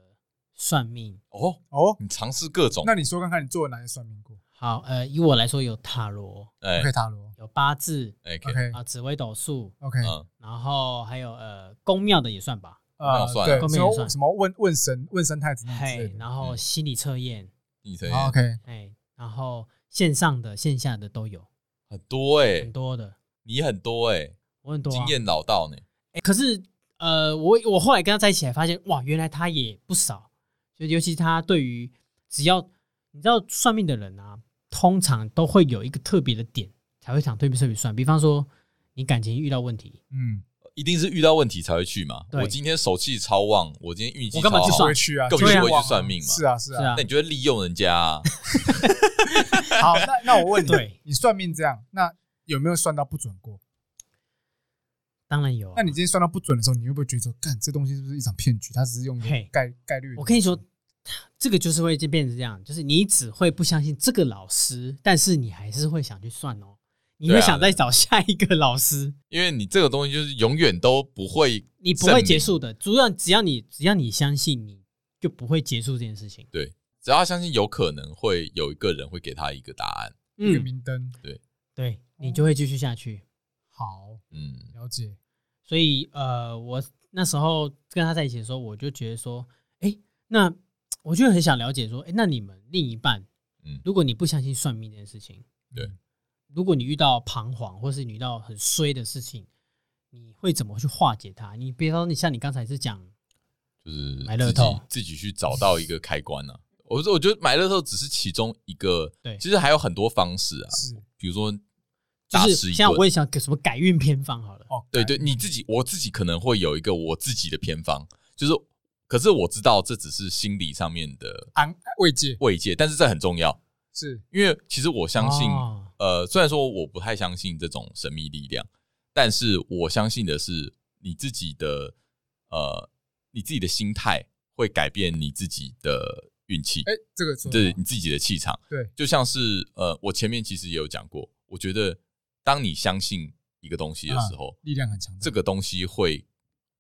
Speaker 2: 算命。
Speaker 1: 哦，
Speaker 3: 哦，
Speaker 1: 你尝试各种
Speaker 3: 那，你说看看你做了哪些算命过
Speaker 2: 好，呃，以我来说有塔罗，
Speaker 1: 哎
Speaker 3: ？OK，塔罗哦
Speaker 2: 有八字
Speaker 1: ，OK，
Speaker 3: ，OK
Speaker 2: 啊，紫微斗数，
Speaker 3: OK，
Speaker 1: 嗯，
Speaker 2: 然后还有呃宫庙的也算吧，
Speaker 1: 那
Speaker 3: 呃，
Speaker 1: 算啊
Speaker 3: 对，
Speaker 2: 后面
Speaker 3: 什
Speaker 2: 也
Speaker 3: 么
Speaker 2: 算
Speaker 3: 什么问问神问生太子那之类
Speaker 2: 嘿，
Speaker 3: 的。
Speaker 2: 然后
Speaker 1: 嗯
Speaker 2: 心理测验，
Speaker 1: 你这
Speaker 3: 好
Speaker 1: 样
Speaker 3: OK，
Speaker 2: 哎，然后线上的、线下的都有
Speaker 1: 很多哎
Speaker 2: 很，多的，
Speaker 1: 你很多哎，
Speaker 2: 我嗯很多啊
Speaker 1: 经验老道呢。
Speaker 2: 欸可是呃，我我后来跟他在一起，才发现哇，原来他也不少，就尤其他对于只要你知道算命的人啊，通常都会有一个特别的点才会想对特别算，比方说你感情遇到问题，
Speaker 3: 嗯，
Speaker 1: 一定是遇到问题才会去嘛。
Speaker 2: 对
Speaker 1: 我今天手气超旺，我今天运气
Speaker 2: 我
Speaker 1: 超
Speaker 2: 根本
Speaker 1: 好，
Speaker 2: 去
Speaker 3: 不
Speaker 2: 算
Speaker 3: 会去啊，
Speaker 1: 根本就
Speaker 3: 对啊
Speaker 1: 不会去算命嘛
Speaker 3: 是啊，是
Speaker 2: 是
Speaker 3: 啊。
Speaker 2: 啊
Speaker 1: 那，你就会利用人家、 啊。
Speaker 3: 好，那那我问你
Speaker 2: 对，
Speaker 3: 你算命这样，那有没有算到不准过？
Speaker 2: 当然有啊、
Speaker 3: 那你今天算到不准的时候，你会不会觉得说，干这东西是不是一场骗局？他只是用
Speaker 2: 嘿
Speaker 3: 概概率？
Speaker 2: 我跟你说，这个就是会就变成这样，就是你只会不相信这个老师，但是你还是会想去算哦，你会
Speaker 1: 对啊
Speaker 2: 想
Speaker 1: 对
Speaker 2: 再找下一个老师。
Speaker 1: 因为你这个东西就是永远都不会，
Speaker 2: 你不会结束的，主要只要你只要你相信，你就不会结束这件事情。
Speaker 1: 只要他相信有可能会有一个人会给他一个答案。
Speaker 3: 一个，明灯，
Speaker 2: 对你就会继续下去。
Speaker 3: 好，
Speaker 1: 嗯，
Speaker 3: 了解。
Speaker 2: 所以呃，我那时候跟他在一起的时候，我就觉得说，哎、那我就很想了解说，哎、那你们另一半，
Speaker 1: 嗯
Speaker 2: 如果你不相信算命这件事情，
Speaker 1: 对，
Speaker 2: 如果你遇到彷徨，或是你遇到很衰的事情，你会怎么去化解它？你比如说，你像你刚才是讲，
Speaker 1: 就是
Speaker 2: 买乐
Speaker 1: 自己
Speaker 2: 透
Speaker 1: 自己去找到一个开关呢、啊。我说，我觉得买乐透只是其中一个，
Speaker 2: 对
Speaker 1: 其实还有很多方式啊，
Speaker 3: 是
Speaker 1: 比如说
Speaker 2: 就
Speaker 1: 大吃
Speaker 2: 是
Speaker 1: 一
Speaker 2: 像我
Speaker 1: 顿。
Speaker 2: 也想给什么改运偏方好了，
Speaker 3: 哦，
Speaker 1: 对
Speaker 3: 改
Speaker 1: 对，你自己，我自己可能会有一个我自己的偏方，就是，可是我知道这只是心理上面的
Speaker 3: 安慰藉
Speaker 1: 慰藉，但是这很重要，
Speaker 3: 是
Speaker 1: 因为其实我 相信
Speaker 2: 哦
Speaker 1: 呃，虽然说我不太相信这种神秘力量，但是我相信的是你自己的呃，你自己的心态会改变你自己的运气，
Speaker 3: 哎，这个说
Speaker 1: 对
Speaker 3: 法
Speaker 1: 你自己的气场。
Speaker 3: 对，
Speaker 1: 就像是呃，我前面其实也有讲过，我觉得当你相信一个东西的时候，
Speaker 3: 力量很强大，
Speaker 1: 这个东西会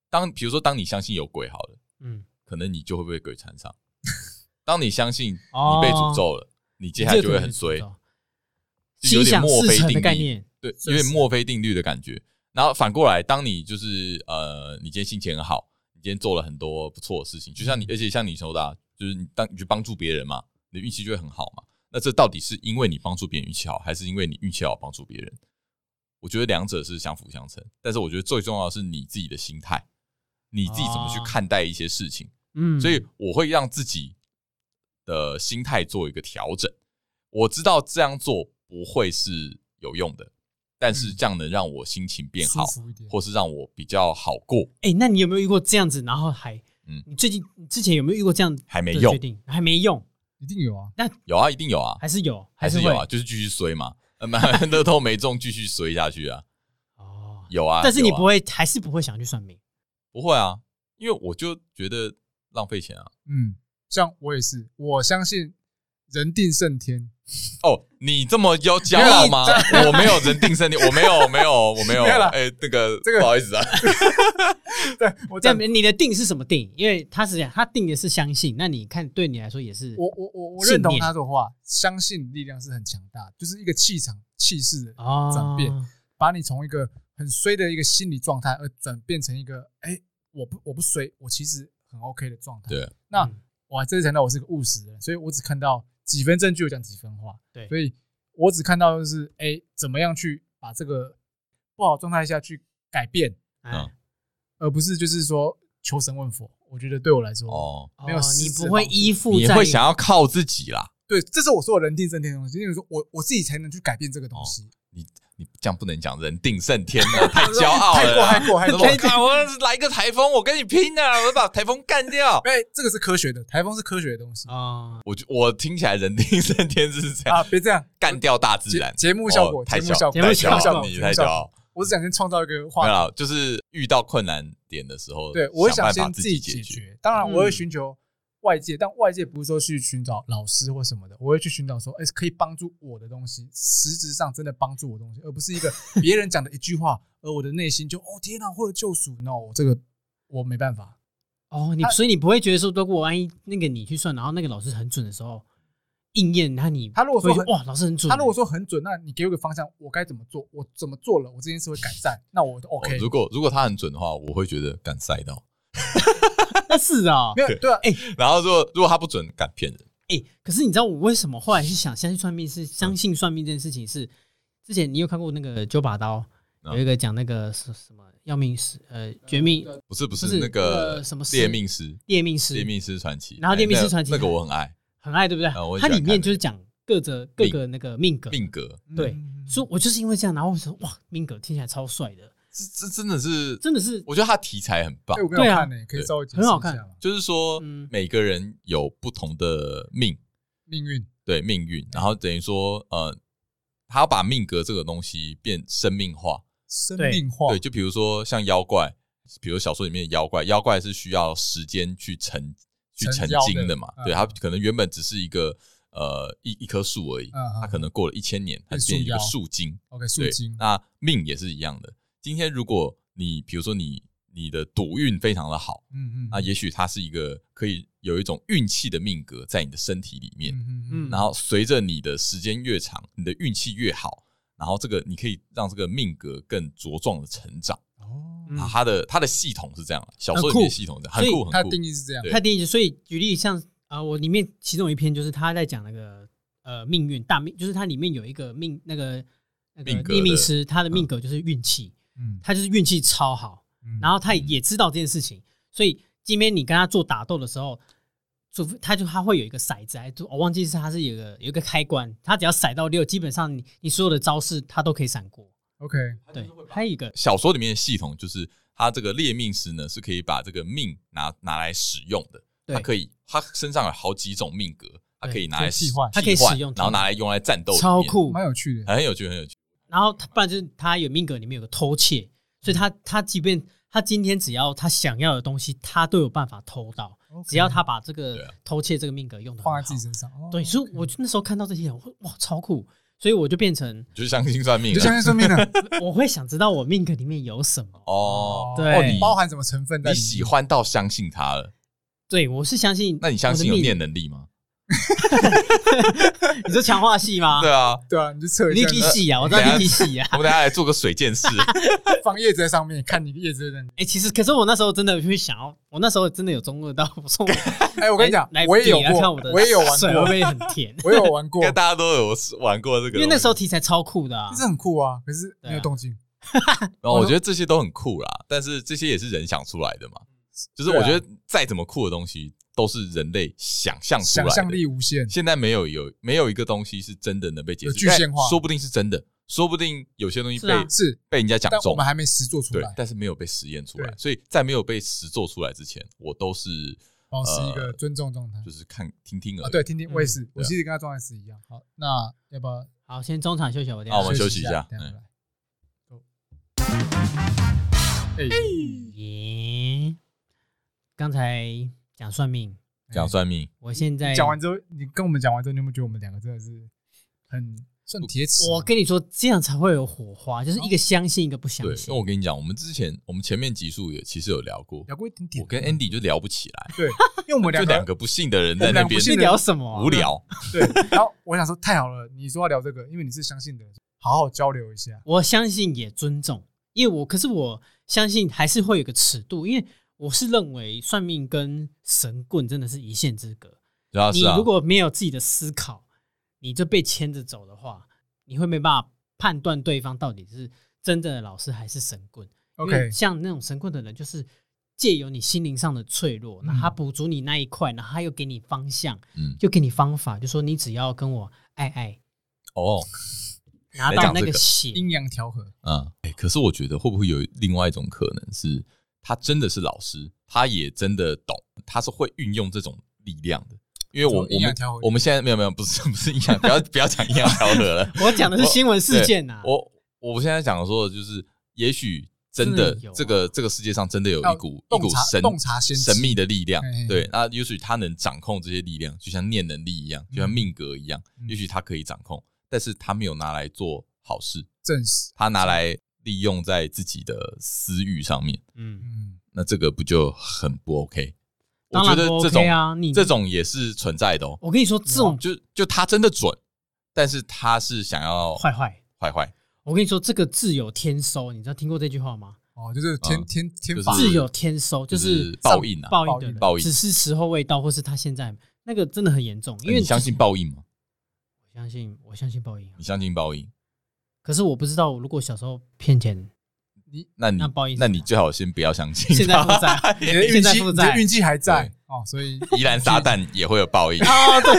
Speaker 1: 当比如说当你相信有鬼好了，
Speaker 2: 嗯，
Speaker 1: 可能你就会被鬼缠上；当你相信
Speaker 2: 哦
Speaker 1: 你被诅咒了，你接下来就会很衰。就有
Speaker 2: 心
Speaker 1: 点
Speaker 2: 想
Speaker 1: 墨
Speaker 2: 事
Speaker 1: 菲
Speaker 2: 成的
Speaker 1: 定
Speaker 2: 概
Speaker 1: 律
Speaker 2: 念，
Speaker 1: 对，
Speaker 3: 是
Speaker 1: 有点
Speaker 3: 是
Speaker 1: 墨菲定律的感觉。然后反过来，当你就是呃，你今天心情很好，你今天做了很多不错的事情，就像你，而且像你说的、啊，就是你当你去帮助别人嘛，你的运气就会很好嘛。那这到底是因为你帮助别人运气好，还是因为你运气好帮助别人？我觉得两者是相辅相成，但是我觉得最重要的是你自己的心态，你自己怎么去
Speaker 2: 哦
Speaker 1: 看待一些事情。
Speaker 2: 嗯，
Speaker 1: 所以我会让自己的心态做一个调整。我知道这样做不会是有用的，但
Speaker 2: 嗯
Speaker 1: 是这样能让我心情变好
Speaker 3: 舒，服一点，
Speaker 1: 或是让我比较好过。
Speaker 2: 哎、那你有没有遇过这样子，然后还
Speaker 1: 嗯
Speaker 2: 你最近你之前有没有遇过这样
Speaker 1: 还没
Speaker 2: 的
Speaker 1: 用
Speaker 2: 决，定？还没用，
Speaker 3: 一定有啊。
Speaker 1: 有啊，一定有啊，
Speaker 2: 还是有，
Speaker 1: 还
Speaker 2: 是
Speaker 1: 是
Speaker 2: 会
Speaker 1: 有啊，就是继续衰嘛，呃，买 乐透没中，继续衰下去啊，
Speaker 2: 哦。
Speaker 1: 有啊，
Speaker 2: 但是你
Speaker 1: 有啊
Speaker 2: 不会，还是不会想去算命
Speaker 1: 不会啊，因为我就觉得浪费钱啊。
Speaker 3: 嗯，像我也是，我相信人定胜天。
Speaker 1: 哦，你这么骄骄傲吗？我没有人定胜天，我没有，我没有，我没有。
Speaker 3: 没有啦
Speaker 1: 哎，那个，
Speaker 3: 这个
Speaker 1: 不好意 思啊，
Speaker 3: 对我
Speaker 2: 这
Speaker 3: 讲
Speaker 2: 样，你的定是什么定？因为他是这样，他定的是相信，那你看对你来说也是
Speaker 3: 我我我我
Speaker 2: 信
Speaker 3: 认同
Speaker 2: 念
Speaker 3: 他的话，相信力量是很强大的，就是一个气场气势的
Speaker 2: 哦
Speaker 3: 转变把你从一个很衰的一个心理状态，而转变成一个，哎、我不我不衰，我其实很 OK 的状态。
Speaker 1: 对，啊
Speaker 3: 那、
Speaker 2: 嗯
Speaker 3: 我还真是想到我是个务实人，所以我只看到几分证据，我讲几分话。
Speaker 2: 对
Speaker 3: 所以我只看到就是，哎、怎么样去把这个不好的状态下去改变，
Speaker 1: 嗯
Speaker 2: 哎
Speaker 3: 而不是就是说求神问佛。我觉得对我来说，
Speaker 1: 哦，
Speaker 2: 哦
Speaker 3: 没有实
Speaker 2: 你
Speaker 3: 质
Speaker 2: 不会
Speaker 3: 帮助
Speaker 2: 依附
Speaker 1: 你
Speaker 2: 在
Speaker 1: 会想要靠自己啦，
Speaker 3: 对，这是我说的人定胜天的东西，因为说我我自己才能去改变这个东西。
Speaker 1: 你这样不能讲人定胜天 了，太骄哦傲啊
Speaker 3: 太
Speaker 1: 了
Speaker 3: 过
Speaker 1: 啦。
Speaker 3: 太 过太过
Speaker 1: 我靠！我来一个台风，我跟你拼啊！我把台风干 掉。
Speaker 3: 哎，这个是科学的，台风是科学的东西
Speaker 1: 哦
Speaker 2: 啊，
Speaker 1: 我就我听起来人定胜天是这样，
Speaker 3: 啊！别这样，
Speaker 1: 干掉大自然
Speaker 3: 节。节目效
Speaker 1: 哦
Speaker 3: 果，
Speaker 1: 太
Speaker 3: 节目
Speaker 1: 小
Speaker 3: 效果，
Speaker 2: 节目
Speaker 3: 太
Speaker 2: 效果
Speaker 3: 小，
Speaker 1: 你
Speaker 3: 节
Speaker 1: 太
Speaker 3: 目
Speaker 1: 小
Speaker 3: 效果。我只想先创造一个
Speaker 1: 没
Speaker 3: 话
Speaker 1: 有
Speaker 3: 题，
Speaker 1: 啦，就是遇到困难点的时候，
Speaker 3: 对我
Speaker 1: 想
Speaker 3: 想
Speaker 1: 办法
Speaker 3: 先
Speaker 1: 自
Speaker 3: 己
Speaker 1: 解
Speaker 3: 解。决。当然，
Speaker 2: 嗯
Speaker 3: 我会寻求外界，但外界不是说去寻找老师或什么的，我会去寻找说，哎，可以帮助我的东西，实质上真的帮助我的东西，而不是 一个别人讲的一句话，而我的内心就哦天哪，获得救赎。no，我这个我没办法。
Speaker 2: 哦，你
Speaker 3: 他
Speaker 2: 所以你不会觉得说，如果万一那个你去算，然后那个老师很准的时候应验，那你
Speaker 3: 他如果说
Speaker 2: 会
Speaker 3: 很
Speaker 2: 哇，老师很准，
Speaker 3: 他如果说很准，那你给我一个方向，我该怎么做？我怎么做了，我这件事会改善，那我就
Speaker 1: 哦
Speaker 3: OK。
Speaker 1: 如果如果他很准的话，我会觉得干赛道。
Speaker 2: 是啊，
Speaker 3: 没有对啊，哎，
Speaker 1: 然后如果如果他不准，敢骗人。
Speaker 2: 哎、可是你知道我为什么后来是想相信算命是相信算命这件事情是？之前你有看过那个九把刀，
Speaker 1: 嗯
Speaker 2: 有一个讲那个什什么要命师呃绝命
Speaker 1: 不是不
Speaker 2: 不是
Speaker 1: 是那个
Speaker 2: 呃什么师
Speaker 1: 猎命师，
Speaker 2: 猎命师
Speaker 1: 猎，命师传奇，
Speaker 2: 然后
Speaker 1: 哎
Speaker 2: 猎命师
Speaker 1: 那个
Speaker 2: 传奇
Speaker 1: 那个我很爱，
Speaker 2: 很爱对不对
Speaker 1: 啊我？很
Speaker 2: 它
Speaker 1: 喜欢
Speaker 2: 里面
Speaker 1: 看
Speaker 2: 就是讲各着各个那个命格，
Speaker 1: 命格
Speaker 2: 对
Speaker 3: 嗯
Speaker 2: 所以我就是因为这样，然后我说哇，命格听起来超帅的，
Speaker 1: 这这真的是，
Speaker 2: 真的是
Speaker 1: 我觉得他题材很棒
Speaker 3: 哎，，我没有
Speaker 2: 对啊
Speaker 3: 看呢，可以稍微解释
Speaker 2: 很好
Speaker 3: 一下
Speaker 2: 看
Speaker 3: 吗
Speaker 1: 就是说
Speaker 2: 嗯
Speaker 1: 每个人有不同的命，
Speaker 3: 命运，
Speaker 1: 对命运，然后等于说呃，他要把命格这个东西变生命化，
Speaker 3: 生
Speaker 2: 对
Speaker 3: 命化，
Speaker 1: 对，就比如说像妖怪，比如小说里面的妖怪，妖怪是需要时间去成去
Speaker 3: 成
Speaker 1: 成
Speaker 3: 妖
Speaker 1: 精
Speaker 3: 的
Speaker 1: 的嘛，
Speaker 3: 嗯
Speaker 1: 对，它可能原本只是一个呃一一棵树而已，
Speaker 3: 嗯嗯
Speaker 1: 它可能过了一千年，它就变
Speaker 3: 变树
Speaker 1: 成一个
Speaker 3: 妖
Speaker 1: 树精，
Speaker 3: OK，树
Speaker 1: 对
Speaker 3: 精，，
Speaker 1: 那命也是一样的。今天如果你比如说你你的赌运非常的好，
Speaker 3: 嗯嗯，
Speaker 1: 那也许它是一个可以有一种运气的命格在你的身体里面，
Speaker 3: 嗯
Speaker 2: 嗯
Speaker 3: 嗯
Speaker 1: 然后随着你的时间越长，你的运气越好，然后这个你可以让这个命格更茁壮的成长。
Speaker 3: 嗯，哦，
Speaker 2: 嗯
Speaker 1: 啊，它的它的系统是这样，小说里面的系统是
Speaker 2: 很
Speaker 1: 很
Speaker 2: 酷
Speaker 1: 酷
Speaker 3: 它
Speaker 1: 很
Speaker 3: 的
Speaker 1: 酷，
Speaker 3: 定义是这样，
Speaker 1: 对
Speaker 2: 它第一集，所以举例像啊、呃我里面其中有一篇就是他在讲那个呃命运大命，就是它里面有一个命那个那个
Speaker 1: 命格
Speaker 2: 秘密
Speaker 1: 的嗯
Speaker 2: 师，他的命格就是运气，
Speaker 3: 嗯，
Speaker 2: 他就是运气超好，然
Speaker 3: 后
Speaker 2: 后他也知道这件事情，所以今天你跟他做打斗的时候，除非他就他会有一个骰子，哎还就我忘记是他是有一个有一个开关，他只要骰到六，基本上你你所有的招式他都可以闪过。
Speaker 3: OK，
Speaker 1: 嗯
Speaker 2: 对，还有一个
Speaker 1: 小说里面的系统就是它这个猎命师呢是可以把这个命拿拿来使用的，
Speaker 2: 对
Speaker 1: 它可以它身上有好几种命格，它可以拿来
Speaker 3: 可以替换
Speaker 2: 它可以
Speaker 1: 替换
Speaker 2: 使用
Speaker 1: 然后拿来用来战斗，哎
Speaker 2: 超，酷，
Speaker 3: 蛮有趣的，
Speaker 1: 很有趣很有趣。
Speaker 2: 然后他不然就是他有命格里面有个偷窃，所以他他即便他今天只要他想要的东西，他都有办法偷到，
Speaker 3: OK
Speaker 2: 只要他把这
Speaker 1: 对
Speaker 2: 个
Speaker 1: 啊
Speaker 2: 偷窃这个命格用的
Speaker 3: 放在自己身上，哦
Speaker 2: 对，所以我就那时候看到这些人，我会哇超酷，所以我就变成
Speaker 1: 你就相信算命
Speaker 3: 你就相
Speaker 1: 了
Speaker 3: 信生命了，
Speaker 2: 我会想知道我命格里面有什么。
Speaker 1: 哦，
Speaker 2: 对
Speaker 1: 哦你
Speaker 3: 包含什么成分在
Speaker 1: 你
Speaker 3: 里面
Speaker 1: 喜，欢到相信它了，
Speaker 2: 对，我是相信。
Speaker 1: 那你相信有念？能力吗？
Speaker 2: 你说强化系吗？
Speaker 1: 对啊，
Speaker 3: 对啊，你就测一
Speaker 2: 立
Speaker 3: 下
Speaker 2: 体系啊，我知道
Speaker 1: 等一下
Speaker 2: 立体系啊。
Speaker 1: 我们等一下来做个水 见识，
Speaker 3: 放叶子在上面，看你叶子在哪里。
Speaker 2: 哎，其实可是我那时候真的会想要，我那时候真的有中二到，我说我
Speaker 3: 哎，我跟你讲
Speaker 2: 来，
Speaker 3: 我也有
Speaker 2: 比啊来看我
Speaker 3: 过
Speaker 2: 的，
Speaker 3: 我也有玩
Speaker 2: 水会不
Speaker 3: 过，
Speaker 2: 会很甜？
Speaker 3: 我有玩
Speaker 1: 应
Speaker 3: 过
Speaker 1: 该，大家都有玩过这个，
Speaker 2: 因为那时候。题材超酷的啊
Speaker 3: 这。是很酷啊，可是没有动静。
Speaker 1: 然
Speaker 3: 嗯
Speaker 1: 后我觉得这些都很酷啦，但是这些也是人想出来的嘛。就是
Speaker 3: 啊
Speaker 1: 我觉得再怎么酷的东西，都是人类想象出来
Speaker 3: 想
Speaker 1: 的。
Speaker 3: 象力无限，
Speaker 1: 现在没有有没有一个东西是真的能被解释，哎
Speaker 3: 有具象化
Speaker 1: 但说不定是真的，说不定有些东西
Speaker 2: 是
Speaker 1: 被、
Speaker 2: 啊
Speaker 3: 是，
Speaker 1: 被人家讲
Speaker 3: 但我
Speaker 1: 中
Speaker 3: 们，还没实做出
Speaker 1: 对
Speaker 3: 来，，
Speaker 1: 但是没有被实验出来，
Speaker 3: 对
Speaker 1: 所以在没有被实做出来之前，我都是
Speaker 3: 保持一个尊重状态
Speaker 1: 就是看听听而已。
Speaker 3: 啊。对，听听，我也是，
Speaker 1: 呃
Speaker 3: 我
Speaker 1: 对啊
Speaker 3: 其实跟他状态是一样。好，那要不要
Speaker 2: 好，先中场休息，我等一
Speaker 1: 好
Speaker 2: 下
Speaker 1: 我们
Speaker 3: 息
Speaker 1: 休息一
Speaker 3: 下
Speaker 1: 下？
Speaker 3: 等一下
Speaker 1: 嗯
Speaker 3: 来。Go 哎，
Speaker 2: 耶，刚才讲算命，
Speaker 1: 讲算命，
Speaker 2: 我现在
Speaker 3: 哎讲完之后，你跟我们讲完之后，你有没有觉得我们两个真的是很算铁齿啊吗？
Speaker 2: 我跟你说，这样才会有火花，就是一个相信，一个不相
Speaker 1: 对，哦因
Speaker 2: 信
Speaker 1: 为。我跟你讲，我们之前我们前面集数也其实有聊过，
Speaker 3: 聊过一点点，
Speaker 1: 我跟 Andy 就聊不起来，
Speaker 3: 对，因为我 们
Speaker 1: 就
Speaker 3: 两
Speaker 1: 两
Speaker 3: 个
Speaker 1: 个不幸的人在那
Speaker 3: 我们两个
Speaker 1: 边
Speaker 3: 不
Speaker 2: 你
Speaker 3: 幸的
Speaker 2: 聊什么啊、
Speaker 1: 无聊。
Speaker 3: 对，然后我想说太好了，你说要聊这个，因为你是相信的人，好好交流一下。
Speaker 2: 我相信也尊重，因为我可是我相信还是会有一个尺度，因为我是认为算命跟神棍真的是一线之隔。
Speaker 1: 对啊，
Speaker 2: 你
Speaker 1: 是啊
Speaker 2: 如，果没有自己的思考，你就被牵着走的话，你会没办法判断对方到底是真正的老师还是神棍。因为
Speaker 3: OK，
Speaker 2: 像那种神棍的人，就是借由你心灵上的脆弱，那他补足你那一块，然后他又给你方向，
Speaker 1: 嗯，
Speaker 2: 又给你方法，就说你只要跟我爱爱，
Speaker 1: 哦，
Speaker 2: 拿
Speaker 1: 来
Speaker 2: 到
Speaker 1: 讲
Speaker 2: 那
Speaker 1: 这
Speaker 2: 个
Speaker 1: 个
Speaker 2: 血，
Speaker 3: 阴阳调和，
Speaker 1: 嗯，哎，可是我觉得会不会有另外一种可能是，他真的是老师，他也真的懂，他是会运用这种力量的。因为我
Speaker 3: 这种阴
Speaker 1: 我
Speaker 3: 阳
Speaker 1: 们
Speaker 3: 调和
Speaker 1: 我们现在没有没有不是不是阴阳，不要不要讲阴阳调和了。
Speaker 2: 我讲的是新闻事件啊呐、
Speaker 1: 我我现在讲的说的就是，也许真
Speaker 2: 真
Speaker 1: 的
Speaker 2: 的有啊
Speaker 1: 这个这个世界上真的有
Speaker 3: 要
Speaker 1: 一股一
Speaker 3: 洞
Speaker 1: 股
Speaker 3: 察
Speaker 1: 神
Speaker 3: 洞察先知
Speaker 1: 神秘的力量
Speaker 3: 嘿嘿嘿，
Speaker 1: 对，那也许他能掌控这些力量，就像念能力一样，就像命格一样，
Speaker 3: 嗯
Speaker 1: 也许他可以掌控，但是他没有拿来做好事，
Speaker 3: 证实，
Speaker 1: 他拿来利用在自己的私欲上面，
Speaker 2: 嗯，
Speaker 3: 嗯，
Speaker 1: 那这个不就很不 OK？我
Speaker 2: 当
Speaker 1: 觉
Speaker 2: 然
Speaker 1: 得
Speaker 2: 不
Speaker 1: 这种
Speaker 2: OK 啊，嗯你
Speaker 1: 这，种也是存在的哦，
Speaker 2: 我跟你说这种
Speaker 1: 就就他真的准，但是他是想要
Speaker 2: 坏坏，
Speaker 1: 坏坏，
Speaker 2: 我跟你说这个自有天收，你知道听过这句话吗？
Speaker 3: 哦，就是天
Speaker 1: 嗯
Speaker 3: 天天
Speaker 1: 就是
Speaker 3: 法，
Speaker 2: 自有天收
Speaker 1: 就
Speaker 2: 就
Speaker 1: 是
Speaker 2: 是
Speaker 1: 报应啊
Speaker 2: 报应
Speaker 3: 报应
Speaker 2: 对
Speaker 1: 报应
Speaker 2: 只是时候未到，或是他现在那个真的很严重，因
Speaker 1: 那
Speaker 2: 为
Speaker 1: 你相信报应吗？
Speaker 2: 我相信我相信报应啊
Speaker 1: 你，相信报应？
Speaker 2: 可是我不知道如果小时候 骗钱。
Speaker 1: 那你
Speaker 2: 那报应是
Speaker 1: 那
Speaker 2: 什么
Speaker 1: 你最好先不要相信。
Speaker 2: 现在负债
Speaker 3: 你的运
Speaker 2: 现在
Speaker 3: 气，
Speaker 2: 负
Speaker 3: 你
Speaker 2: 债
Speaker 3: 的运气还在
Speaker 1: 对
Speaker 3: 哦，所以
Speaker 1: 宜兰撒旦 也会有报应。
Speaker 3: 啊，对，我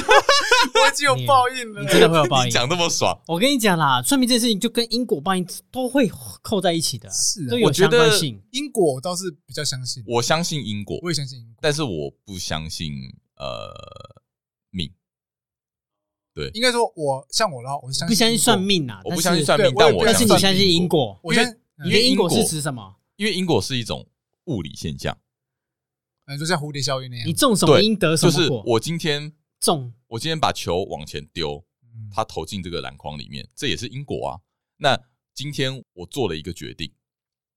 Speaker 3: 已经有
Speaker 2: 你
Speaker 3: 报应了
Speaker 2: 你，真的会哦有报
Speaker 1: 你
Speaker 2: 应。
Speaker 1: 讲那么爽，
Speaker 2: 我跟你讲啦，算命这件事情就跟因果报应都会扣在一起的，
Speaker 3: 是啊
Speaker 2: 都有
Speaker 1: 我觉
Speaker 2: 相
Speaker 1: 得
Speaker 2: 关性。
Speaker 3: 因果我倒是比较相信，
Speaker 1: 我相信因果，
Speaker 3: 我也相信因果，
Speaker 1: 但是我不相信呃命，
Speaker 3: 应该说，我像我的话，我是相
Speaker 2: 不相信
Speaker 3: 因果
Speaker 2: 算，命啊，
Speaker 1: 我
Speaker 2: 但
Speaker 1: 不
Speaker 2: 是
Speaker 1: 相信算命
Speaker 3: 对，
Speaker 1: 但
Speaker 3: 我
Speaker 1: 我
Speaker 3: 也
Speaker 2: 但
Speaker 3: 不
Speaker 2: 是你相信因果，
Speaker 3: 我相
Speaker 2: 你
Speaker 3: 嗯
Speaker 2: 的因果
Speaker 1: 因果
Speaker 2: 是指什么？
Speaker 1: 因为因果是一种物理现象，
Speaker 3: 嗯，就像蝴蝶效应那样
Speaker 2: 你，种什么
Speaker 1: 对
Speaker 2: 因得
Speaker 1: 就
Speaker 2: 什
Speaker 1: 是
Speaker 2: 么果？
Speaker 1: 我今天
Speaker 2: 种
Speaker 1: 我今天把球往前丢，
Speaker 3: 嗯
Speaker 1: 它投进这个篮筐里面，这也是因果啊。那今天我做了一个决定，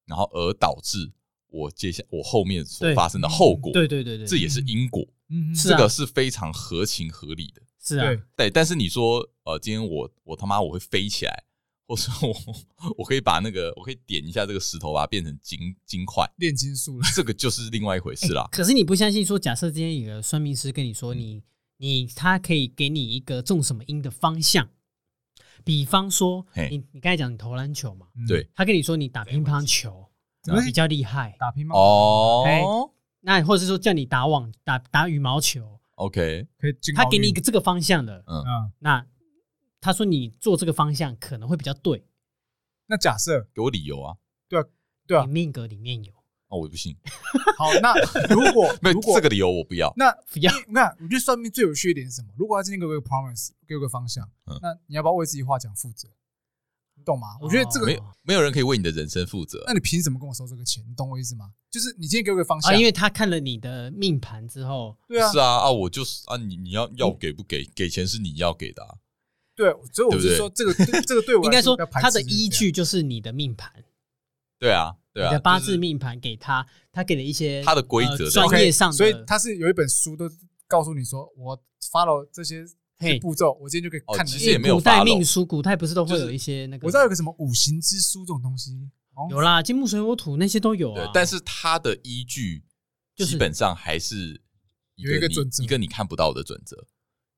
Speaker 1: 然后而导致我接下我后面所
Speaker 2: 对嗯
Speaker 1: 发生的后果，
Speaker 2: 对对对对，
Speaker 1: 这也是因果，
Speaker 3: 嗯
Speaker 2: 是
Speaker 1: 这
Speaker 2: 啊
Speaker 1: 个是非常合情合理的。
Speaker 2: 是啊
Speaker 3: 对，，
Speaker 1: 对，但是你说，呃，今天我我他妈我会飞起来，或是我我 可以把那个我可以点一下这个石头，把它变成金金块，
Speaker 3: 炼金术了，
Speaker 1: 这个就是另外一回事啦。
Speaker 2: 哎可是你不相信说，假设今天有个算命师跟你说你，你他可以给你一个种什么因的方向，比方说
Speaker 1: 嘿
Speaker 2: 你你刚才讲你投篮球嘛，
Speaker 3: 嗯
Speaker 1: 对，
Speaker 2: 他跟你说你打乒乓球
Speaker 3: 怎么会
Speaker 2: 比较厉害，
Speaker 3: 打乒乓
Speaker 2: 哎
Speaker 1: 哦
Speaker 2: 那或者是说叫你打网打打羽毛球，
Speaker 1: ，OK，
Speaker 3: 可以进
Speaker 2: 他
Speaker 3: 奥
Speaker 2: 给你一
Speaker 3: 运
Speaker 2: 个这个方向的，
Speaker 1: 嗯
Speaker 3: 嗯，
Speaker 2: 那他说你做这个方向可能会比较对，
Speaker 3: 那假设
Speaker 1: 给我理由啊，
Speaker 3: 对啊
Speaker 2: 你，命格里面有，
Speaker 1: 哦，我不信，
Speaker 3: 好， 那如果
Speaker 1: 没有
Speaker 3: 如果
Speaker 1: 这个理由我不要，
Speaker 3: 那
Speaker 2: 不要
Speaker 3: 你看，我觉得算命最有趣的一点是什么？如果他今天给我一个 promise，给我一个方向，
Speaker 1: 嗯
Speaker 3: 那你要不要为自己话讲负责？你懂吗？我觉得这个，
Speaker 1: 哦没
Speaker 2: 哦
Speaker 1: 有没有人可以为你的人生负责
Speaker 3: 那。你凭什么跟我收这个钱？你懂我意思吗？就是你今天给我一个方向，
Speaker 2: 啊，因为他看了你的命盘之后，
Speaker 3: 对啊
Speaker 1: 是，啊啊，我就是啊，你你要要给不给？给钱是你要给的、啊，
Speaker 3: 对，所以我是说这个对这个对我来
Speaker 2: 应该说
Speaker 3: 比较排斥
Speaker 2: 他的
Speaker 3: 是这样
Speaker 2: 依，据就是你的命盘。
Speaker 1: 对啊，对
Speaker 2: 你
Speaker 1: 啊，
Speaker 2: 的八
Speaker 1: 就是
Speaker 2: 字命盘给他，他给了一些
Speaker 1: 他的规则
Speaker 2: 呃
Speaker 1: 的
Speaker 2: 专
Speaker 3: OK，
Speaker 2: 业上的，
Speaker 3: 所以他是有一本书都告诉你说，我 follow 这些
Speaker 2: 嘿
Speaker 3: 步骤，我今天就可以
Speaker 1: 哦
Speaker 3: 看得
Speaker 1: 其实
Speaker 2: 因
Speaker 1: 也
Speaker 2: 为
Speaker 1: 没有
Speaker 2: 古代
Speaker 1: follow
Speaker 2: 命书，古代不是都会有一些那个，
Speaker 3: 我知道有个什么五行之书这种东西，哦
Speaker 2: 有啦，金木水火土那些都有
Speaker 1: 对
Speaker 2: 啊，，
Speaker 1: 但是他的依据
Speaker 2: 就是
Speaker 1: 基本上还是一
Speaker 3: 有一
Speaker 1: 个
Speaker 3: 个
Speaker 1: 你
Speaker 3: 准则
Speaker 1: 一个你看不到的准则，
Speaker 2: 嗯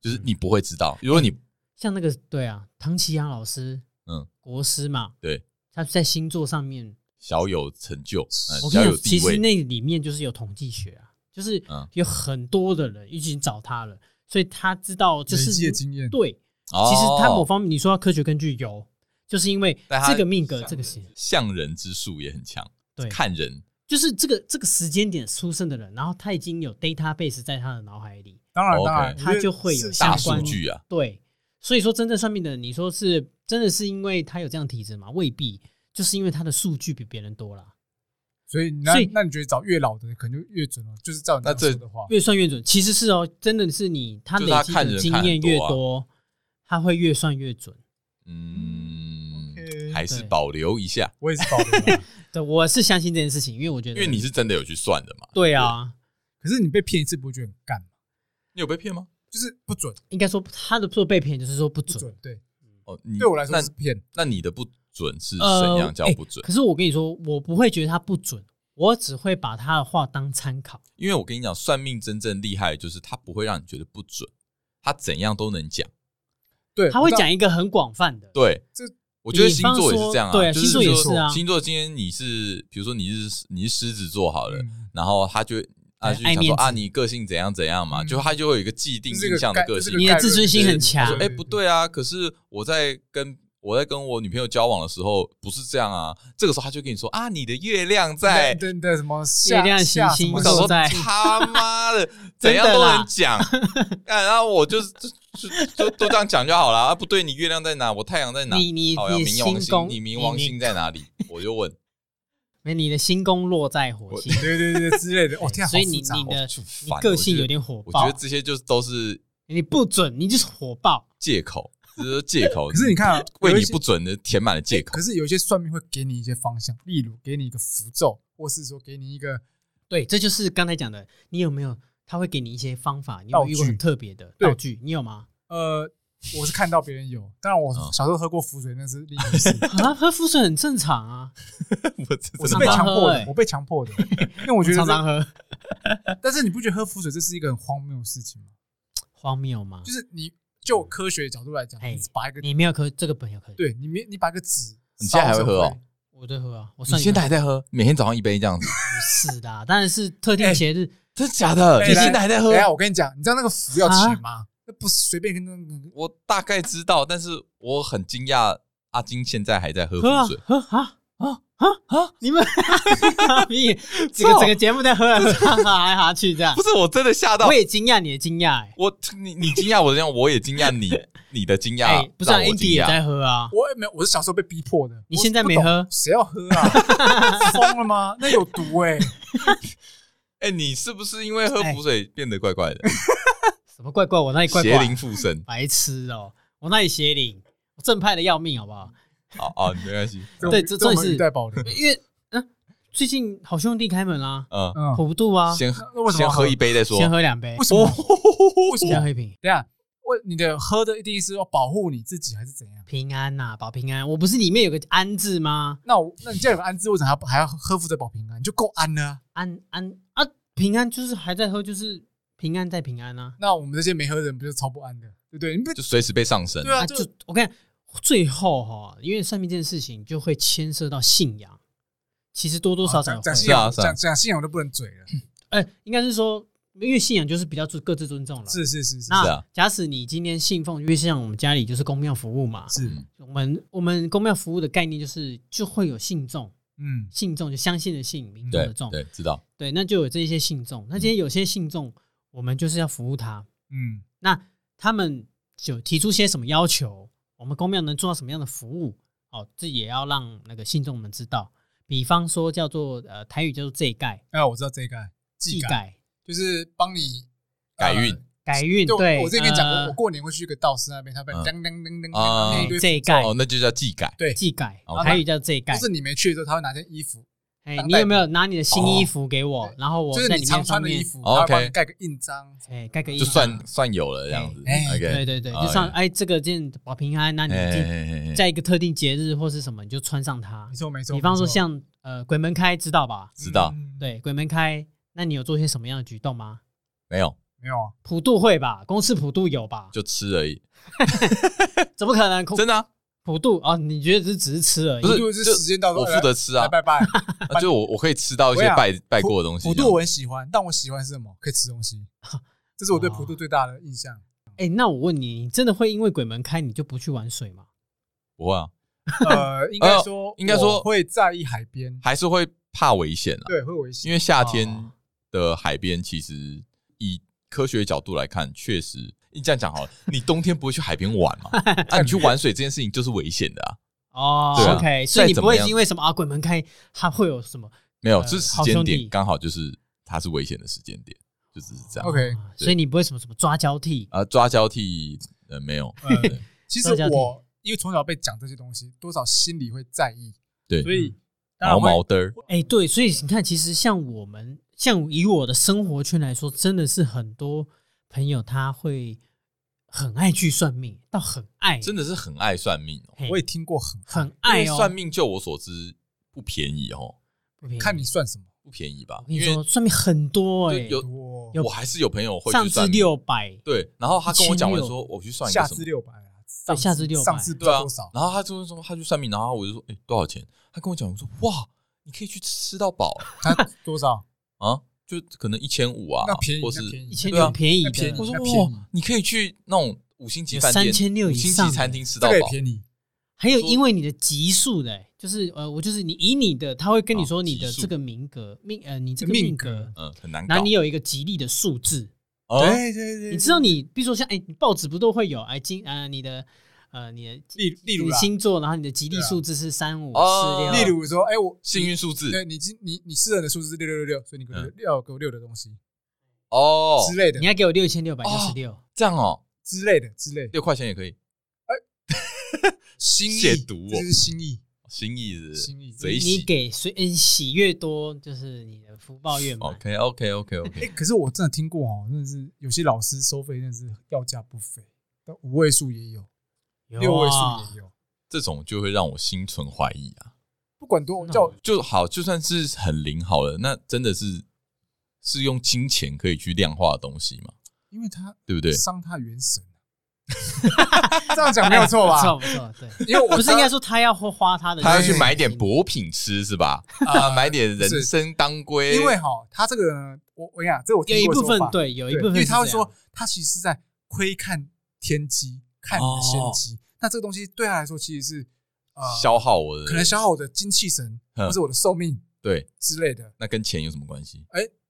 Speaker 1: 就是你不会知道。
Speaker 2: 哎
Speaker 1: 如果你
Speaker 2: 像那个对啊，唐奇阳老师，
Speaker 1: 嗯，
Speaker 2: 国师嘛，
Speaker 1: 对，
Speaker 2: 他在星座上面，
Speaker 1: 小有成就，呃
Speaker 2: 我跟
Speaker 1: 小
Speaker 2: 你
Speaker 1: 有
Speaker 2: 讲，
Speaker 1: 地
Speaker 2: 其实
Speaker 1: 位，
Speaker 2: 那里面就是有统计学啊，就是
Speaker 1: 嗯
Speaker 2: 有很多的人已经找他了，所以他知道就
Speaker 3: 累积的
Speaker 2: 是
Speaker 3: 经验，
Speaker 2: 对，
Speaker 1: 哦
Speaker 2: 其实他某方面你说要科学根据有，就是因为
Speaker 1: 但他
Speaker 2: 这个命格这个星，
Speaker 1: 相人之术也很强，
Speaker 2: 对，
Speaker 1: 看人
Speaker 2: 就是这个这个时间点出生的人，然后他已经有 database 在他的脑海里，
Speaker 3: 当然
Speaker 1: OK
Speaker 3: 当然，
Speaker 2: 他就会有
Speaker 3: 是
Speaker 2: 相
Speaker 1: 大
Speaker 2: 关
Speaker 1: 数据啊，
Speaker 2: 对，所以说真正算命的人，你说是真的是因为他有这样体质吗？未必，就是因为他的数据比别人多啦，
Speaker 3: 所以那
Speaker 2: 所以
Speaker 3: 那你觉得找越老的可能就越准了，就是照你
Speaker 1: 那
Speaker 3: 这
Speaker 1: 这
Speaker 3: 样说的话，
Speaker 2: 越算越准。其实是哦，真的是你他
Speaker 1: 就是
Speaker 2: 累
Speaker 1: 他
Speaker 2: 积
Speaker 1: 看
Speaker 2: 的
Speaker 1: 人
Speaker 2: 经
Speaker 1: 看很
Speaker 2: 验越
Speaker 1: 多啊
Speaker 2: 多，他会越算越准。
Speaker 1: 嗯
Speaker 3: 嗯，OK，
Speaker 1: 还是
Speaker 2: 对
Speaker 1: 保留一下，
Speaker 3: 我也是保留啊。
Speaker 2: 对，我是相信这件事情，因为我觉
Speaker 1: 因
Speaker 2: 得，
Speaker 1: 为你是真的有去算的嘛。
Speaker 2: 对啊，
Speaker 3: 可是你被骗一次不会觉得很干吗？
Speaker 1: 你有被骗吗？
Speaker 3: 就是不准，
Speaker 2: 应该说他的做被骗就是说
Speaker 3: 不
Speaker 2: 不准。
Speaker 3: 准，对，
Speaker 1: 哦，你
Speaker 3: 嗯对我来说
Speaker 1: 那
Speaker 3: 是骗。
Speaker 1: 那你的不准是
Speaker 2: 呃
Speaker 1: 怎样叫
Speaker 2: 欸
Speaker 1: 不准？
Speaker 2: 可是我跟你说，我不会觉得他不准，我只会把他的话当参考。
Speaker 1: 因为我跟你讲，算命真正厉害的就是他不会让你觉得不准，他怎样都能讲。
Speaker 3: 对，
Speaker 2: 他会
Speaker 3: 我知道
Speaker 2: 讲一个很广泛的，
Speaker 1: 对，
Speaker 3: 这
Speaker 1: 我觉得星座也是这样啊，
Speaker 2: 比方说对
Speaker 1: 就是
Speaker 2: 星座也
Speaker 1: 说
Speaker 2: 是啊
Speaker 1: 星座今天你是，比如说你是你是狮子座好了，
Speaker 3: 嗯
Speaker 1: 然后他就他就
Speaker 2: 哎爱
Speaker 1: 想
Speaker 2: 面
Speaker 1: 说
Speaker 2: 子
Speaker 1: 啊，你个性怎样怎样嘛，
Speaker 3: 嗯
Speaker 1: 就他就会有一个既定
Speaker 3: 就是一
Speaker 1: 印
Speaker 3: 个
Speaker 1: 象的
Speaker 3: 概
Speaker 1: 个
Speaker 3: 就是
Speaker 1: 性
Speaker 3: 一。
Speaker 2: 你
Speaker 3: 个
Speaker 2: 的自尊心很
Speaker 1: 我
Speaker 2: 强
Speaker 1: 说
Speaker 3: 概
Speaker 1: 哎，
Speaker 3: 论
Speaker 1: 不对啊，可是我在跟我在跟我女朋友交往的时候不是这样啊，这个时候他就跟你说啊，你的月亮在。
Speaker 3: 对对什么
Speaker 2: 月亮
Speaker 3: 下下
Speaker 2: 行星
Speaker 3: 什么
Speaker 1: 我想说
Speaker 2: 都在
Speaker 1: 他妈 的，怎
Speaker 2: 真的啦
Speaker 1: 样都能讲， 干然后我就就就就都这样讲就好了啊！不对，你月亮在哪？我太阳在哪？
Speaker 2: 你你
Speaker 1: 好呀，
Speaker 2: 你
Speaker 1: 冥王
Speaker 2: 星
Speaker 1: 星，
Speaker 2: 宫
Speaker 1: 你冥王
Speaker 2: 你
Speaker 1: 星在哪里？我就 问，
Speaker 2: 没你的星宫落在火星，
Speaker 3: 对对对对之类的。 哦，天啊，
Speaker 2: 所以
Speaker 3: 好
Speaker 2: 你
Speaker 3: 复杂
Speaker 2: 你
Speaker 3: 哦
Speaker 2: 的
Speaker 1: 就
Speaker 2: 你
Speaker 1: 烦
Speaker 2: 个
Speaker 1: 我
Speaker 2: 性
Speaker 1: 觉得
Speaker 2: 有点火
Speaker 1: 我
Speaker 2: 爆
Speaker 1: 觉得，这些就是都是
Speaker 2: 你不准，你就是火爆。
Speaker 1: 借口，这是借口。
Speaker 3: 可是你，看啊，
Speaker 1: 为
Speaker 3: 有一
Speaker 1: 你
Speaker 3: 些
Speaker 1: 不准的填满了借口
Speaker 3: 可。是有一些算命会给你一些方向，例如给你一个符咒，或是说给你一个
Speaker 2: 对，这就是刚才讲的，你有没有？他会给你一些方法，你有没有遇过
Speaker 3: 道具
Speaker 2: 很特别的
Speaker 3: 对
Speaker 2: 道具，你有吗？
Speaker 3: 呃，我是看到别人有，当然我
Speaker 1: 嗯
Speaker 3: 小时候喝过符水，那是另一 回事。
Speaker 2: 啊，喝符水很正常啊，
Speaker 1: 我这
Speaker 3: 我
Speaker 1: 真
Speaker 3: 是
Speaker 1: 的
Speaker 3: 被
Speaker 2: 常
Speaker 3: 强
Speaker 2: 喝
Speaker 3: 迫的
Speaker 2: 欸，
Speaker 3: 我被强迫的，因为我觉得
Speaker 2: 常
Speaker 3: 这，
Speaker 2: 常喝，
Speaker 3: 但是你不觉得喝符水这是一个很荒谬的事情吗？
Speaker 2: 荒谬吗
Speaker 3: 就？是你就科学的角度来讲，
Speaker 2: 哎
Speaker 3: 你把一个
Speaker 2: 你没有喝这个朋友可以，
Speaker 3: 对你没你把一个纸，
Speaker 1: 你现在还会喝哦？
Speaker 2: 我在喝啊，我
Speaker 1: 你
Speaker 2: 算
Speaker 1: 现在
Speaker 2: 们
Speaker 1: 还在喝，每天早上一杯这样子，
Speaker 2: 不是的啊，当然是特定节日。
Speaker 1: 真的假的？
Speaker 3: 哎
Speaker 1: 你
Speaker 3: 来
Speaker 1: 现在还在喝啊
Speaker 3: 等一？下我跟你讲，你知道那个符要钱吗？那不是随便跟那个
Speaker 1: 我大概知道，但是我很惊讶，阿金现在还在喝
Speaker 2: 喝啊
Speaker 1: 符水。
Speaker 2: 喝啊啊
Speaker 1: 啊
Speaker 2: 啊啊！你们你整个整个节目在喝来喝去，哈哈来哈去这样
Speaker 1: 不。是，我真的吓到
Speaker 2: 我。也惊讶，你也惊讶哎
Speaker 1: 我你你惊讶我的惊讶，我也惊讶 你你的惊
Speaker 2: 哎
Speaker 1: 讶，，
Speaker 2: 不是啊
Speaker 1: 让我惊
Speaker 2: ，Andy 也
Speaker 1: 讶。
Speaker 2: 在喝啊，
Speaker 3: 我也没有，我是小时候被逼迫的。
Speaker 2: 你
Speaker 3: 我
Speaker 2: 现在
Speaker 3: 不
Speaker 2: 没
Speaker 3: 懂
Speaker 2: 喝
Speaker 3: 谁要喝啊？ 疯了吗？那有毒哎！
Speaker 1: 哎，你是不是因为喝
Speaker 2: 哎
Speaker 1: 符水变得怪怪的，
Speaker 2: 什么怪怪？我那 里怪
Speaker 1: 邪
Speaker 2: 怪
Speaker 1: 灵，附身？
Speaker 2: 白痴哦，我那里邪灵，我正派的要命，好不好？
Speaker 1: 哦哦，没关 系，
Speaker 3: 我
Speaker 2: 对
Speaker 3: 们
Speaker 2: 这
Speaker 3: 我们
Speaker 2: 这是
Speaker 3: 语带保留。
Speaker 2: 因为嗯，最近好兄弟开门啦，
Speaker 1: 嗯，
Speaker 3: 嗯，
Speaker 2: 普渡啊，
Speaker 1: 先
Speaker 3: 那为什么要
Speaker 1: 先
Speaker 3: 喝
Speaker 1: 喝一杯再说。
Speaker 2: 先喝两杯
Speaker 3: 为，什么？为什
Speaker 2: 先
Speaker 3: 么
Speaker 2: 哦喝？一瓶，
Speaker 3: 等一下，为你的喝的一定是要保护你自己还是怎样？
Speaker 2: 平安呐，保平安。我不是里面有个安字吗？
Speaker 3: 那我那你既然有安置，为什么还要还要喝福泽保平安？你就够安了啊。
Speaker 2: 安安啊，平安就是还在喝，就是平安再平安啊。
Speaker 3: 那我们这些没喝的人不就超不安的，对不对？你不
Speaker 1: 就随时被上身。
Speaker 3: 对啊，
Speaker 2: 啊，
Speaker 3: 就
Speaker 2: 就我跟你讲，最后哈，因为算命这件事情就会牵涉到信仰，其实多多少少
Speaker 3: 讲讲哦
Speaker 2: 会
Speaker 3: 信仰，
Speaker 1: 是啊是啊
Speaker 3: 讲讲信仰都不能嘴了。
Speaker 2: 哎、应该是说，因为信仰就是比较尊各自尊重了。
Speaker 3: 是是是是
Speaker 1: 是
Speaker 2: 那
Speaker 1: 啊
Speaker 2: 假使你今天信奉，因为像我们家里就是公庙服务嘛，
Speaker 1: 嗯
Speaker 3: 是，
Speaker 2: 我们我们公庙服务的概念就是就会有信众，
Speaker 3: 嗯，
Speaker 2: 信众就相信的信，民众
Speaker 1: 对
Speaker 2: 的众，
Speaker 1: 对，知道。
Speaker 2: 对，那就有这些信众。那今天有些信众，我们就是要服务他，
Speaker 3: 嗯，
Speaker 2: 那他们有提出些什么要求？我们公庙能做到什么样的服务？哦，这也要让那个信众们知道。比方说，叫做呃台语叫做“这盖
Speaker 3: 那啊我知道这一盖技改
Speaker 2: 改
Speaker 3: 就是帮你
Speaker 1: 改运
Speaker 3: 呃
Speaker 2: 改运”，
Speaker 3: 就
Speaker 2: 对，
Speaker 3: 我之前跟你讲过，
Speaker 2: 呃嗯
Speaker 3: 我我过年会去一个道士那边，他被
Speaker 1: 嗯
Speaker 3: 噔噔噔噔
Speaker 1: 啊
Speaker 3: 噔一堆符，
Speaker 2: 这盖
Speaker 1: 哦，那就叫技改。
Speaker 3: 对，
Speaker 2: 技改
Speaker 1: 哦，
Speaker 2: 台语叫“这盖
Speaker 3: 不是你没去的时候，他会拿件衣服，”。
Speaker 2: 哎，
Speaker 3: 当
Speaker 2: 你
Speaker 3: 代
Speaker 2: 有没有拿你的新
Speaker 3: 哦
Speaker 2: 衣服给我？然后我
Speaker 3: 就是
Speaker 2: 在
Speaker 3: 你
Speaker 2: 里
Speaker 3: 常
Speaker 2: 面
Speaker 3: 穿
Speaker 2: 上
Speaker 3: 的衣
Speaker 2: 面，
Speaker 3: 服，
Speaker 1: 哦
Speaker 3: 他会帮你
Speaker 1: OK
Speaker 3: 盖个印章。
Speaker 2: 哎，盖个印
Speaker 1: 就
Speaker 2: 章
Speaker 1: 算算有了这样子
Speaker 3: 哎哎
Speaker 2: 对
Speaker 1: ，OK，
Speaker 2: 对对，
Speaker 1: 啊
Speaker 2: 就算
Speaker 1: 哎
Speaker 2: 哎这个件保平安，那你
Speaker 1: 哎
Speaker 2: 就
Speaker 1: 哎哎，
Speaker 2: 在一个特定节日或是什么，你就穿上它
Speaker 3: 没。错没错，
Speaker 2: 比方说
Speaker 3: 没错
Speaker 2: 像呃鬼门开，知道吧？
Speaker 1: 知道
Speaker 3: 嗯
Speaker 2: 对，鬼门开，那你有做些什么样的举动吗？
Speaker 1: 没有，
Speaker 3: 没有啊？
Speaker 2: 普渡会吧，公司普渡有吧？
Speaker 1: 就吃而已，
Speaker 2: 怎么可能？
Speaker 1: 真的啊，
Speaker 2: 普渡啊、哦？你觉得这只是吃而已？
Speaker 1: 不是
Speaker 3: 就是
Speaker 1: 就
Speaker 3: 时间到了，哎
Speaker 1: 我负责吃啊
Speaker 3: 来，拜拜。
Speaker 1: 啊就我我可以吃到一些
Speaker 2: 啊
Speaker 3: 我
Speaker 1: 拜拜过的东西
Speaker 3: 普
Speaker 1: 这
Speaker 3: 渡
Speaker 1: 样。
Speaker 3: 我很喜欢，但我喜欢是什么？可以吃东西， 哦这是我对普渡最大的印 象。
Speaker 2: 哎、那我问你，你真的会因为鬼门开你就不去玩水吗？
Speaker 1: 不会啊，
Speaker 3: 呃，应该说，
Speaker 1: 应该说
Speaker 3: 我会在意海边，
Speaker 1: 还是会怕危险啊，
Speaker 3: 对，会危险，
Speaker 1: 因为夏天
Speaker 2: 哦
Speaker 1: 的海边其实以科学角度来看，确实你这样讲 好了，你冬天不会去海边玩嘛？啊，你去玩水这件事情就是危险的 啊，
Speaker 2: 哦
Speaker 1: 对啊
Speaker 2: ，OK，所以你
Speaker 1: 再怎
Speaker 2: 不
Speaker 1: 么
Speaker 2: 会
Speaker 1: 样
Speaker 2: 是因为什么啊鬼门开，它会有什么？
Speaker 1: 没有，
Speaker 2: 呃
Speaker 1: 这时
Speaker 2: 好
Speaker 1: 间
Speaker 2: 兄
Speaker 1: 点
Speaker 2: 弟
Speaker 1: 刚好就是它是危险的时间点，就只是这样。
Speaker 3: OK
Speaker 2: 啊所以你不会什么什么抓交替
Speaker 1: 啊，抓交替呃没有，
Speaker 3: 呃其实
Speaker 2: 大家
Speaker 3: 我因为从小被讲这些东西，多少心里会在意，
Speaker 1: 对，
Speaker 3: 所以当
Speaker 1: 毛
Speaker 3: 然
Speaker 1: 嗯毛
Speaker 3: 会
Speaker 1: 的儿，
Speaker 2: 哎、对，所以你看，其实像我们，像以我的生活圈来说，真的是很多朋友他会很爱去算命，到很爱，
Speaker 1: 真
Speaker 2: 的
Speaker 1: 的是很爱算命哦。
Speaker 3: 我也听过很
Speaker 2: 很
Speaker 1: 因
Speaker 2: 爱
Speaker 1: 为
Speaker 2: 哦。
Speaker 1: 算命，就我所知不便宜哦，
Speaker 2: 不便宜
Speaker 3: 看你，算什么，
Speaker 1: 不便宜吧
Speaker 2: 我？跟你
Speaker 1: 因为
Speaker 2: 说，算命很多哎、
Speaker 1: 就有
Speaker 3: 我
Speaker 2: 有
Speaker 1: 我还是有朋友会
Speaker 2: 上
Speaker 1: 去
Speaker 2: 至
Speaker 1: 算命，
Speaker 2: 六百，
Speaker 1: 对，然后他跟我讲完
Speaker 2: 1600
Speaker 1: 说，我去算一个
Speaker 3: 下
Speaker 1: 什
Speaker 3: 至
Speaker 1: 么，
Speaker 3: 六百啊，上
Speaker 2: 对下至600
Speaker 3: 上次
Speaker 1: 对啊
Speaker 3: 多少，？
Speaker 1: 然后他就会说他去算命，然后我就说，哎，多少钱？他跟我讲，我说哇，你可以去吃到饱
Speaker 3: 他多少？
Speaker 1: 啊，就可能一千五啊
Speaker 3: 那便宜，，
Speaker 1: 或
Speaker 3: 那
Speaker 1: 是
Speaker 3: 便宜
Speaker 2: 以前
Speaker 1: 对啊
Speaker 2: 很便宜
Speaker 3: 那
Speaker 2: 的，
Speaker 3: 便宜
Speaker 1: 我说
Speaker 3: 那便宜
Speaker 1: 哇，你可以去那种五星级
Speaker 2: 有
Speaker 1: 饭店、
Speaker 2: 3600
Speaker 1: 五
Speaker 2: 以
Speaker 1: 星级
Speaker 2: 上
Speaker 1: 餐
Speaker 2: 的
Speaker 1: 厅吃
Speaker 3: 这
Speaker 1: 到
Speaker 3: 个也
Speaker 1: 饱，
Speaker 3: 便宜，
Speaker 2: 还有
Speaker 1: 说
Speaker 2: 因为你的级数的、哎就是呃，我就是你以你的，他会跟你
Speaker 1: 哦
Speaker 2: 说你
Speaker 1: 级
Speaker 2: 的
Speaker 1: 数
Speaker 2: 这个名格命呃，你这个
Speaker 3: 命
Speaker 2: 命
Speaker 3: 格
Speaker 2: 格，
Speaker 1: 嗯，很难搞
Speaker 2: 然后。你有一个吉利的数字，
Speaker 1: 哦
Speaker 3: 对对对，
Speaker 2: 你知道你，比如说像哎、你报纸不都会有哎今呃你的呃你的
Speaker 3: 例例如
Speaker 2: 你
Speaker 3: 啦，
Speaker 2: 星座，然后你的吉利数字是三五四
Speaker 1: 啊哦
Speaker 2: 六，
Speaker 3: 例如说，哎，我
Speaker 1: 幸运数字
Speaker 3: 对你今你你私人的数字是六六六六，所以你给我
Speaker 1: 嗯
Speaker 3: 六要给我六的东西
Speaker 1: 哦，
Speaker 3: 之类的
Speaker 2: 你，要给我六千六百六十六，
Speaker 1: 这样哦，
Speaker 3: 之类的之类的，
Speaker 1: 六块钱也可以，
Speaker 3: 哎 心意，
Speaker 1: 亵渎哦
Speaker 3: 这就是心意，
Speaker 1: 心意是不是
Speaker 3: 心意
Speaker 1: 贼
Speaker 2: 你
Speaker 1: 喜。
Speaker 2: 给随嗯喜越多，就是你的福报越满。
Speaker 1: OK OK OK
Speaker 3: 哎、
Speaker 1: OK，
Speaker 3: 可是我真的听过哦，真的是有些老师收费真的是要价不菲，到五位数也有，
Speaker 2: 有啊
Speaker 3: 六位数也有，
Speaker 1: 这种就会让我心存怀疑啊。
Speaker 3: 不管多
Speaker 2: 真的哦
Speaker 3: 叫
Speaker 1: 就好，就算是很灵好了，那真的是是用金钱可以去量化的东西嘛，
Speaker 3: 因为他
Speaker 1: 对不对？
Speaker 3: 伤他元神、啊 这样讲没有错
Speaker 2: 不
Speaker 3: 吧？
Speaker 2: 错不错，对，
Speaker 3: 因为我
Speaker 2: 不是应该说他要花花他的钱，
Speaker 1: 他要去买点补品吃是 吧？啊，买点人参当归，
Speaker 3: 因为哈，他这个呢，我我跟你讲，这我
Speaker 2: 有
Speaker 3: 听
Speaker 2: 一
Speaker 3: 过的
Speaker 2: 部分
Speaker 3: 说法，
Speaker 2: 对，有一
Speaker 3: 对
Speaker 2: 部分
Speaker 3: 因为
Speaker 2: 是
Speaker 3: 他会
Speaker 2: 这
Speaker 3: 说
Speaker 2: 样，
Speaker 3: 他其实是在窥看天机，看你的先
Speaker 2: 哦
Speaker 3: 机。那这个东西对他来说其实是呃，
Speaker 1: 消耗我的，
Speaker 3: 可能消耗我的精气神，
Speaker 1: 嗯
Speaker 3: 或者我的寿命
Speaker 1: 对，
Speaker 3: 之类的。
Speaker 1: 那跟钱有什么关系？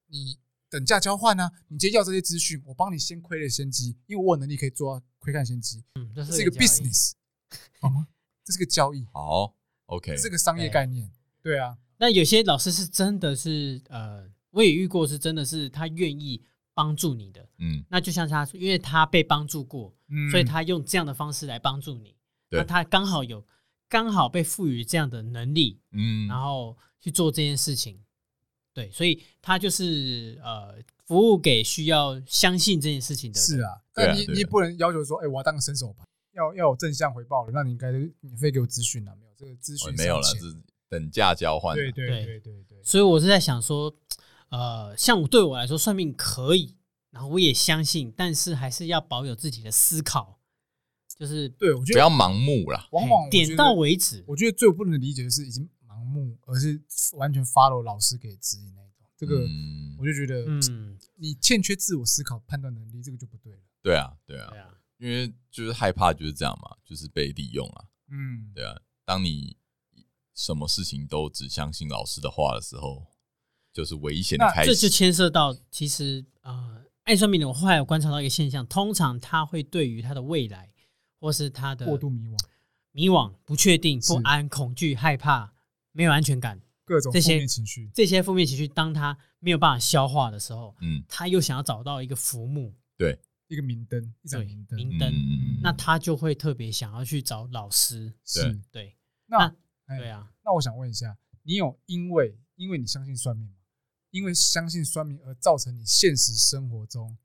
Speaker 3: 你等价交换呢、你直接要这些资讯，我帮你先窥了先机，因为我有能力可以做到窥看先机，
Speaker 2: 嗯，这
Speaker 3: 这是一个
Speaker 2: 交易
Speaker 3: business，好吗？这是个交 易，
Speaker 1: 好，OK，
Speaker 3: 这是个
Speaker 2: 哎
Speaker 3: 商业概念。对啊，
Speaker 2: 那有些老师是真的是呃，我也遇过，是真的是他愿意帮助你的。
Speaker 1: 嗯，
Speaker 2: 那就像他说，因为他被帮助过，
Speaker 3: 嗯
Speaker 2: 所以他用这样的方式来帮助你。
Speaker 1: 对
Speaker 2: 那他刚好有刚好被赋予这样的能力，
Speaker 1: 嗯，
Speaker 2: 然后去做这件事情。对，所以他就是呃，服务给需要相信这件事情的人。
Speaker 3: 是啊，
Speaker 1: 对啊
Speaker 3: 但你
Speaker 1: 对啊
Speaker 3: 你也不能要求说，哎，我要当个伸手牌，要要有正向回报的，那你应该免费给我资讯啊，没有这个资
Speaker 1: 哦
Speaker 3: 讯
Speaker 1: 没有了，
Speaker 3: 上
Speaker 1: 这
Speaker 3: 线
Speaker 1: 是等价交换，
Speaker 3: 对对
Speaker 2: 对
Speaker 3: 对对对，
Speaker 2: 所以我是在想说，呃，像我对我来说，算命可以，然后我也相信，但是还是要保有自己的思考，就是
Speaker 3: 对我
Speaker 1: 不
Speaker 3: 觉得
Speaker 1: 要盲目啦。
Speaker 3: 往往我觉
Speaker 2: 点
Speaker 3: 得
Speaker 2: 到，为止。
Speaker 3: 我觉得最不能理解的是已经盲目，而是完全 follow 老师给指引那一种，这个
Speaker 1: 嗯
Speaker 3: 我，就觉得
Speaker 2: 嗯，
Speaker 3: 你欠缺自我思考判断能力，这个就不对了。
Speaker 1: 对啊，对啊
Speaker 2: 对，啊，
Speaker 1: 因为就是害怕就是这样嘛，就是被利用啊。
Speaker 3: 嗯，
Speaker 1: 对啊，当你什么事情都只相信老师的话的时候，就是危险的
Speaker 3: 那
Speaker 1: 开
Speaker 2: 这就
Speaker 1: 始。
Speaker 2: 牵涉到其实呃，爱算命的我后来有观察到一个现象，通常他会对于他的未来或是他的
Speaker 3: 过度迷惘，
Speaker 2: 迷惘、不确定、
Speaker 3: 是
Speaker 2: 不安、恐惧、害怕、没有安全感
Speaker 3: 各种
Speaker 2: 这
Speaker 3: 负
Speaker 2: 些
Speaker 3: 面情绪，
Speaker 2: 这些负面情绪，当他没有办法消化的时候，
Speaker 1: 嗯，
Speaker 2: 他又想要找到一个浮木，
Speaker 1: 对，
Speaker 3: 一个明灯，一盏
Speaker 2: 对
Speaker 3: 明灯，
Speaker 2: 明灯
Speaker 1: 嗯
Speaker 2: 那他就会特别想要去找老师。
Speaker 3: 是。
Speaker 2: 对
Speaker 3: 那哎
Speaker 2: 对啊，
Speaker 3: 那我想问一下，你有因为因为你相信算命吗？因为相信算命而造成你现实生活中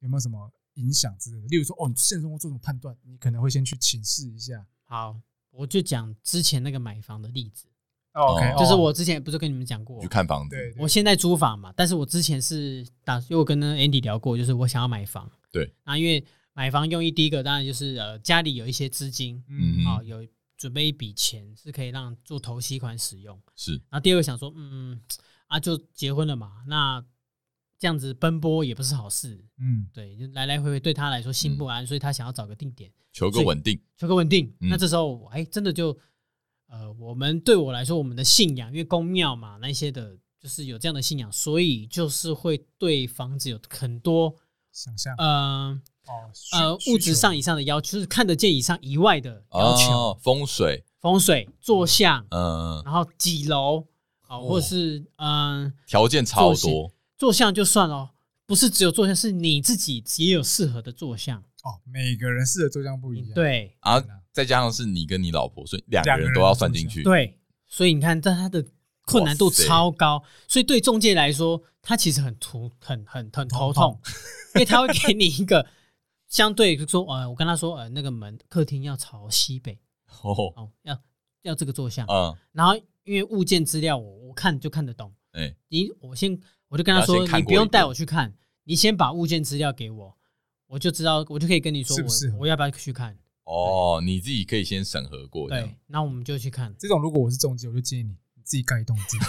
Speaker 3: 有没有什么影响之类的？例如说，哦，你现实生活做什么判断，你可能会先去请示一下。
Speaker 2: 好，我就讲之前那个买房的例子，
Speaker 3: 哦 OK，
Speaker 1: 哦
Speaker 2: 就是我之前不是跟你们讲过
Speaker 1: 去，看房子，
Speaker 3: 对，对
Speaker 2: 我现在租房嘛，但是我之前是打，因为我跟那 Andy 聊过，就是我想要买房。
Speaker 1: 对，
Speaker 2: 那因为买房用意第一个当然就是呃家里有一些资金
Speaker 1: 嗯
Speaker 2: 啊、有准备一笔钱是可以让做头期款使用。
Speaker 1: 是
Speaker 2: 然后第二个想说，嗯啊，就结婚了嘛，那这样子奔波也不是好事，
Speaker 3: 嗯，
Speaker 2: 对，就来来回回对他来说心不安，所以他想要找个定点
Speaker 1: 求个稳定，
Speaker 2: 求个稳定。
Speaker 1: 嗯
Speaker 2: 那这时候，哎，真的就呃，我们对我来说，我们的信仰，因为宫庙嘛那一些的，就是有这样的信仰，所以就是会对房子有很多
Speaker 3: 想象
Speaker 2: 呃
Speaker 3: 哦，需
Speaker 2: 呃
Speaker 3: 需
Speaker 2: 物质
Speaker 3: 求
Speaker 2: 上以上的要求，就是看得见以上以外的要求，
Speaker 1: 哦风水，
Speaker 2: 风水、坐向，
Speaker 1: 嗯，
Speaker 2: 然后几楼啊，
Speaker 3: 哦
Speaker 2: 或者是嗯、呃
Speaker 1: 条件超
Speaker 2: 作息
Speaker 1: 多，
Speaker 2: 坐向就算了，哦不是只有坐向，是你自己也有适合的坐向。
Speaker 3: 哦，每个人适合做项不一样，，
Speaker 2: 嗯对
Speaker 1: 啊，再加上是你跟你老婆，所以两个
Speaker 3: 两个
Speaker 1: 人
Speaker 3: 人
Speaker 1: 都要算进去。，
Speaker 2: 对，所以你看，但它的困难度
Speaker 1: 哇塞
Speaker 2: 超高，所以对中介来说，他其实很头很很很头
Speaker 3: 头
Speaker 2: 痛
Speaker 3: 痛，
Speaker 2: 因为他会给你一个相对就说，呃，我跟他说，呃，那个门客厅要朝西北
Speaker 1: 哦，
Speaker 2: 哦，要要这个坐向，
Speaker 1: 嗯，
Speaker 2: 然后因为物件资料我我看就看得懂，
Speaker 1: 哎，
Speaker 2: 你我先我就跟他
Speaker 1: 你
Speaker 2: 说
Speaker 1: 要先，看
Speaker 2: 你
Speaker 1: 过
Speaker 2: 不用
Speaker 1: 一遍
Speaker 2: 带我去看，你先把物件资料给我，我就知道，我就可以跟你说
Speaker 3: 适不适合
Speaker 2: 我我要不要去看。
Speaker 1: 哦，你自己可以先审核过，这样
Speaker 2: 对，那我们就去看。
Speaker 3: 这种如果我是中介，我就建议你你自己盖一栋自己，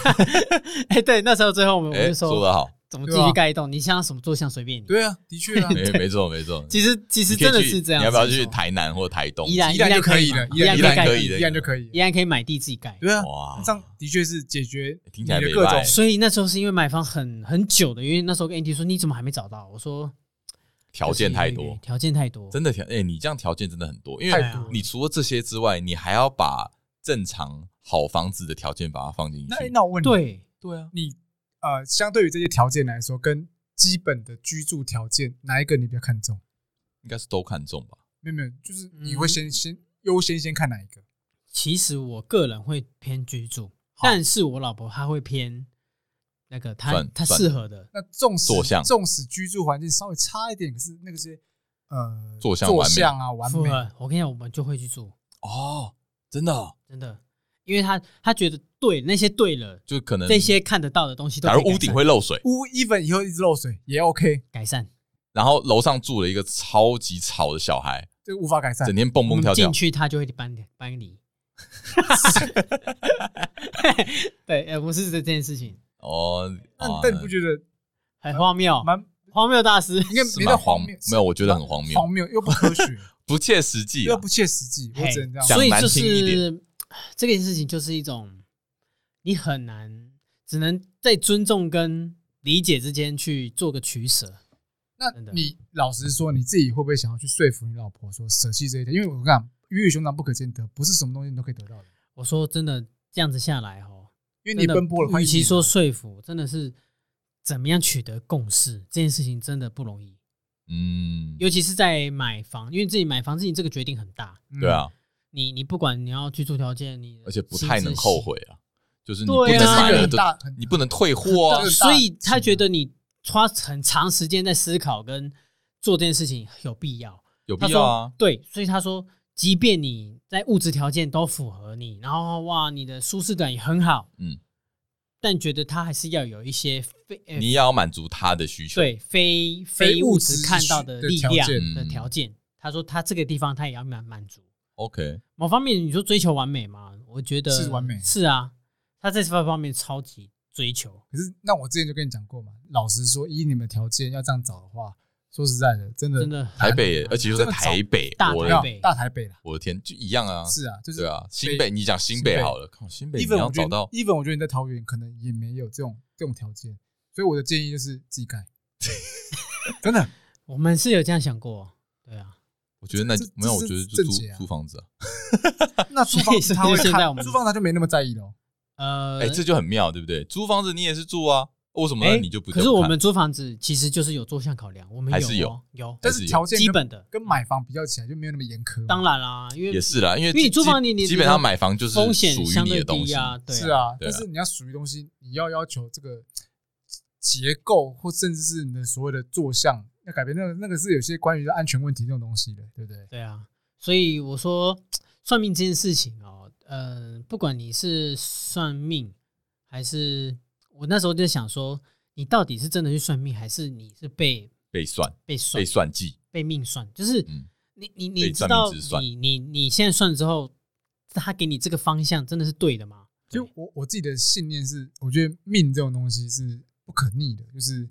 Speaker 2: 哎、对，那时候最后我们我
Speaker 1: 哎，
Speaker 2: 就
Speaker 1: 说 得好，
Speaker 2: 怎么自己去盖一栋，你想要什么坐向随便你。
Speaker 3: 对啊，的确啊，
Speaker 1: 哎，没错没错，
Speaker 2: 其实其实
Speaker 1: 你可以
Speaker 2: 真的
Speaker 1: 去
Speaker 2: 是这样。
Speaker 1: 你要不要去
Speaker 2: 是吗
Speaker 1: 台南或台东？
Speaker 2: 宜兰
Speaker 3: 依然就可以
Speaker 2: 嘛
Speaker 3: 了，
Speaker 2: 宜兰
Speaker 1: 宜
Speaker 3: 依
Speaker 1: 兰
Speaker 3: 然
Speaker 1: 可以
Speaker 3: 依
Speaker 1: 的
Speaker 3: 然就可以
Speaker 2: 宜，兰可以买地自己盖。
Speaker 3: 对啊，
Speaker 1: 哇，
Speaker 3: 这样的确是解决
Speaker 1: 听
Speaker 3: 你
Speaker 1: 起来
Speaker 3: 的
Speaker 1: 北
Speaker 3: 各种
Speaker 1: 拜
Speaker 2: 所以那时候是因为买房很很久的，因为那时候跟 Andy 说你怎么还没找到？我说
Speaker 1: 条件太
Speaker 2: 就是有一
Speaker 1: 多
Speaker 2: 点，条件太多，
Speaker 1: 真的条，哎，你这样条件真的很多，因
Speaker 3: 太
Speaker 1: 为
Speaker 2: 对啊
Speaker 3: 多了。
Speaker 1: 你除了这些之外，你还要把正常好房子的条件把它放进去
Speaker 3: 那。哎那我问你，
Speaker 2: 对
Speaker 1: 对啊，
Speaker 3: 你呃，相对于这些条件来说，跟基本的居住条件，哪一个你比较看重？
Speaker 1: 应该是都看中吧。
Speaker 3: 没有没有，就是你
Speaker 2: 嗯
Speaker 3: 会先先优先先看哪一个？
Speaker 2: 其实我个人会偏居住，
Speaker 3: 好
Speaker 2: 但是我老婆她会偏那个她
Speaker 1: 算
Speaker 2: 她
Speaker 1: 算
Speaker 2: 适合的，
Speaker 3: 那纵使
Speaker 1: 坐向
Speaker 3: 纵使居住环境稍微差一点，可是那个些呃
Speaker 1: 坐向
Speaker 3: 坐
Speaker 1: 完美
Speaker 3: 向啊完
Speaker 2: 符
Speaker 3: 美，
Speaker 2: 合。我跟你讲，我们就会去住，
Speaker 1: 哦，真的哦，
Speaker 2: 真的，因为她她觉得对那些对了，
Speaker 1: 就可能
Speaker 2: 这些看得到的东西都
Speaker 1: 假
Speaker 2: 可以
Speaker 1: 如
Speaker 2: 改
Speaker 1: 屋顶
Speaker 2: 善
Speaker 1: 会漏水，
Speaker 3: 屋 even 以后一直漏水也 OK，
Speaker 2: 改善，
Speaker 1: 然后楼上住了一个超级吵的小孩，
Speaker 3: 这无法改善
Speaker 1: 整。天蹦
Speaker 2: 哎我
Speaker 1: 蹦
Speaker 2: 们
Speaker 1: 跳跳
Speaker 2: 进，去她就会搬搬离。对，呃，不是这件事情，
Speaker 1: 哦，
Speaker 3: 但
Speaker 1: 哦
Speaker 3: 但你不觉得
Speaker 2: 很荒谬，
Speaker 3: 呃蛮
Speaker 2: 荒谬大师。
Speaker 3: 应该
Speaker 1: 是
Speaker 3: 没
Speaker 1: 蛮
Speaker 3: 到
Speaker 1: 荒
Speaker 3: 荒
Speaker 1: 谬
Speaker 3: 谬？，
Speaker 1: 没有，我觉得很荒谬，
Speaker 3: 荒谬又不 科学，
Speaker 1: 不切实际啊
Speaker 3: 又。不切实际，我
Speaker 2: 嘿
Speaker 3: 只能这样。
Speaker 2: 所以就
Speaker 1: 讲难听一
Speaker 2: 是这件事情就是一种你很难，只能在尊重跟理解之间去做个取舍。
Speaker 3: 那
Speaker 2: 真的
Speaker 3: 你老实说，你自己会不会想要去说服你老婆说舍弃这一点？因为我跟你讲，鱼与熊掌不可兼得，不是什么东西你都可以得到的。
Speaker 2: 我说真的，这样子下来哦，
Speaker 3: 因为
Speaker 2: 真
Speaker 3: 你
Speaker 2: 的
Speaker 3: 奔波了快一
Speaker 2: 与
Speaker 3: 年，
Speaker 2: 其说说服，真的是怎么样取得共识这件事情真的不容易，
Speaker 1: 嗯，
Speaker 2: 尤其是在买房，因为自己买房自己这个决定很大，
Speaker 3: 嗯
Speaker 1: 对，啊，
Speaker 2: 你你不管你要居住条件，你
Speaker 1: 而且不太能后悔啊，就是你不
Speaker 2: 对啊
Speaker 1: 能买
Speaker 3: 这个
Speaker 1: 了
Speaker 3: 很
Speaker 1: 就
Speaker 3: 大，很
Speaker 1: 你不能退货啊
Speaker 3: 很。大
Speaker 2: 所以他觉得你花很长时间在思考跟做这件事情有必要。
Speaker 1: 有
Speaker 2: 他
Speaker 1: 必要
Speaker 2: 说
Speaker 1: 啊，
Speaker 2: 对，所以他说，即便你在物质条件都符合你，然后哇，你的舒适感也很好，
Speaker 1: 嗯，
Speaker 2: 但觉得他还是要有一些非、呃、
Speaker 1: 你也要满足他的需求。
Speaker 2: 对非
Speaker 3: 非
Speaker 2: 非
Speaker 3: 物
Speaker 2: 物
Speaker 3: 质
Speaker 2: 质看到的
Speaker 3: 的
Speaker 2: 力
Speaker 3: 条
Speaker 2: 量
Speaker 3: 件
Speaker 2: 的
Speaker 1: 嗯
Speaker 2: 条件。他说他这个地方他也要满满足。
Speaker 1: ，OK，
Speaker 2: 某方面你说追求完美嘛，我觉得
Speaker 3: 是完美
Speaker 2: 是啊，他在这方面超级追求。
Speaker 3: 可是那我之前就跟你讲过嘛，老实说，以你们的条件要这样找的话，说实在的，真的
Speaker 2: 真的
Speaker 1: 台北耶，而且又在
Speaker 3: 这么早
Speaker 1: 台北，
Speaker 2: 大
Speaker 1: 我
Speaker 3: 没
Speaker 2: 台
Speaker 1: 的
Speaker 2: 北
Speaker 3: 有大台北啦，
Speaker 1: 我的天，就一样啊，
Speaker 3: 是啊，就是
Speaker 1: 对啊，新北，你讲新
Speaker 3: 新
Speaker 1: 北
Speaker 3: 北
Speaker 1: 好了，靠，新北你
Speaker 3: even
Speaker 1: 要
Speaker 3: 我觉
Speaker 1: 找
Speaker 3: 得
Speaker 1: 到
Speaker 3: even 我觉得你在桃园可能也没有这种这种条件，所以我的建议就是自 己盖，真的
Speaker 2: 我们是有这样想过，对啊，
Speaker 1: 我觉得那
Speaker 3: 这这
Speaker 1: 没有，我
Speaker 3: 是
Speaker 1: 觉得就租
Speaker 3: 正解啊
Speaker 1: 租房子啊，
Speaker 3: 那租房
Speaker 2: 所以
Speaker 3: 他会
Speaker 2: 所以现在我
Speaker 3: 看，
Speaker 2: 们
Speaker 3: 租房他就没那么在意了。
Speaker 2: 呃，
Speaker 1: 哎，这就很妙，对不对？租房子你也是住啊，为什么
Speaker 2: 哎
Speaker 1: 你就不？
Speaker 2: 可是我们租房子其实就是有坐向考量，我们
Speaker 1: 还是
Speaker 2: 有
Speaker 1: 有
Speaker 2: 哦有
Speaker 3: 但
Speaker 1: 还是
Speaker 3: 是
Speaker 1: 有
Speaker 3: 条件跟
Speaker 2: 基本的
Speaker 3: 跟买房比较起来就没有那么严苛嘛。
Speaker 2: 当然啦，因为
Speaker 1: 也是啦，因为
Speaker 2: 因为你
Speaker 1: 基
Speaker 2: 租房你你
Speaker 1: 基本上买房就是
Speaker 2: 风险
Speaker 1: 属于
Speaker 2: 相
Speaker 1: 你
Speaker 2: 对
Speaker 1: 的东
Speaker 2: 低
Speaker 1: 西，
Speaker 2: 啊，对
Speaker 3: 是，啊，
Speaker 1: 对啊
Speaker 3: 但是你要属于东西，你要要求这个结构，或甚至是你的所谓的坐向要改变，那个那个是有些关于安全问题这种东西的，对不对？
Speaker 2: 对啊，所以我说算命这件事情哦，呃，不管你是算命还是我那时候就想说，你到底是真的去算命，还是你是被
Speaker 1: 被算
Speaker 2: 被算
Speaker 1: 被算计，
Speaker 2: 被命算？就是
Speaker 1: 嗯
Speaker 2: 你你你
Speaker 1: 被
Speaker 2: 知
Speaker 1: 算
Speaker 2: 道
Speaker 1: 命之算
Speaker 2: 你你你现在算之后，他给你这个方向真的是对的吗？
Speaker 3: 就我我自己的信念是，我觉得命这种东西是不可逆的，就是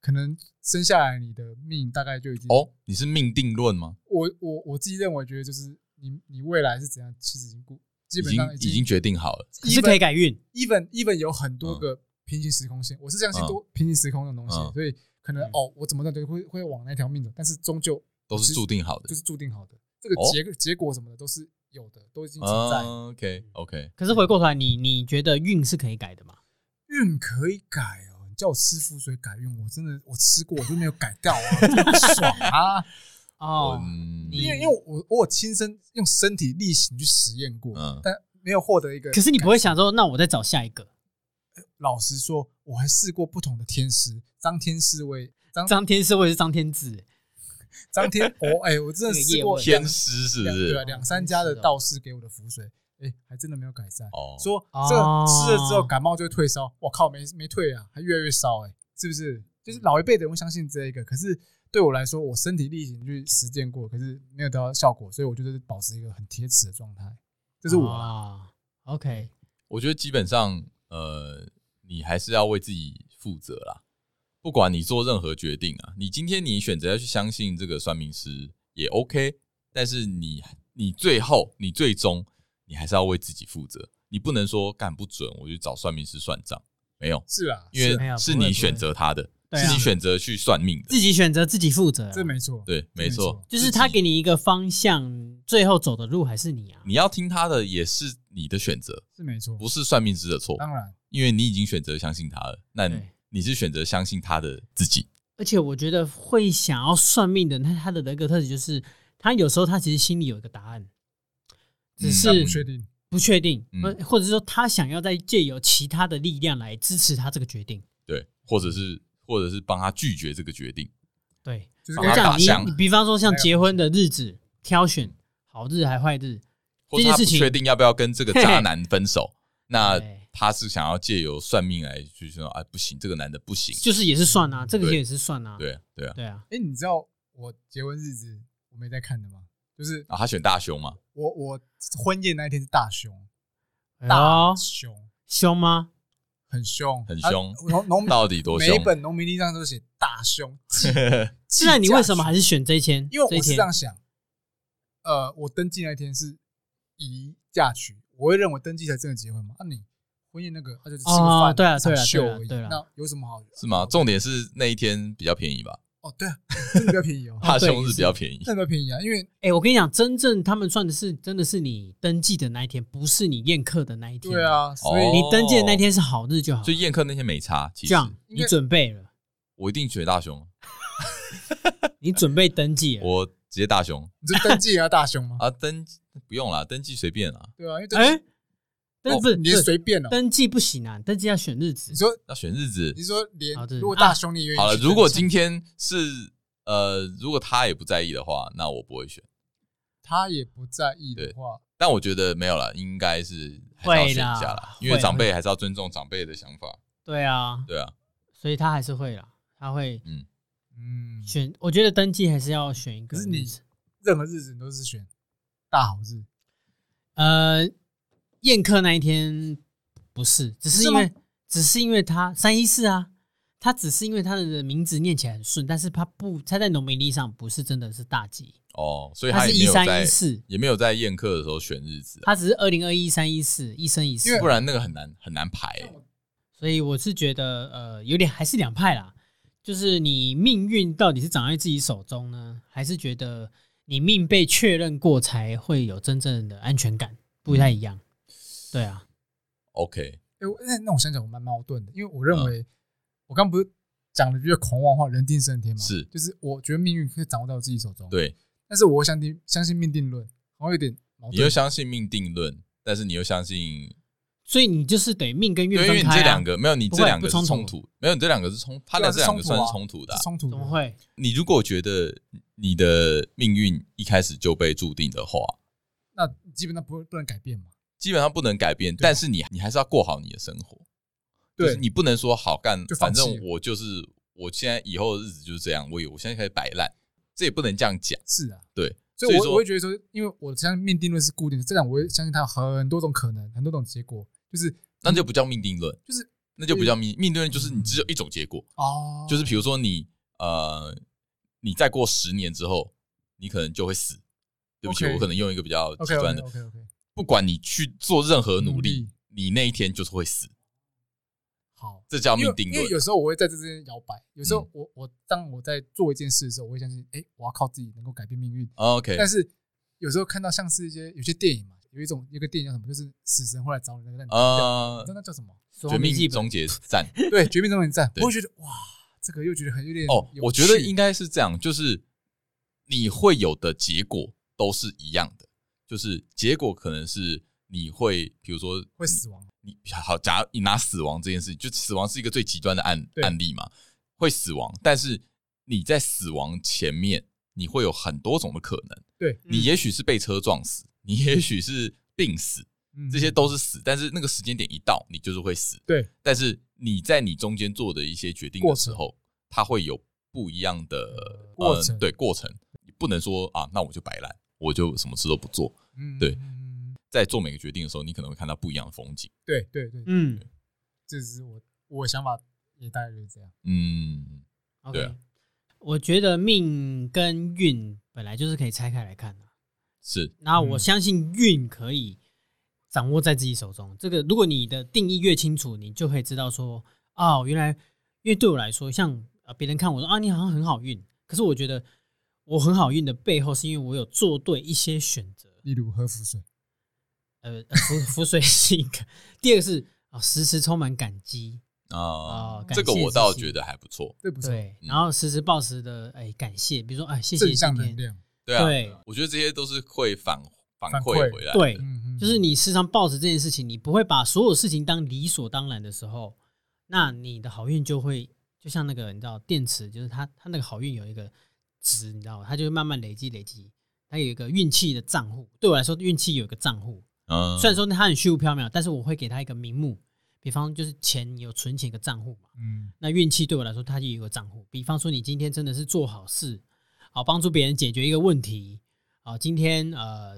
Speaker 3: 可能生下来你的命大概就已经
Speaker 1: 哦，你是命定论吗？
Speaker 3: 我我我自己认为，觉得就是你你未来是怎样，其实已经固，基
Speaker 1: 已
Speaker 3: 本
Speaker 1: 经
Speaker 3: 上
Speaker 1: 已经决定好了，
Speaker 2: 可是可以改运，
Speaker 3: even even 有很多个平行时空线，我是相信多平行时空这种东西，
Speaker 1: 嗯
Speaker 3: 所以可能
Speaker 2: 嗯
Speaker 3: 哦，我怎么着就会会往那条命走，但是终究
Speaker 1: 都是注定好的
Speaker 3: 就。是注定好的，这个
Speaker 1: 哦
Speaker 3: 结结果什么的都是有的，都已经存在。
Speaker 1: 啊 OK OK，
Speaker 2: 可是回过头来，你你觉得运是可以改的吗？
Speaker 3: 运可以改哦，你叫我吃符水改运，我真的我吃过，我就没有改掉啊， 真的不爽 啊！
Speaker 2: 哦，
Speaker 1: 嗯
Speaker 2: 你
Speaker 3: 因为因为我我有亲身用身体力行去实验过，
Speaker 1: 嗯
Speaker 3: 但没有获得一个。
Speaker 2: 可是你不会想说，那我再找下一个
Speaker 3: 老实说，我还试过不同的天师，张天师我也张
Speaker 2: 张天师或者是张天志？
Speaker 3: 张天， 我哎、我真的
Speaker 2: 那个
Speaker 3: 试
Speaker 2: 叶
Speaker 3: 过
Speaker 2: 问
Speaker 1: 天师是不
Speaker 3: 两对啊，
Speaker 1: 是？
Speaker 3: 两三家的道士给我的符水，哎、还真的没有改善。
Speaker 1: 哦，
Speaker 3: 说
Speaker 2: 哦
Speaker 3: 这个吃了之后感冒就会退烧，我靠，没没退啊，还越来越烧，哎，是不是？就是
Speaker 1: 嗯
Speaker 3: 老一辈的人会相信这一个，可是对我来说，我身体力行去实践过，可是没有得到效果，所以我就是保持一个很贴齿的状态，这
Speaker 2: 就是
Speaker 3: 我
Speaker 1: 哦
Speaker 3: 啊。
Speaker 2: 啊，OK，
Speaker 1: 我觉得基本上，呃，你还是要为自己负责啦。不管你做任何决定啊，你今天你选择要去相信这个算命师也 OK，但是你你最后你最终你还是要为自己负责，你不能说干不准我就找算命师算账，没有，
Speaker 3: 是啦，
Speaker 1: 因
Speaker 2: 没有
Speaker 1: 为是
Speaker 2: 不会
Speaker 1: 你
Speaker 2: 不会
Speaker 1: 选择他的，
Speaker 2: 对啊
Speaker 1: 是你选择去算命的，
Speaker 2: 自己选择自己负责啊，
Speaker 3: 这没错，
Speaker 1: 对，没错，
Speaker 2: 就是他给你一个方向，最后走的路还是你啊。
Speaker 1: 你要听他的也是你的选择，
Speaker 3: 是没错，
Speaker 1: 不是算命师的错，
Speaker 3: 当然
Speaker 1: 因为你已经选择相信他了，那你
Speaker 2: 对
Speaker 1: 你是选择相信他的自己。
Speaker 2: 而且我觉得会想要算命的，那他的人格特质就是，他有时候他其实心里有一个答案，
Speaker 1: 嗯
Speaker 2: 只
Speaker 3: 但
Speaker 2: 是
Speaker 3: 不确定，
Speaker 2: 不确定，
Speaker 1: 嗯
Speaker 2: 或或者说他想要再借由其他的力量来支持他这个决定。
Speaker 1: 对，或者
Speaker 2: 嗯
Speaker 1: 是或者是帮他拒绝这个决定。
Speaker 2: 对，
Speaker 3: 就是
Speaker 1: 把
Speaker 2: 就
Speaker 1: 它
Speaker 2: 像
Speaker 1: 打
Speaker 2: 你，
Speaker 1: 向
Speaker 2: 你比方说像结婚的日子挑选好日还坏日，
Speaker 1: 或者
Speaker 2: 这件
Speaker 1: 他不
Speaker 2: 事情
Speaker 1: 确定要不要跟这个渣男分 手，
Speaker 3: 啊
Speaker 1: 那
Speaker 2: 对
Speaker 1: 他是想要借由算命来去说，哎，不行，这个男的不行。
Speaker 2: 就是也是算
Speaker 3: 嗯
Speaker 2: 啊，这个
Speaker 1: 对
Speaker 2: 也是算啊，
Speaker 1: 对对啊，
Speaker 2: 对啊，
Speaker 3: 哎，你知道我结婚日子我没在看的吗？就是
Speaker 1: 啊，他选大胸嘛，
Speaker 3: 我我婚宴那一天是大凶，
Speaker 2: 哦
Speaker 3: 大，凶，
Speaker 2: 凶吗？
Speaker 3: 很凶，
Speaker 1: 很
Speaker 3: 啊
Speaker 1: 凶
Speaker 3: 农 农
Speaker 1: 到底多
Speaker 3: 每一
Speaker 1: 凶？
Speaker 3: 本农民历上都写大凶，
Speaker 2: 既然你为什么还
Speaker 3: 是？
Speaker 2: 是选这一天？
Speaker 3: 因为
Speaker 2: 这一
Speaker 3: 我是
Speaker 2: 天
Speaker 3: 这样想，呃，我登记那天是宜嫁娶，我会认为登记才真的结婚嘛。那、啊你婚宴那个，他就是吃个
Speaker 2: 哦
Speaker 3: 饭、
Speaker 2: 对啊
Speaker 3: 一场
Speaker 2: 对啊
Speaker 3: 秀
Speaker 2: 对啊
Speaker 3: 而已，
Speaker 2: 对啊，
Speaker 3: 那有什么好？
Speaker 1: 是吗？重点是那一天比较便宜吧，
Speaker 3: 哦，对啊，真的比较便宜哦
Speaker 1: 大
Speaker 2: 对
Speaker 1: 胸
Speaker 2: 也
Speaker 1: 是
Speaker 2: 是
Speaker 1: 比较 便宜。
Speaker 3: 真的比较便宜啊，因为
Speaker 2: 哎、我跟你讲，真正他们算的是真的是你登记的那一天，不是你宴客的那一天。
Speaker 3: 对，啊，哦所以、
Speaker 1: 哦
Speaker 2: 你登记的那天是好日就好，
Speaker 1: 所以宴客那天没差，其
Speaker 2: 这
Speaker 1: 实
Speaker 2: 样
Speaker 3: 应
Speaker 2: 你
Speaker 3: 该
Speaker 2: 准备了，
Speaker 1: 我一定选大胸，
Speaker 2: 你准备登记了。
Speaker 1: 我直接大胸
Speaker 3: 你这登记也要大 凶吗？
Speaker 1: 啊，登不用啦，登记随便啦，
Speaker 3: 对啊，因为登
Speaker 2: 哎、
Speaker 3: 记、
Speaker 2: 但不是
Speaker 3: 你
Speaker 2: 不
Speaker 3: 也
Speaker 2: 是
Speaker 3: 随便哦。
Speaker 2: 登记不行啊，登记要选日子
Speaker 3: 你。说
Speaker 1: 要选日子
Speaker 3: 你。说连、
Speaker 2: 啊对
Speaker 3: 如果大凶你也愿意
Speaker 1: 好了，
Speaker 3: 去
Speaker 1: 如果
Speaker 3: 登记
Speaker 1: 今天是呃，如果他也不在意的话，那我不会选。
Speaker 3: 他也不在意的
Speaker 1: 对
Speaker 3: 话，
Speaker 1: 但我觉得没有了，应该是还是要选一下
Speaker 2: 会啦
Speaker 1: 啦，因为
Speaker 2: 会
Speaker 1: 长辈还是要尊重长辈的想法，
Speaker 2: 对啊，
Speaker 1: 对啊，
Speaker 2: 所以他还是会啦，他会
Speaker 3: 嗯，
Speaker 2: 选。我觉得登记还是要选一个
Speaker 3: 可是
Speaker 2: 日
Speaker 3: 你
Speaker 2: 子。
Speaker 3: 任何日子你都是选大好日，
Speaker 2: 呃，宴客那一天不是，只是
Speaker 3: 是
Speaker 2: 因
Speaker 3: 吗
Speaker 2: 为只是因为他三一四啊，他只是因为他的名字念起来很顺，但是他不他在农民历上不是真的是大吉，
Speaker 1: 哦，所以
Speaker 2: 他是
Speaker 1: 也
Speaker 2: 一
Speaker 1: 没有
Speaker 2: 三
Speaker 1: 在
Speaker 2: 一四，
Speaker 1: 也没有在宴客的时候选日子啊、
Speaker 2: 他只是二零二一三一四一生一世
Speaker 3: 因，
Speaker 1: 不然那个很难很难排、欸
Speaker 2: 所以我是觉得呃有点还是两派啦，就是你命运到底是掌握在自己手中呢，还是觉得你命被确认过才会有真正的安全感，不太一样，
Speaker 1: 嗯
Speaker 2: 对啊，
Speaker 1: OK，
Speaker 3: 哎、我那那我想想，我蛮矛盾的，因为我
Speaker 1: 嗯
Speaker 3: 认为、我刚不是讲了一句狂妄话，人定胜
Speaker 2: 嗯
Speaker 3: 天嘛，
Speaker 1: 是
Speaker 3: 就是我觉得命运可以掌握在我自己手中，。
Speaker 1: 对，
Speaker 3: 但是我相信相信命定论，好像有点
Speaker 2: 哦
Speaker 3: 矛
Speaker 1: 你又
Speaker 3: 盾。
Speaker 1: 相信命定论，但是你又相信，
Speaker 2: 所以你就是等于命跟运
Speaker 1: 因为因
Speaker 2: 分
Speaker 1: 为你
Speaker 2: 开、
Speaker 1: 这
Speaker 2: 啊
Speaker 1: 两。个没有，你
Speaker 2: 不
Speaker 1: 这
Speaker 2: 会
Speaker 1: 两个
Speaker 2: 不
Speaker 1: 是
Speaker 2: 冲突
Speaker 1: 冲突，没有，你这两个是冲，他的
Speaker 3: 对啊
Speaker 1: 这两个
Speaker 3: 是冲
Speaker 1: 算
Speaker 3: 突啊
Speaker 1: 是冲突的啊、
Speaker 3: 是冲突的
Speaker 2: 怎么？会？
Speaker 1: 你如果觉得你的命运一开始就被注定的话，
Speaker 3: 那基本上不不能改变嘛。
Speaker 1: 基本上不能改变，
Speaker 3: 啊
Speaker 1: 但是你你还是要过好你的生活。就是你不能说好干
Speaker 3: 就，放
Speaker 1: 反
Speaker 3: 弃
Speaker 1: 正我就是我现在以后的日子就是这样，我以我现在开始摆烂，这也不能这样讲。
Speaker 3: 是啊，
Speaker 1: 对，
Speaker 3: 所
Speaker 1: 所
Speaker 3: 以
Speaker 1: 以
Speaker 3: 我
Speaker 1: 说
Speaker 3: 我会觉得说，因为我相信命定论是固定的，这样我会相信它有很多种可能，很多种结果，就是
Speaker 1: 那就不叫命定论，
Speaker 3: 就是
Speaker 1: 那就不叫命命定论，就是你只有一种结果，
Speaker 3: 哦，
Speaker 1: 就是比如说你呃，你再过十年之后，你可能就会死。对不起
Speaker 3: OK
Speaker 1: 我可能用一个比较极
Speaker 3: OK
Speaker 1: 端
Speaker 3: OK
Speaker 1: 的
Speaker 3: OK OK，
Speaker 1: 不管你去做任何努
Speaker 3: 努
Speaker 1: 力
Speaker 3: 力，
Speaker 1: 你那一天就是会死，
Speaker 3: 好。
Speaker 1: 这叫
Speaker 3: 因
Speaker 1: 命
Speaker 3: 为
Speaker 1: 定
Speaker 3: 因为
Speaker 1: 论。
Speaker 3: 有时候我会在这之间摇摆，有时候
Speaker 1: 嗯
Speaker 3: 我我当我在做一件事的时候，我会相信，哎，我要靠自己能够改变命运。
Speaker 1: 哦 OK，
Speaker 3: 但是有时候看到像是一些有些电影嘛，有一种有一个电影叫什么，就是死神会来找你那个，你
Speaker 1: 呃
Speaker 3: 知，道那叫什么？
Speaker 1: 绝
Speaker 2: 死亡笔记
Speaker 1: 命
Speaker 2: 本
Speaker 1: 终结战。
Speaker 3: 对，《绝命终结站》，
Speaker 1: 对
Speaker 3: 我会觉得哇，这个又觉得 很有点
Speaker 1: 哦，
Speaker 3: 有
Speaker 1: 我觉得
Speaker 3: 趣
Speaker 1: 应该是这样，就是你会有的结果都是一样的，就是结果可能是你会，比如说
Speaker 3: 会死亡，
Speaker 1: 你好，假如你拿死亡这件事情，就死亡是一个最极端的案
Speaker 3: 对
Speaker 1: 案例嘛，会死亡，但是你在死亡前面，你会有很多种的可能，
Speaker 3: 对，
Speaker 2: 嗯
Speaker 1: 你也许是被车撞死，你也许是病死，
Speaker 3: 嗯
Speaker 1: 这些都是死，但是那个时间点一到，你就是会死。
Speaker 3: 对，
Speaker 1: 但是你在你中间做的一些决定的时候，它会有不一样的呃
Speaker 3: 过程
Speaker 1: 对过程，你不能说啊，那我就摆烂，我就什么事都不做。
Speaker 3: 嗯
Speaker 1: 对
Speaker 3: 嗯
Speaker 1: 在做每个决定的时候，你可能会看到不一样的风景。
Speaker 3: 对对对，
Speaker 2: 嗯
Speaker 3: 这只是我我的想法也大概就是这样。
Speaker 1: 嗯，
Speaker 2: ，OK，
Speaker 1: 对啊
Speaker 2: 我觉得命跟运本来就是可以拆开来看的。
Speaker 1: 是
Speaker 2: 那
Speaker 3: 嗯
Speaker 2: 我相信运可以掌握在自己手中。这个，如果你的定义越清楚，你就可以知道说，哦，原来，因为对我来说，像呃别人看我说啊，你好像很好运，可是我觉得我很好运的背后，是因为我有做对一些选择。
Speaker 3: 例如喝浮水，
Speaker 2: 呃，呃浮 浮水是一个，第二个是啊、时时充满感激，
Speaker 1: 啊、
Speaker 2: 哦
Speaker 1: 这个
Speaker 2: 感谢
Speaker 1: 我
Speaker 2: 自
Speaker 1: 倒
Speaker 2: 己
Speaker 1: 觉得还不错。
Speaker 3: 对不对？
Speaker 2: 对，
Speaker 1: 嗯
Speaker 2: 然后时时保持的哎感谢，比如说哎谢谢
Speaker 3: 正
Speaker 2: 今
Speaker 3: 向能
Speaker 2: 天，
Speaker 3: 量，
Speaker 1: 对啊，
Speaker 2: 对
Speaker 1: 我觉得这些都是会反反
Speaker 3: 反
Speaker 1: 馈
Speaker 3: 馈
Speaker 1: 回来。，
Speaker 2: 对，
Speaker 3: 嗯嗯，
Speaker 2: 就是你时常抱着这件事情，你不会把所有事情当理所当然的时候，那你的好运就会就像那个你知道电池，就是它它那个好运有一个值，你知道吗？它就会慢慢累积累积，它有一个运气的账户。对我来说，运气有一个账户，
Speaker 1: 嗯，
Speaker 2: 虽然说它很虚无缥缈，但是我会给它一个名目，比方就是钱有存钱一个账户嘛。
Speaker 3: 嗯
Speaker 2: 那运气对我来说，它也有个账户。比方说，你今天真的是做好事，好帮助别人解决一个问题，好今天呃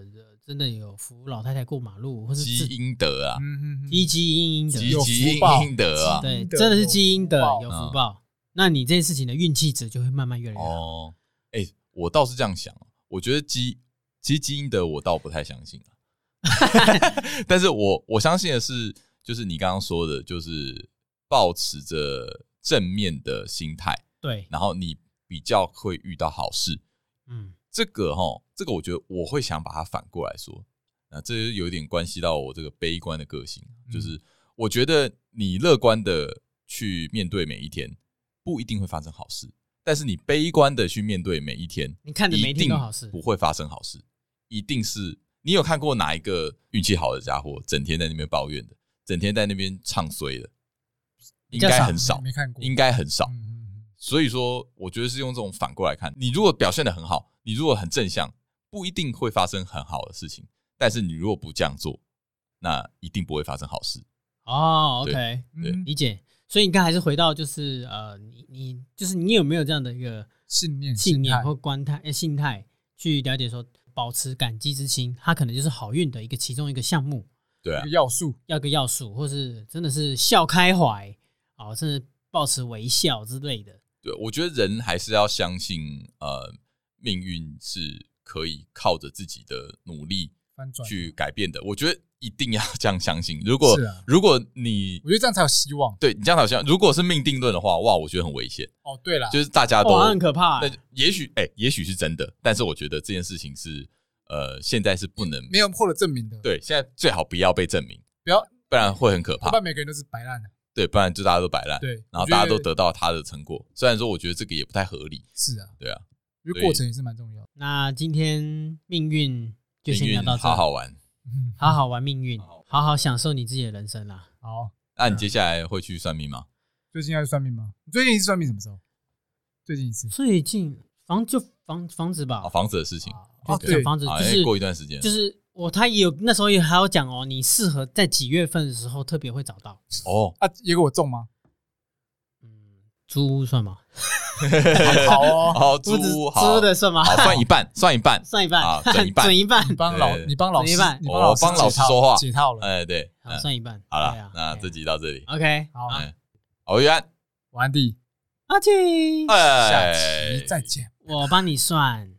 Speaker 2: 真的有扶老太太过马路，或是
Speaker 1: 积
Speaker 2: 自
Speaker 1: 阴德啊，
Speaker 3: 嗯嗯，
Speaker 2: 积积阴阴德，
Speaker 1: 积
Speaker 3: 有
Speaker 1: 积
Speaker 3: 福报
Speaker 1: 阴德啊，
Speaker 2: 对，
Speaker 3: 阴德
Speaker 2: 真的是
Speaker 3: 有
Speaker 2: 积阴
Speaker 3: 福
Speaker 2: 德
Speaker 3: 报
Speaker 2: 有
Speaker 1: 嗯
Speaker 2: 福报，那你这件事情的运气值就会慢慢越来越好。
Speaker 1: 哦，哎、我倒是这样想啊，我觉得基基基因的我倒不太相信啊，但是我我相信的是，就是你刚刚说的，就是保持着正面的心态，
Speaker 2: 对，
Speaker 1: 然后你比较会遇到好事。
Speaker 2: 嗯，
Speaker 1: 这个哈，这个我觉得我会想把它反过来说，啊，这就有点关系到我这个悲观的个性，
Speaker 3: 嗯
Speaker 1: 就是我觉得你乐观的去面对每一天，不一定会发生好事，但是你悲观的去面对每一天，
Speaker 2: 你看着每一
Speaker 1: 一
Speaker 2: 天
Speaker 1: 定
Speaker 2: 都好事
Speaker 1: 不会发生好事，一定是你有看过哪一个运气好的家伙，整天在那边抱怨的，整天在那边唱衰的，应
Speaker 2: 较
Speaker 1: 该
Speaker 2: 少
Speaker 1: 很少，
Speaker 3: 没看过，
Speaker 1: 应该很少。
Speaker 3: 嗯
Speaker 1: 所以说，我觉得是用这种反过来看，你如果表现的很好，你如果很正向，不一定会发生很好的事情；但是你如果不这样做，那一定不会发生好事。
Speaker 2: 哦
Speaker 1: 对
Speaker 2: ，OK，
Speaker 3: 嗯嗯，
Speaker 2: 理解。所以你刚才还是回到就是呃，你你就是你有没有这样的一个
Speaker 3: 信念
Speaker 2: 信念
Speaker 3: 态
Speaker 1: 啊
Speaker 2: 或观态、呃心态去了解说，保持感激之心，它可能就是好运的一个其中一个项目，
Speaker 1: 对
Speaker 3: 一
Speaker 1: 啊
Speaker 3: 个，要素，
Speaker 2: 要个要素，或是真的是笑开怀，哦，甚至保持微笑之类的。
Speaker 1: 对，我觉得人还是要相信，呃，命运是可以靠着自己的努力
Speaker 3: 翻转
Speaker 1: 去改变的。我觉得一定要这样相信。如果、
Speaker 3: 是啊
Speaker 1: 如果你
Speaker 3: 我觉得这样才有希望。
Speaker 1: 对你这样好像，如果是命定论的话，哇，我觉得很危险，
Speaker 3: 哦，对了，
Speaker 1: 就是大家都、
Speaker 2: 哇，很可怕欸、
Speaker 1: 那也许哎、也许是真的，但是我觉得这件事情是呃，现在是不能
Speaker 3: 没有获得证明的，，
Speaker 1: 对，现在最好不要被证明，
Speaker 3: 不要，
Speaker 1: 不然会很可
Speaker 3: 要
Speaker 1: 怕
Speaker 3: 不。然每个人都是白烂的。
Speaker 1: 对，不然就大家都摆烂，
Speaker 3: 对，
Speaker 1: 然后
Speaker 3: 我觉
Speaker 1: 大家都
Speaker 3: 得
Speaker 1: 得到他的成果。虽然说我觉得这个也不太合理，
Speaker 3: 是啊，
Speaker 1: 对啊，
Speaker 3: 因为
Speaker 1: 所
Speaker 3: 过
Speaker 1: 以
Speaker 3: 程也是蛮重要的。
Speaker 2: 那今天命运就
Speaker 1: 命
Speaker 2: 先聊
Speaker 1: 运
Speaker 2: 到这，
Speaker 1: 好好玩。
Speaker 3: 嗯
Speaker 2: 好好玩命运，
Speaker 1: 好
Speaker 2: 好好享受你自己的人生啦。
Speaker 3: 好，
Speaker 1: 那你接下来会去算命吗？
Speaker 3: 最近要去算命吗？你最近一次算命什么时候？最近一次
Speaker 2: 最近房就房房子吧
Speaker 1: 啊，，房子的事情，
Speaker 3: 哦，
Speaker 2: 就讲
Speaker 3: 对，
Speaker 2: 房子
Speaker 1: 啊，
Speaker 2: 就
Speaker 1: 因
Speaker 2: 是
Speaker 1: 为过一段时间，
Speaker 2: 就是我他也有那时候也还要讲哦，你适合在几月份的时候特别会找到。
Speaker 1: 哦，
Speaker 3: 啊，结果我中吗？
Speaker 2: 嗯，租屋算吗？
Speaker 3: 好哦，
Speaker 1: 好，
Speaker 2: 租
Speaker 1: 租
Speaker 2: 子
Speaker 1: 好
Speaker 2: 租的算吗？
Speaker 1: 好算一半，算一半，
Speaker 2: 算一半
Speaker 1: 啊，整一半
Speaker 2: 准一半，
Speaker 3: 你帮老
Speaker 1: 对
Speaker 3: 你帮老师，
Speaker 2: 怎么办
Speaker 3: 你
Speaker 1: 我
Speaker 3: 老师
Speaker 1: 帮老
Speaker 3: 解
Speaker 1: 师
Speaker 3: 套
Speaker 1: 说话
Speaker 3: 解套了。
Speaker 1: 哎，对，
Speaker 2: 好，
Speaker 1: 嗯
Speaker 2: 算一半。
Speaker 1: 好
Speaker 2: 对啊
Speaker 1: 了，那这
Speaker 2: 对啊
Speaker 1: 集到这里，哎
Speaker 2: OK，
Speaker 3: 好，
Speaker 2: 啊
Speaker 1: 好，约安，
Speaker 3: 完毕，
Speaker 2: 阿庆，
Speaker 1: 哎，
Speaker 3: 下期再见。
Speaker 2: 我帮你算。